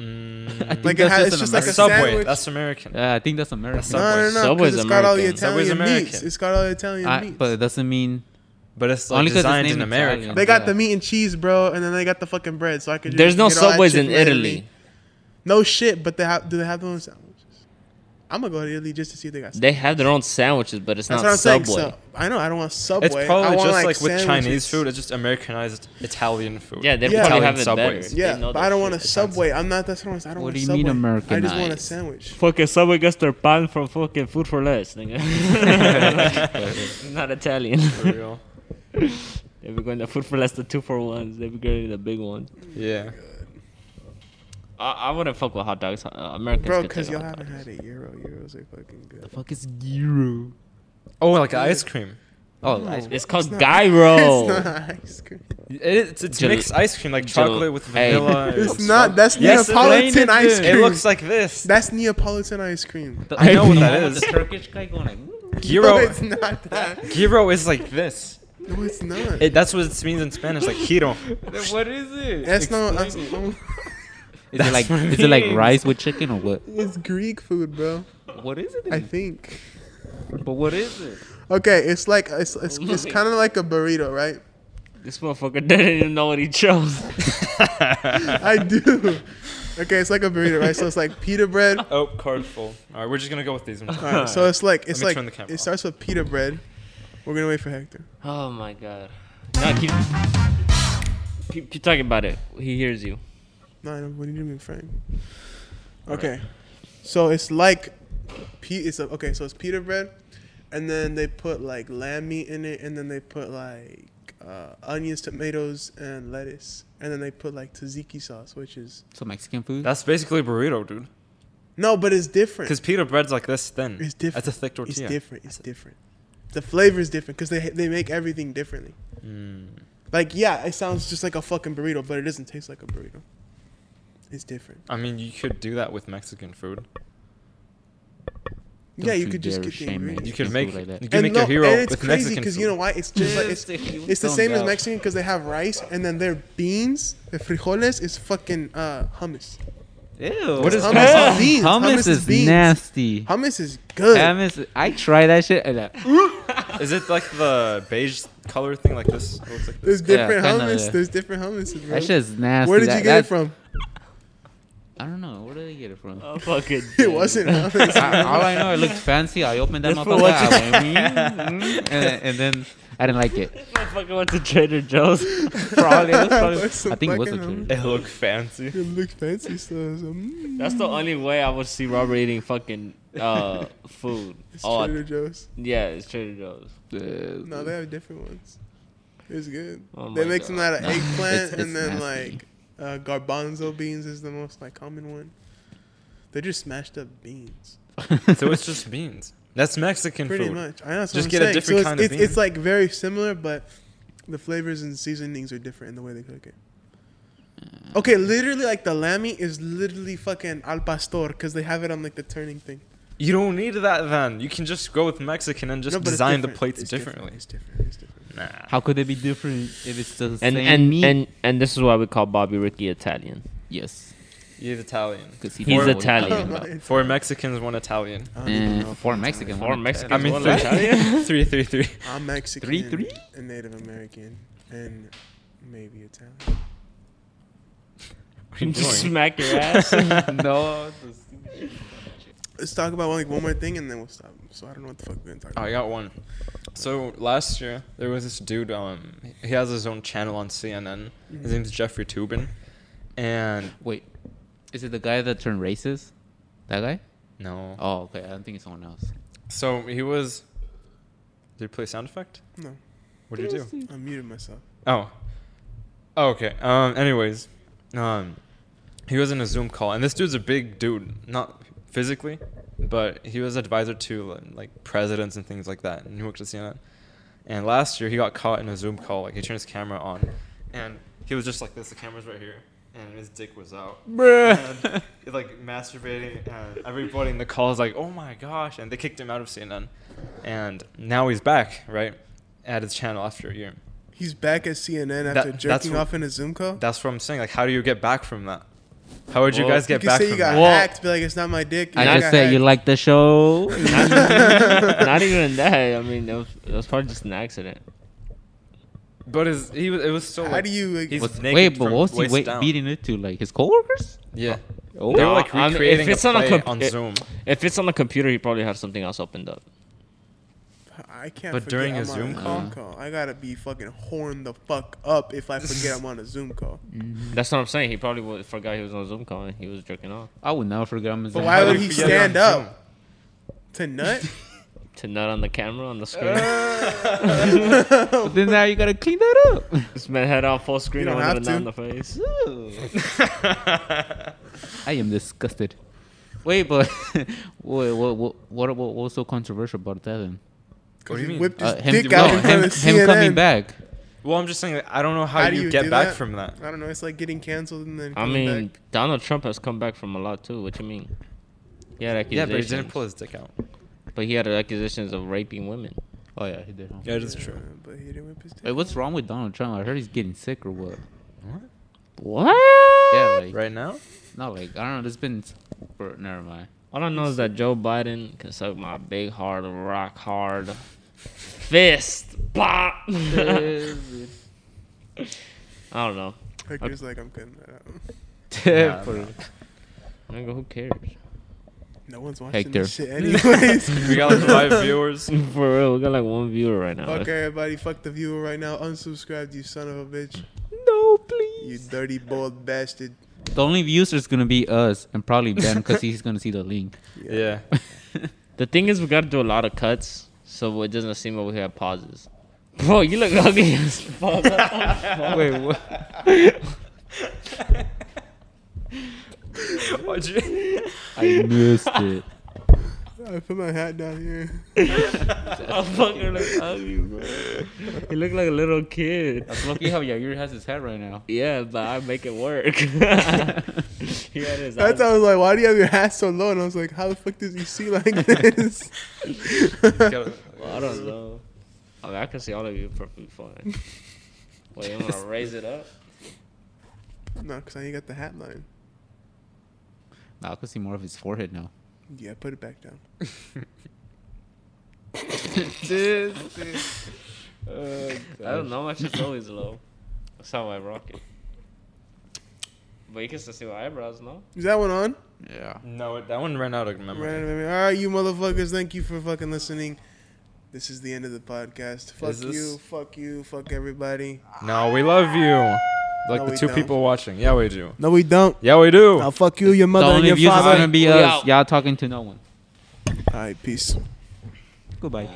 [SPEAKER 5] I
[SPEAKER 2] Mm.
[SPEAKER 5] think
[SPEAKER 1] Like
[SPEAKER 5] that's
[SPEAKER 1] it has,
[SPEAKER 5] just
[SPEAKER 1] it's
[SPEAKER 5] an
[SPEAKER 1] just like a
[SPEAKER 5] American-
[SPEAKER 2] Subway.
[SPEAKER 1] sandwich.
[SPEAKER 2] That's American.
[SPEAKER 5] Yeah, I think that's American.
[SPEAKER 1] No, no, no,
[SPEAKER 4] Subway's
[SPEAKER 1] because it's got all the
[SPEAKER 4] American.
[SPEAKER 2] Subway's
[SPEAKER 1] Italian meats.
[SPEAKER 2] American.
[SPEAKER 1] It's got all the Italian
[SPEAKER 5] I,
[SPEAKER 1] meats.
[SPEAKER 5] but it doesn't mean
[SPEAKER 2] But it's like
[SPEAKER 5] Only 'cause it's
[SPEAKER 2] designed
[SPEAKER 5] named
[SPEAKER 2] in America.
[SPEAKER 5] Italian.
[SPEAKER 1] they got
[SPEAKER 5] yeah.
[SPEAKER 1] the meat and cheese, bro, and then they got the fucking bread. So I could. Just
[SPEAKER 4] there's no
[SPEAKER 1] get all that
[SPEAKER 4] subways
[SPEAKER 1] shit
[SPEAKER 4] in
[SPEAKER 1] from
[SPEAKER 4] Italy.
[SPEAKER 1] No shit, but they have. Do they have their own sandwiches? I'm gonna go to Italy just to see if they got.
[SPEAKER 4] They have their own sandwiches, but it's
[SPEAKER 1] That's
[SPEAKER 4] not
[SPEAKER 1] what I'm
[SPEAKER 4] Subway.
[SPEAKER 1] saying. So, I know I don't want Subway.
[SPEAKER 2] It's probably
[SPEAKER 1] I want,
[SPEAKER 2] just like, with
[SPEAKER 1] sandwiches.
[SPEAKER 2] Chinese food. It's just Americanized Italian food.
[SPEAKER 4] Yeah, they
[SPEAKER 1] Yeah.
[SPEAKER 4] probably
[SPEAKER 1] Italian
[SPEAKER 4] have it
[SPEAKER 2] Subways.
[SPEAKER 4] better.
[SPEAKER 1] Yeah,
[SPEAKER 4] They know
[SPEAKER 1] but I don't
[SPEAKER 4] their
[SPEAKER 1] want a
[SPEAKER 4] shit.
[SPEAKER 1] Subway. I'm not. That's what I'm. saying. I don't
[SPEAKER 5] What
[SPEAKER 1] want
[SPEAKER 5] do
[SPEAKER 1] a
[SPEAKER 5] you
[SPEAKER 1] Subway.
[SPEAKER 5] mean
[SPEAKER 1] I just want a
[SPEAKER 5] Americanized?
[SPEAKER 1] sandwich.
[SPEAKER 4] Fucking Subway gets their pan from fucking food for less, nigga. not Italian.
[SPEAKER 2] For real.
[SPEAKER 4] They be going to food for less, the two for ones. They be getting the big ones.
[SPEAKER 2] Yeah.
[SPEAKER 4] I, I wouldn't fuck with hot dogs. Uh, Americans
[SPEAKER 1] Bro,
[SPEAKER 4] could
[SPEAKER 1] because
[SPEAKER 4] take
[SPEAKER 1] y'all
[SPEAKER 4] hot
[SPEAKER 1] haven't
[SPEAKER 4] dogs.
[SPEAKER 1] had a euro. Euros are fucking good.
[SPEAKER 5] fuck is gyro.
[SPEAKER 2] Oh, like ice cream.
[SPEAKER 5] Oh,
[SPEAKER 1] No.
[SPEAKER 5] ice cream.
[SPEAKER 4] It's called
[SPEAKER 1] It's not-
[SPEAKER 4] gyro.
[SPEAKER 1] It's not ice cream.
[SPEAKER 2] It's, it's
[SPEAKER 4] Gel-
[SPEAKER 2] mixed ice cream, like
[SPEAKER 4] gel-
[SPEAKER 2] chocolate with
[SPEAKER 4] Hey.
[SPEAKER 2] vanilla. and
[SPEAKER 1] It's not.
[SPEAKER 2] stuff.
[SPEAKER 1] That's
[SPEAKER 2] Yes, it-
[SPEAKER 1] Neapolitan ice cream.
[SPEAKER 2] It looks like this.
[SPEAKER 1] That's Neapolitan ice cream.
[SPEAKER 2] I know what
[SPEAKER 5] The
[SPEAKER 2] that
[SPEAKER 5] one with
[SPEAKER 2] is.
[SPEAKER 5] The Turkish guy going like. "Woo."
[SPEAKER 1] No,
[SPEAKER 2] Gyro,
[SPEAKER 1] it's not that.
[SPEAKER 2] gyro is like this.
[SPEAKER 1] No, it's not.
[SPEAKER 2] It, that's what it means in Spanish, like giro.
[SPEAKER 5] What is it?
[SPEAKER 1] that's not. That's,
[SPEAKER 5] Explain it. Is it like is it like rice with chicken or what?
[SPEAKER 1] it's Greek food, bro.
[SPEAKER 5] What is it?
[SPEAKER 1] I think.
[SPEAKER 5] But what is it?
[SPEAKER 1] Okay, it's like it's it's, it's kind of like a burrito, right?
[SPEAKER 4] This motherfucker didn't even know what he chose.
[SPEAKER 1] I do. Okay, it's like a burrito, right? So it's like pita bread.
[SPEAKER 2] Oh, card full. All right, we're just gonna go with these. Ones.
[SPEAKER 1] All right, so it's like it's
[SPEAKER 2] me
[SPEAKER 1] like
[SPEAKER 2] turn the camera
[SPEAKER 1] it
[SPEAKER 2] off.
[SPEAKER 1] starts with pita bread. We're gonna wait for Hector.
[SPEAKER 4] Oh my god. No, keep, keep, keep talking about it. He hears you.
[SPEAKER 1] No, no, what do you mean, Frank? Okay, so it's like, pe- it's a, okay, so it's pita bread, and then they put like lamb meat in it, and then they put like uh, uh, onions, tomatoes, and lettuce, and then they put like tzatziki sauce, which is
[SPEAKER 3] So Mexican food.
[SPEAKER 2] That's basically burrito, dude.
[SPEAKER 1] no, but it's different.
[SPEAKER 2] Because pita bread's like this thin.
[SPEAKER 1] It's different.
[SPEAKER 2] That's a thick tortilla.
[SPEAKER 1] It's different. It's different. The flavor is different because they they make everything differently.
[SPEAKER 2] Mm.
[SPEAKER 1] Like yeah, it sounds just like a fucking burrito, but it doesn't taste like a burrito. It's different.
[SPEAKER 2] I mean, you could do that with Mexican food.
[SPEAKER 1] yeah,
[SPEAKER 3] Don't
[SPEAKER 1] you
[SPEAKER 3] you
[SPEAKER 1] could just
[SPEAKER 3] dare
[SPEAKER 1] get the
[SPEAKER 3] shame me.
[SPEAKER 1] ingredients.
[SPEAKER 2] You could
[SPEAKER 3] Mexican
[SPEAKER 2] make
[SPEAKER 3] food like that.
[SPEAKER 2] you could make your hero
[SPEAKER 1] and it's
[SPEAKER 2] with
[SPEAKER 1] crazy
[SPEAKER 2] Mexican food.
[SPEAKER 1] you know why? It's just like it's, it's the same as Mexican because they have rice and then their beans, the frijoles is fucking uh, hummus.
[SPEAKER 5] Ew.
[SPEAKER 2] What is
[SPEAKER 1] Hummus
[SPEAKER 2] that?
[SPEAKER 1] is beans.
[SPEAKER 5] Hummus,
[SPEAKER 1] Hummus
[SPEAKER 5] is,
[SPEAKER 1] is beans.
[SPEAKER 5] nasty.
[SPEAKER 1] Hummus is good.
[SPEAKER 5] Hummus. I try that shit. And I,
[SPEAKER 2] Is it like the beige color thing like this? It looks like this.
[SPEAKER 1] There's different
[SPEAKER 5] kinda,
[SPEAKER 1] hummus.
[SPEAKER 5] yeah.
[SPEAKER 1] There's different hummuses, bro.
[SPEAKER 5] that shit is nasty.
[SPEAKER 1] Where did
[SPEAKER 5] That-
[SPEAKER 1] you get
[SPEAKER 5] that-
[SPEAKER 1] it from?
[SPEAKER 3] I don't know. Where did I get it from?
[SPEAKER 4] Oh, fucking.
[SPEAKER 1] It wasn't hummus.
[SPEAKER 5] I- all I know, it looked fancy. I opened that
[SPEAKER 4] That's for
[SPEAKER 5] motherfucker.
[SPEAKER 4] what
[SPEAKER 5] I
[SPEAKER 4] you-
[SPEAKER 5] went, "Mm, mm," and, and then I didn't like it.
[SPEAKER 4] Motherfucker went to Trader Joe's.
[SPEAKER 5] Probably, that's probably-
[SPEAKER 1] That's some
[SPEAKER 5] I think it was
[SPEAKER 1] fucking
[SPEAKER 5] a
[SPEAKER 1] hummus.
[SPEAKER 5] Trader
[SPEAKER 2] It looked fancy.
[SPEAKER 1] It looked fancy, so, so mm.
[SPEAKER 4] That's the only way I would see Robert eating fucking uh, food.
[SPEAKER 1] It's
[SPEAKER 4] Oh,
[SPEAKER 1] Trader Joe's.
[SPEAKER 4] yeah, it's Trader Joe's.
[SPEAKER 5] Eh,
[SPEAKER 1] No, they have different ones. It's good.
[SPEAKER 4] Oh
[SPEAKER 1] they
[SPEAKER 4] my
[SPEAKER 1] make some out of
[SPEAKER 3] No,
[SPEAKER 1] eggplant
[SPEAKER 3] it's-
[SPEAKER 1] and
[SPEAKER 3] it's
[SPEAKER 1] then
[SPEAKER 3] nasty.
[SPEAKER 1] like uh, garbanzo beans is the most like common one. They're just smashed up beans.
[SPEAKER 2] So it's just beans. That's Mexican
[SPEAKER 1] Pretty
[SPEAKER 2] food.
[SPEAKER 1] much. I know that's what
[SPEAKER 2] Just
[SPEAKER 1] I'm
[SPEAKER 2] get a
[SPEAKER 1] saying.
[SPEAKER 2] different
[SPEAKER 1] so
[SPEAKER 2] kind
[SPEAKER 1] it's,
[SPEAKER 2] of
[SPEAKER 1] it's,
[SPEAKER 2] bean.
[SPEAKER 1] it's like very similar, but the flavors and seasonings are different in the way they cook it. Okay, literally like the lammy is literally fucking al pastor because they have it on like the turning thing.
[SPEAKER 2] You don't need that then. You can just go with Mexican and just
[SPEAKER 1] No, but it's
[SPEAKER 2] design the
[SPEAKER 1] different.
[SPEAKER 2] plates
[SPEAKER 1] It's different.
[SPEAKER 2] differently.
[SPEAKER 1] It's different. It's different.
[SPEAKER 2] Nah.
[SPEAKER 5] How could it be different if it's the
[SPEAKER 4] And
[SPEAKER 5] same
[SPEAKER 4] and,
[SPEAKER 5] meat?
[SPEAKER 4] and and this is why we call Bobby Ricky Italian.
[SPEAKER 3] Yes,
[SPEAKER 2] You're Italian.
[SPEAKER 3] because
[SPEAKER 4] He's Italian,
[SPEAKER 1] I don't
[SPEAKER 4] bro.
[SPEAKER 1] know. It's-
[SPEAKER 2] Four Mexicans, one Italian.
[SPEAKER 1] I don't even
[SPEAKER 3] Eh,
[SPEAKER 1] know if
[SPEAKER 3] four
[SPEAKER 1] I'm
[SPEAKER 3] Mexican,
[SPEAKER 1] Italian.
[SPEAKER 4] Or
[SPEAKER 3] Italian.
[SPEAKER 4] Mexican.
[SPEAKER 2] I mean
[SPEAKER 4] one
[SPEAKER 2] three.
[SPEAKER 4] Italian.
[SPEAKER 2] three, three, three.
[SPEAKER 1] I'm Mexican
[SPEAKER 5] Three,
[SPEAKER 1] and-
[SPEAKER 5] three?
[SPEAKER 1] and Native American and maybe Italian.
[SPEAKER 2] What are you
[SPEAKER 4] Just
[SPEAKER 2] doing?
[SPEAKER 4] smack your ass.
[SPEAKER 2] Oh,
[SPEAKER 5] no.
[SPEAKER 1] Let's talk about like one more thing and then we'll stop. So I don't know what the fuck we're gonna talk
[SPEAKER 2] Oh, I
[SPEAKER 1] about.
[SPEAKER 2] got one. So last year there was this dude. Um, he has his own channel on CNN. His name's Jeffrey Tubin, and
[SPEAKER 3] Wait, is it the guy that turned racist? That guy?
[SPEAKER 2] no.
[SPEAKER 3] Oh, okay. I don't think it's someone else.
[SPEAKER 2] So he was. Did you play sound effect?
[SPEAKER 1] No,
[SPEAKER 2] What did you do?
[SPEAKER 1] I muted myself.
[SPEAKER 2] Oh. Oh, okay. Um. Anyways, um, he was in a Zoom call, and this dude's a big dude, not physically, but he was advisor to like presidents and things like that, and he worked at CNN. And last year, he got caught in a Zoom call. Like he turned his camera on, and he was just like this. The camera's right here, and his dick was out. And, like masturbating, and everybody in the call is like, "Oh my gosh!" And they kicked him out of CNN, and now he's back, right, at his channel after a year.
[SPEAKER 1] He's back at CNN
[SPEAKER 2] That-
[SPEAKER 1] after
[SPEAKER 2] that's
[SPEAKER 1] jerking
[SPEAKER 2] what-
[SPEAKER 1] off in a Zoom call.
[SPEAKER 2] Oh. That's what I'm saying. Like, how do you get back from that? How would you
[SPEAKER 4] Well,
[SPEAKER 2] guys
[SPEAKER 1] you
[SPEAKER 2] get
[SPEAKER 1] could
[SPEAKER 2] back
[SPEAKER 1] say
[SPEAKER 2] from
[SPEAKER 1] you got
[SPEAKER 2] that?
[SPEAKER 4] Well-
[SPEAKER 1] hacked, be like it's not my dick.
[SPEAKER 5] I
[SPEAKER 1] you
[SPEAKER 5] just
[SPEAKER 1] got
[SPEAKER 5] said you
[SPEAKER 1] hacked.
[SPEAKER 5] like the show.
[SPEAKER 4] Not even that. I mean, that was, that was probably just an accident.
[SPEAKER 2] But is he? was- It was so.
[SPEAKER 1] How
[SPEAKER 2] like,
[SPEAKER 1] do you, like-
[SPEAKER 2] he's
[SPEAKER 5] What's-
[SPEAKER 2] naked
[SPEAKER 5] wait, but
[SPEAKER 2] from
[SPEAKER 5] what was he
[SPEAKER 2] waist
[SPEAKER 5] wait,
[SPEAKER 2] down.
[SPEAKER 5] beating it to? Like his coworkers?
[SPEAKER 2] Yeah,
[SPEAKER 5] Oh,
[SPEAKER 2] they were
[SPEAKER 4] No,
[SPEAKER 2] like
[SPEAKER 4] I mean, if
[SPEAKER 2] recreating
[SPEAKER 4] it's
[SPEAKER 2] a
[SPEAKER 4] on a
[SPEAKER 2] play
[SPEAKER 4] comp-
[SPEAKER 2] on
[SPEAKER 4] it-
[SPEAKER 2] Zoom.
[SPEAKER 4] If it's on the computer, he probably had something else opened up.
[SPEAKER 1] I can't.
[SPEAKER 2] But
[SPEAKER 1] forget
[SPEAKER 2] during a
[SPEAKER 1] I'm on
[SPEAKER 2] Zoom
[SPEAKER 1] Zoom call, I gotta be fucking horned the fuck up if I forget I'm on a Zoom call.
[SPEAKER 4] That's what I'm saying. He probably wa- forgot he was on a Zoom call and he was jerking off
[SPEAKER 5] I would never forget. him as
[SPEAKER 1] But
[SPEAKER 5] a-
[SPEAKER 1] why
[SPEAKER 2] How
[SPEAKER 1] would
[SPEAKER 2] do
[SPEAKER 1] he
[SPEAKER 2] you get it
[SPEAKER 1] stand
[SPEAKER 2] on
[SPEAKER 1] up to nut?
[SPEAKER 4] to nut on the camera on the screen.
[SPEAKER 5] But then now you gotta clean that up.
[SPEAKER 4] this man had on full screen
[SPEAKER 1] You
[SPEAKER 4] and
[SPEAKER 1] don't have
[SPEAKER 4] went nut on
[SPEAKER 1] to.
[SPEAKER 4] the face.
[SPEAKER 5] I am disgusted. Wait, but wait, what, what, what, what was so controversial about that then?
[SPEAKER 2] What do you
[SPEAKER 1] He
[SPEAKER 2] mean?
[SPEAKER 1] Whipped his
[SPEAKER 5] Uh, him,
[SPEAKER 1] dick
[SPEAKER 5] no,
[SPEAKER 1] out in front
[SPEAKER 5] him,
[SPEAKER 1] of CNN.
[SPEAKER 5] him coming back.
[SPEAKER 2] Well, I'm just saying. Like, I don't know how,
[SPEAKER 1] How do
[SPEAKER 2] you,
[SPEAKER 1] you
[SPEAKER 2] get
[SPEAKER 1] do
[SPEAKER 2] back
[SPEAKER 1] that?
[SPEAKER 2] from that.
[SPEAKER 1] I don't know. It's like getting canceled and then.
[SPEAKER 4] I
[SPEAKER 1] coming
[SPEAKER 4] mean,
[SPEAKER 1] back.
[SPEAKER 4] Donald Trump has come back from a lot too. What you mean? He had
[SPEAKER 2] Yeah,
[SPEAKER 4] accusations.
[SPEAKER 2] but he didn't pull his dick out.
[SPEAKER 4] But he had accusations of raping women.
[SPEAKER 5] Oh yeah, he did. huh?
[SPEAKER 2] Yeah, that's true.
[SPEAKER 1] Uh, But he didn't whip his dick.
[SPEAKER 5] Wait, what's wrong with Donald Trump? I heard he's getting sick or what?
[SPEAKER 2] What?
[SPEAKER 4] What?
[SPEAKER 5] Yeah, like
[SPEAKER 2] Right now?
[SPEAKER 5] not like I don't know. There's been, s- for, never mind.
[SPEAKER 4] All I know is that Joe Biden can suck my big hard rock hard fist. Bop. I don't know.
[SPEAKER 1] Hector's like, I'm cutting that out.
[SPEAKER 2] Yeah,
[SPEAKER 5] For-
[SPEAKER 2] no.
[SPEAKER 4] Nigga, who cares?
[SPEAKER 1] No one's watching
[SPEAKER 5] Hector.
[SPEAKER 1] this shit anyways.
[SPEAKER 2] We got like five viewers.
[SPEAKER 4] For real, we got like one viewer right now.
[SPEAKER 1] Fuck everybody. Fuck the viewer right now. Unsubscribed, you son of a bitch.
[SPEAKER 5] No, please.
[SPEAKER 1] You dirty, bald bastard.
[SPEAKER 5] The only user is gonna be us and probably Ben because he's gonna see the link.
[SPEAKER 2] Yeah.
[SPEAKER 4] The thing is, we got to do a lot of cuts, so it doesn't seem like we have pauses. Bro, you look ugly as fuck.
[SPEAKER 5] Wait, what?
[SPEAKER 2] Why'd you?
[SPEAKER 5] I missed it.
[SPEAKER 1] I put my hat down here.
[SPEAKER 4] I fucking look ugly, bro. You look like a little kid.
[SPEAKER 5] That's lucky how Yair has his hat right now.
[SPEAKER 4] Yeah, but I make it work. Here it is.
[SPEAKER 1] That's how I was like, why do you have your hat so low? And I was like, how the fuck does you see like this?
[SPEAKER 4] I don't know. I mean, I can see all of you perfectly fine. Wait, you want to raise it up?
[SPEAKER 1] no, because I ain't got the hat line.
[SPEAKER 5] Nah, I could see more of his forehead now.
[SPEAKER 1] Yeah, put it back down.
[SPEAKER 4] I don't know. My shit's always low. That's how I rock it. But you can still see my eyebrows, no?
[SPEAKER 1] Is that one on?
[SPEAKER 5] Yeah.
[SPEAKER 2] No, that one ran out of memory.
[SPEAKER 1] Right, right, right. All right, you motherfuckers. Thank you for fucking listening. This is the end of the podcast. Fuck
[SPEAKER 2] Is this-
[SPEAKER 1] you. Fuck you. Fuck everybody.
[SPEAKER 2] No, we love you. Like
[SPEAKER 1] No,
[SPEAKER 2] the
[SPEAKER 1] we
[SPEAKER 2] 2
[SPEAKER 1] don't.
[SPEAKER 2] people watching. Yeah, we do.
[SPEAKER 1] No, we don't.
[SPEAKER 2] Yeah, we do.
[SPEAKER 1] I'll fuck you, your
[SPEAKER 5] The
[SPEAKER 1] mother, and
[SPEAKER 5] only
[SPEAKER 1] your
[SPEAKER 5] views is
[SPEAKER 1] father.
[SPEAKER 5] gonna be
[SPEAKER 4] We
[SPEAKER 5] us.
[SPEAKER 4] out.
[SPEAKER 5] Y'all talking to no one.
[SPEAKER 1] All right, peace.
[SPEAKER 5] Goodbye.